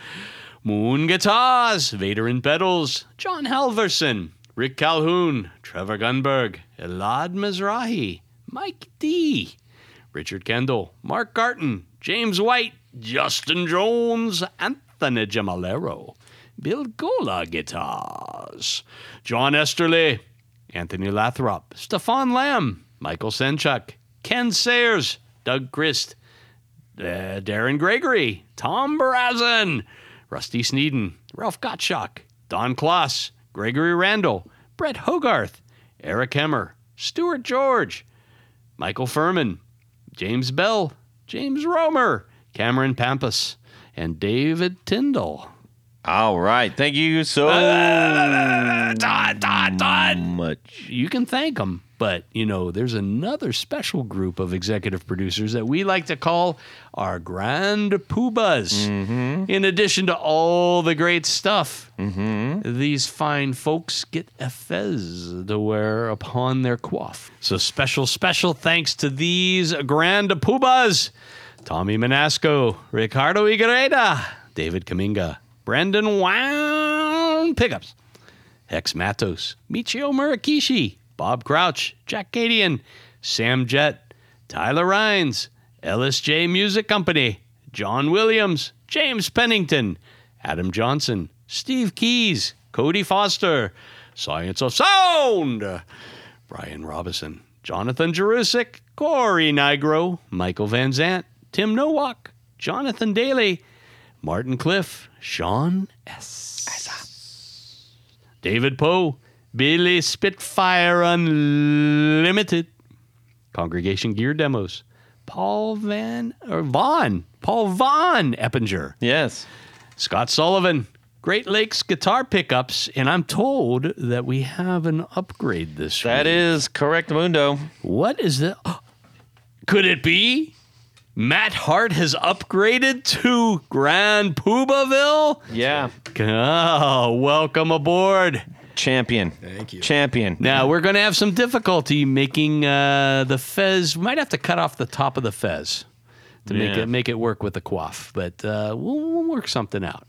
B: Moon Guitars, Vader and Pedals, John Halverson, Rick Calhoun, Trevor Gunberg, Elad Mizrahi, Mike D, Richard Kendall, Mark Garton, James White, Justin Jones, Anthony Gemalero, Bill Gola Guitars, John Esterly, Anthony Lathrop, Stefan Lamb, Michael Senchuk, Ken Sayers, Doug Christ, uh, Darren Gregory, Tom Barazin, Rusty Sneeden, Ralph Gottschalk, Don Kloss, Gregory Randall, Brett Hogarth, Eric Hemmer, Stuart George, Michael Furman, James Bell, James Romer, Cameron Pampas, and David Tyndall.
C: All right. Thank you so Uh,
B: Dot, dot, dot.
C: much.
B: you can thank them. But, you know, there's another special group of executive producers that we like to call our grand poobahs. In addition to all the great stuff, these fine folks get a fez to wear upon their coif. So, special, special thanks to these grand poobahs Tommy Manasco, Ricardo Higuera, David Kaminga, Brendan Wound Pickups. Hex Matos, Michio Murakishi, Bob Crouch, Jack Cadian, Sam Jett, Tyler Rhines, LSJ Music Company, John Williams, James Pennington, Adam Johnson, Steve Keys, Cody Foster, Science of Sound, Brian Robison, Jonathan Jerusik, Corey Nigro, Michael Van Zant, Tim Nowak, Jonathan Daly, Martin Cliff, Sean David Poe, Billy Spitfire Unlimited, Congregation Gear Demos, Paul Van or Vaughn, Paul Vaughn Eppinger,
C: Yes.
B: Scott Sullivan, Great Lakes Guitar Pickups, and I'm told that we have an upgrade this
C: That
B: week.
C: is correct, Mundo.
B: What is that? Could it be? Matt Hart has upgraded to Grand Poobahville.
C: Yeah.
B: Oh, welcome aboard.
C: Champion. Thank you. Champion.
B: Now we're going to have some difficulty making uh, the fez. We might have to cut off the top of the fez to make
C: Yeah.
B: it make it work with the quaff, but uh, we'll, we'll work something out.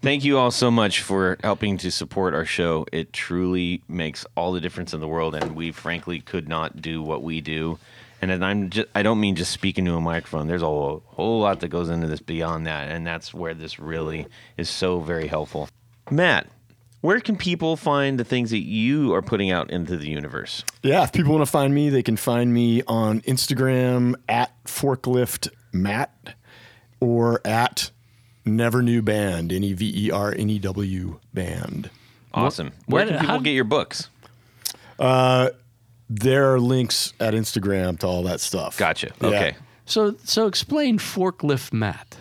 C: Thank you all so much for helping to support our show. It truly makes all the difference in the world, and we frankly could not do what we do. And then I'm just, I don't mean just speaking to a microphone. There's a whole, whole lot that goes into this beyond that, and that's where this really is so very helpful. Matt, where can people find the things that you are putting out into the universe?
D: Yeah, if people want to find me, they can find me on Instagram at forklift Matt or at never new band, N E V E R N E W band.
C: Awesome. Where
B: what-
C: can people
B: how-
C: get your books?
D: There are links at Instagram to all that stuff.
C: Gotcha.
D: Yeah.
C: Okay.
B: So so explain forklift Matt.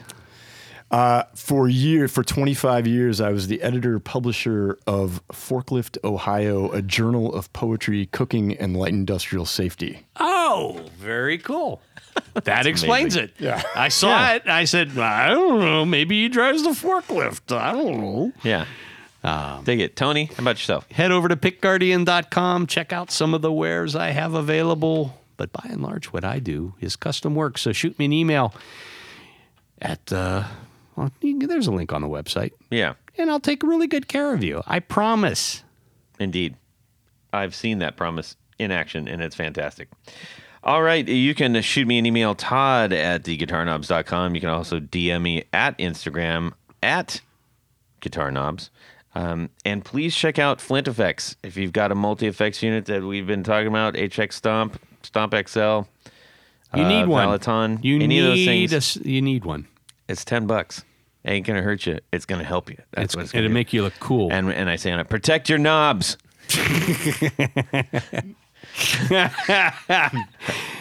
D: For year for 25 years, I was the editor publisher of Forklift Ohio, a journal of poetry, cooking, and light industrial safety.
B: Oh, very cool. That explains it.
D: Yeah.
B: I saw it. I said, I don't know. Maybe he drives the forklift. I don't know.
C: Yeah.
B: Um,
C: Dig it. Tony, how about yourself?
B: Head over to pickguardian.com. Check out some of the wares I have available. But by and large, what I do is custom work. So shoot me an email at, uh, well, you can- there's a link on the website,
C: Yeah.
B: and I'll take really good care of you. I promise.
C: Indeed. I've seen that promise in action, and it's fantastic. All right. You can shoot me an email, Todd at theguitarknobs.com. You can also DM me at Instagram at Guitar Knobs. Um, and please check out Flint Effects. If you've got a multi effects unit that we've been talking about, HX Stomp, Stomp XL,
B: You
C: Uh,
B: need one.
C: Peloton,
B: You
C: any
B: need
C: of those things.
B: a s- you need one.
C: it's 10 bucks. Ain't going to hurt you. It's going to help you. That's
B: It's,
C: what it's going
B: it'll
C: to
B: make you look cool.
C: and and I say on it, protect your knobs.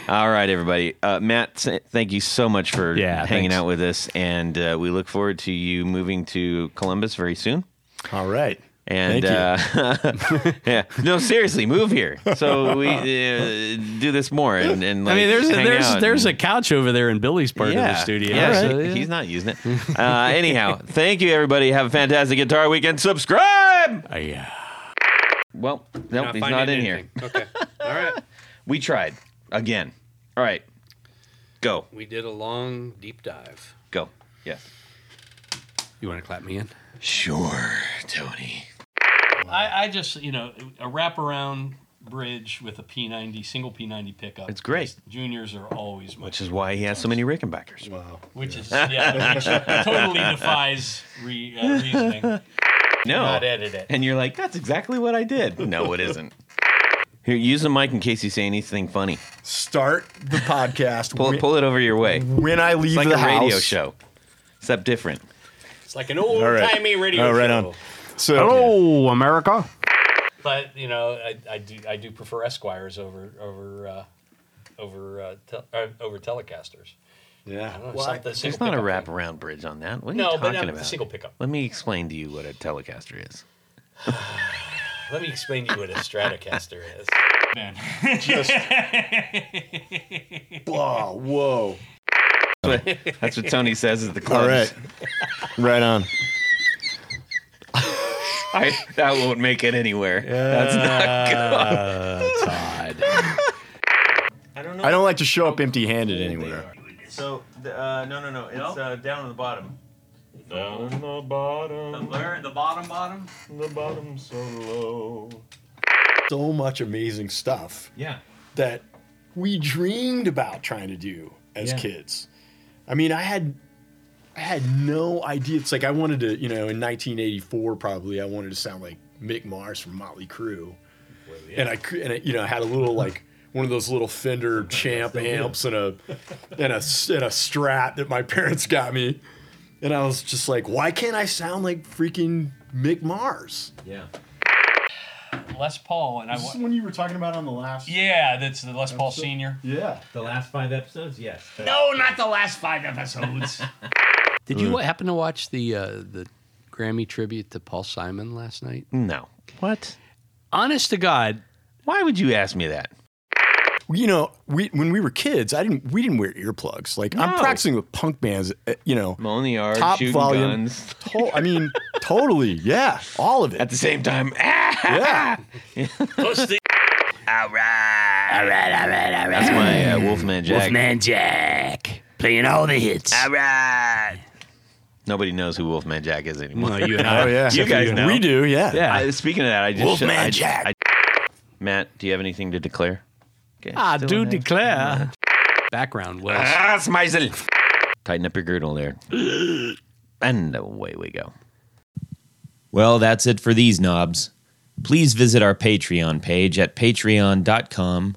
C: All right, everybody. Uh, Matt, s- thank you so much for
B: Yeah,
C: hanging
B: thanks.
C: out with us, and uh, we look forward to you moving to Columbus very soon.
D: All right.
C: And
D: Thank you.
C: uh, yeah, no, seriously, move here. So we uh, do this more, and, and
B: I
C: like,
B: mean, there's a,
C: hang
B: there's
C: out
B: there's
C: and-
B: a couch over there in Billy's part of the studio.
C: yeah,
B: so,
C: he-
B: yeah.
C: he's not using it. Uh, anyhow, thank you, everybody. Have a fantastic guitar weekend. Subscribe.
B: Uh, yeah.
C: Well, no, he's not in here.
B: Okay. All right.
C: We tried again. All right, go,
B: We did a long deep dive.
C: go. Yes.
B: You want to clap me in?
C: Sure, Tony.
B: I, I just, you know, a wraparound bridge with a P90, single P90 pickup.
C: It's great.
B: Juniors are always much,
C: Which is why he has so many Rickenbackers.
B: which is, yeah, which totally defies re, uh, reasoning.
C: No,
B: Not edit it.
C: and you're like, that's exactly what I did. No, it isn't. Here, use the mic in case you say anything funny.
D: Start the podcast
C: Pull,
D: when,
C: pull it over your way. It's
D: when I leave
C: like
D: the
C: a
D: house.
C: radio show, except different.
B: It's like an old timey radio
D: Oh, right
B: show.
D: on. So
B: Hello, America. But you know, I, I do I do prefer Esquires over over uh, over uh, tel- uh, over Telecasters.
D: yeah.
C: There's not a wraparound bridge on that. What are
B: No,
C: you
B: but
C: talking
B: I'm
C: about?
B: single pickup.
C: Let me explain to you what a Telecaster is.
B: Let me explain to you what a Stratocaster is. Man,
D: Whoa, whoa.
C: That's what Tony says at the clubs.
D: All right. right on.
C: I, that won't make it anywhere. That's not good. I don't know.
D: I don't like to show up empty handed anywhere.
C: So, uh, no, no, no. It's Uh, down on the bottom.
F: Down in the bottom,
C: Where? The bottom, bottom?
F: the bottom so low.
D: So much amazing stuff
C: Yeah.
D: that we dreamed about trying to do as
C: Yeah.
D: kids. I mean, I had I had no idea. It's like I wanted to, you know, in 1984 probably I wanted to sound like Mick Mars from Motley Crue. And I cou- and I, you know, I had a little like one of those little Fender Champ amps and a and a s- and a Strat that my parents got me. And I was just like, why can't I sound like freaking Mick Mars?
C: Yeah.
B: Les Paul and I.
D: This is
B: wa-
D: one you were talking about on the last.
B: Yeah, that's the Les Paul Senior.
D: Yeah.
C: The last five episodes? Yes.
E: No, not the last five episodes.
B: Did you happen to watch the uh, the Grammy tribute to Paul Simon last night?
C: No. What?
B: Honest to God,
C: Why would you ask me that?
D: you know, we when we were kids, I didn't we didn't wear earplugs. Like I'm
C: No.
D: practicing with punk bands, uh, you know,
C: Mowing the yard,
D: top
C: shooting
D: volume.
C: guns.
D: To- I mean, totally, yeah, all of
C: At
D: it.
C: the same time. Ah!
D: Yeah,
C: All right.
E: all right, all right, all
C: That's
E: right.
C: my uh, Wolfman Jack.
E: Wolfman Jack playing all the hits.
C: All right.
G: Nobody knows who Wolfman Jack is anymore.
B: No, you and I.
D: Oh yeah,
G: You guys know.
D: We do, yeah.
B: Yeah.
G: I, speaking of that, I just
D: Wolfman
G: I-
D: Jack.
G: I- Matt, do you have anything to declare? Okay,
B: I
G: still
B: do
G: no.
B: Ah, declare. Background was
G: Ah, Smeisel. Tighten up your girdle there. and away we go.
C: Well, that's it for these knobs. Please visit our Patreon page at patreon.com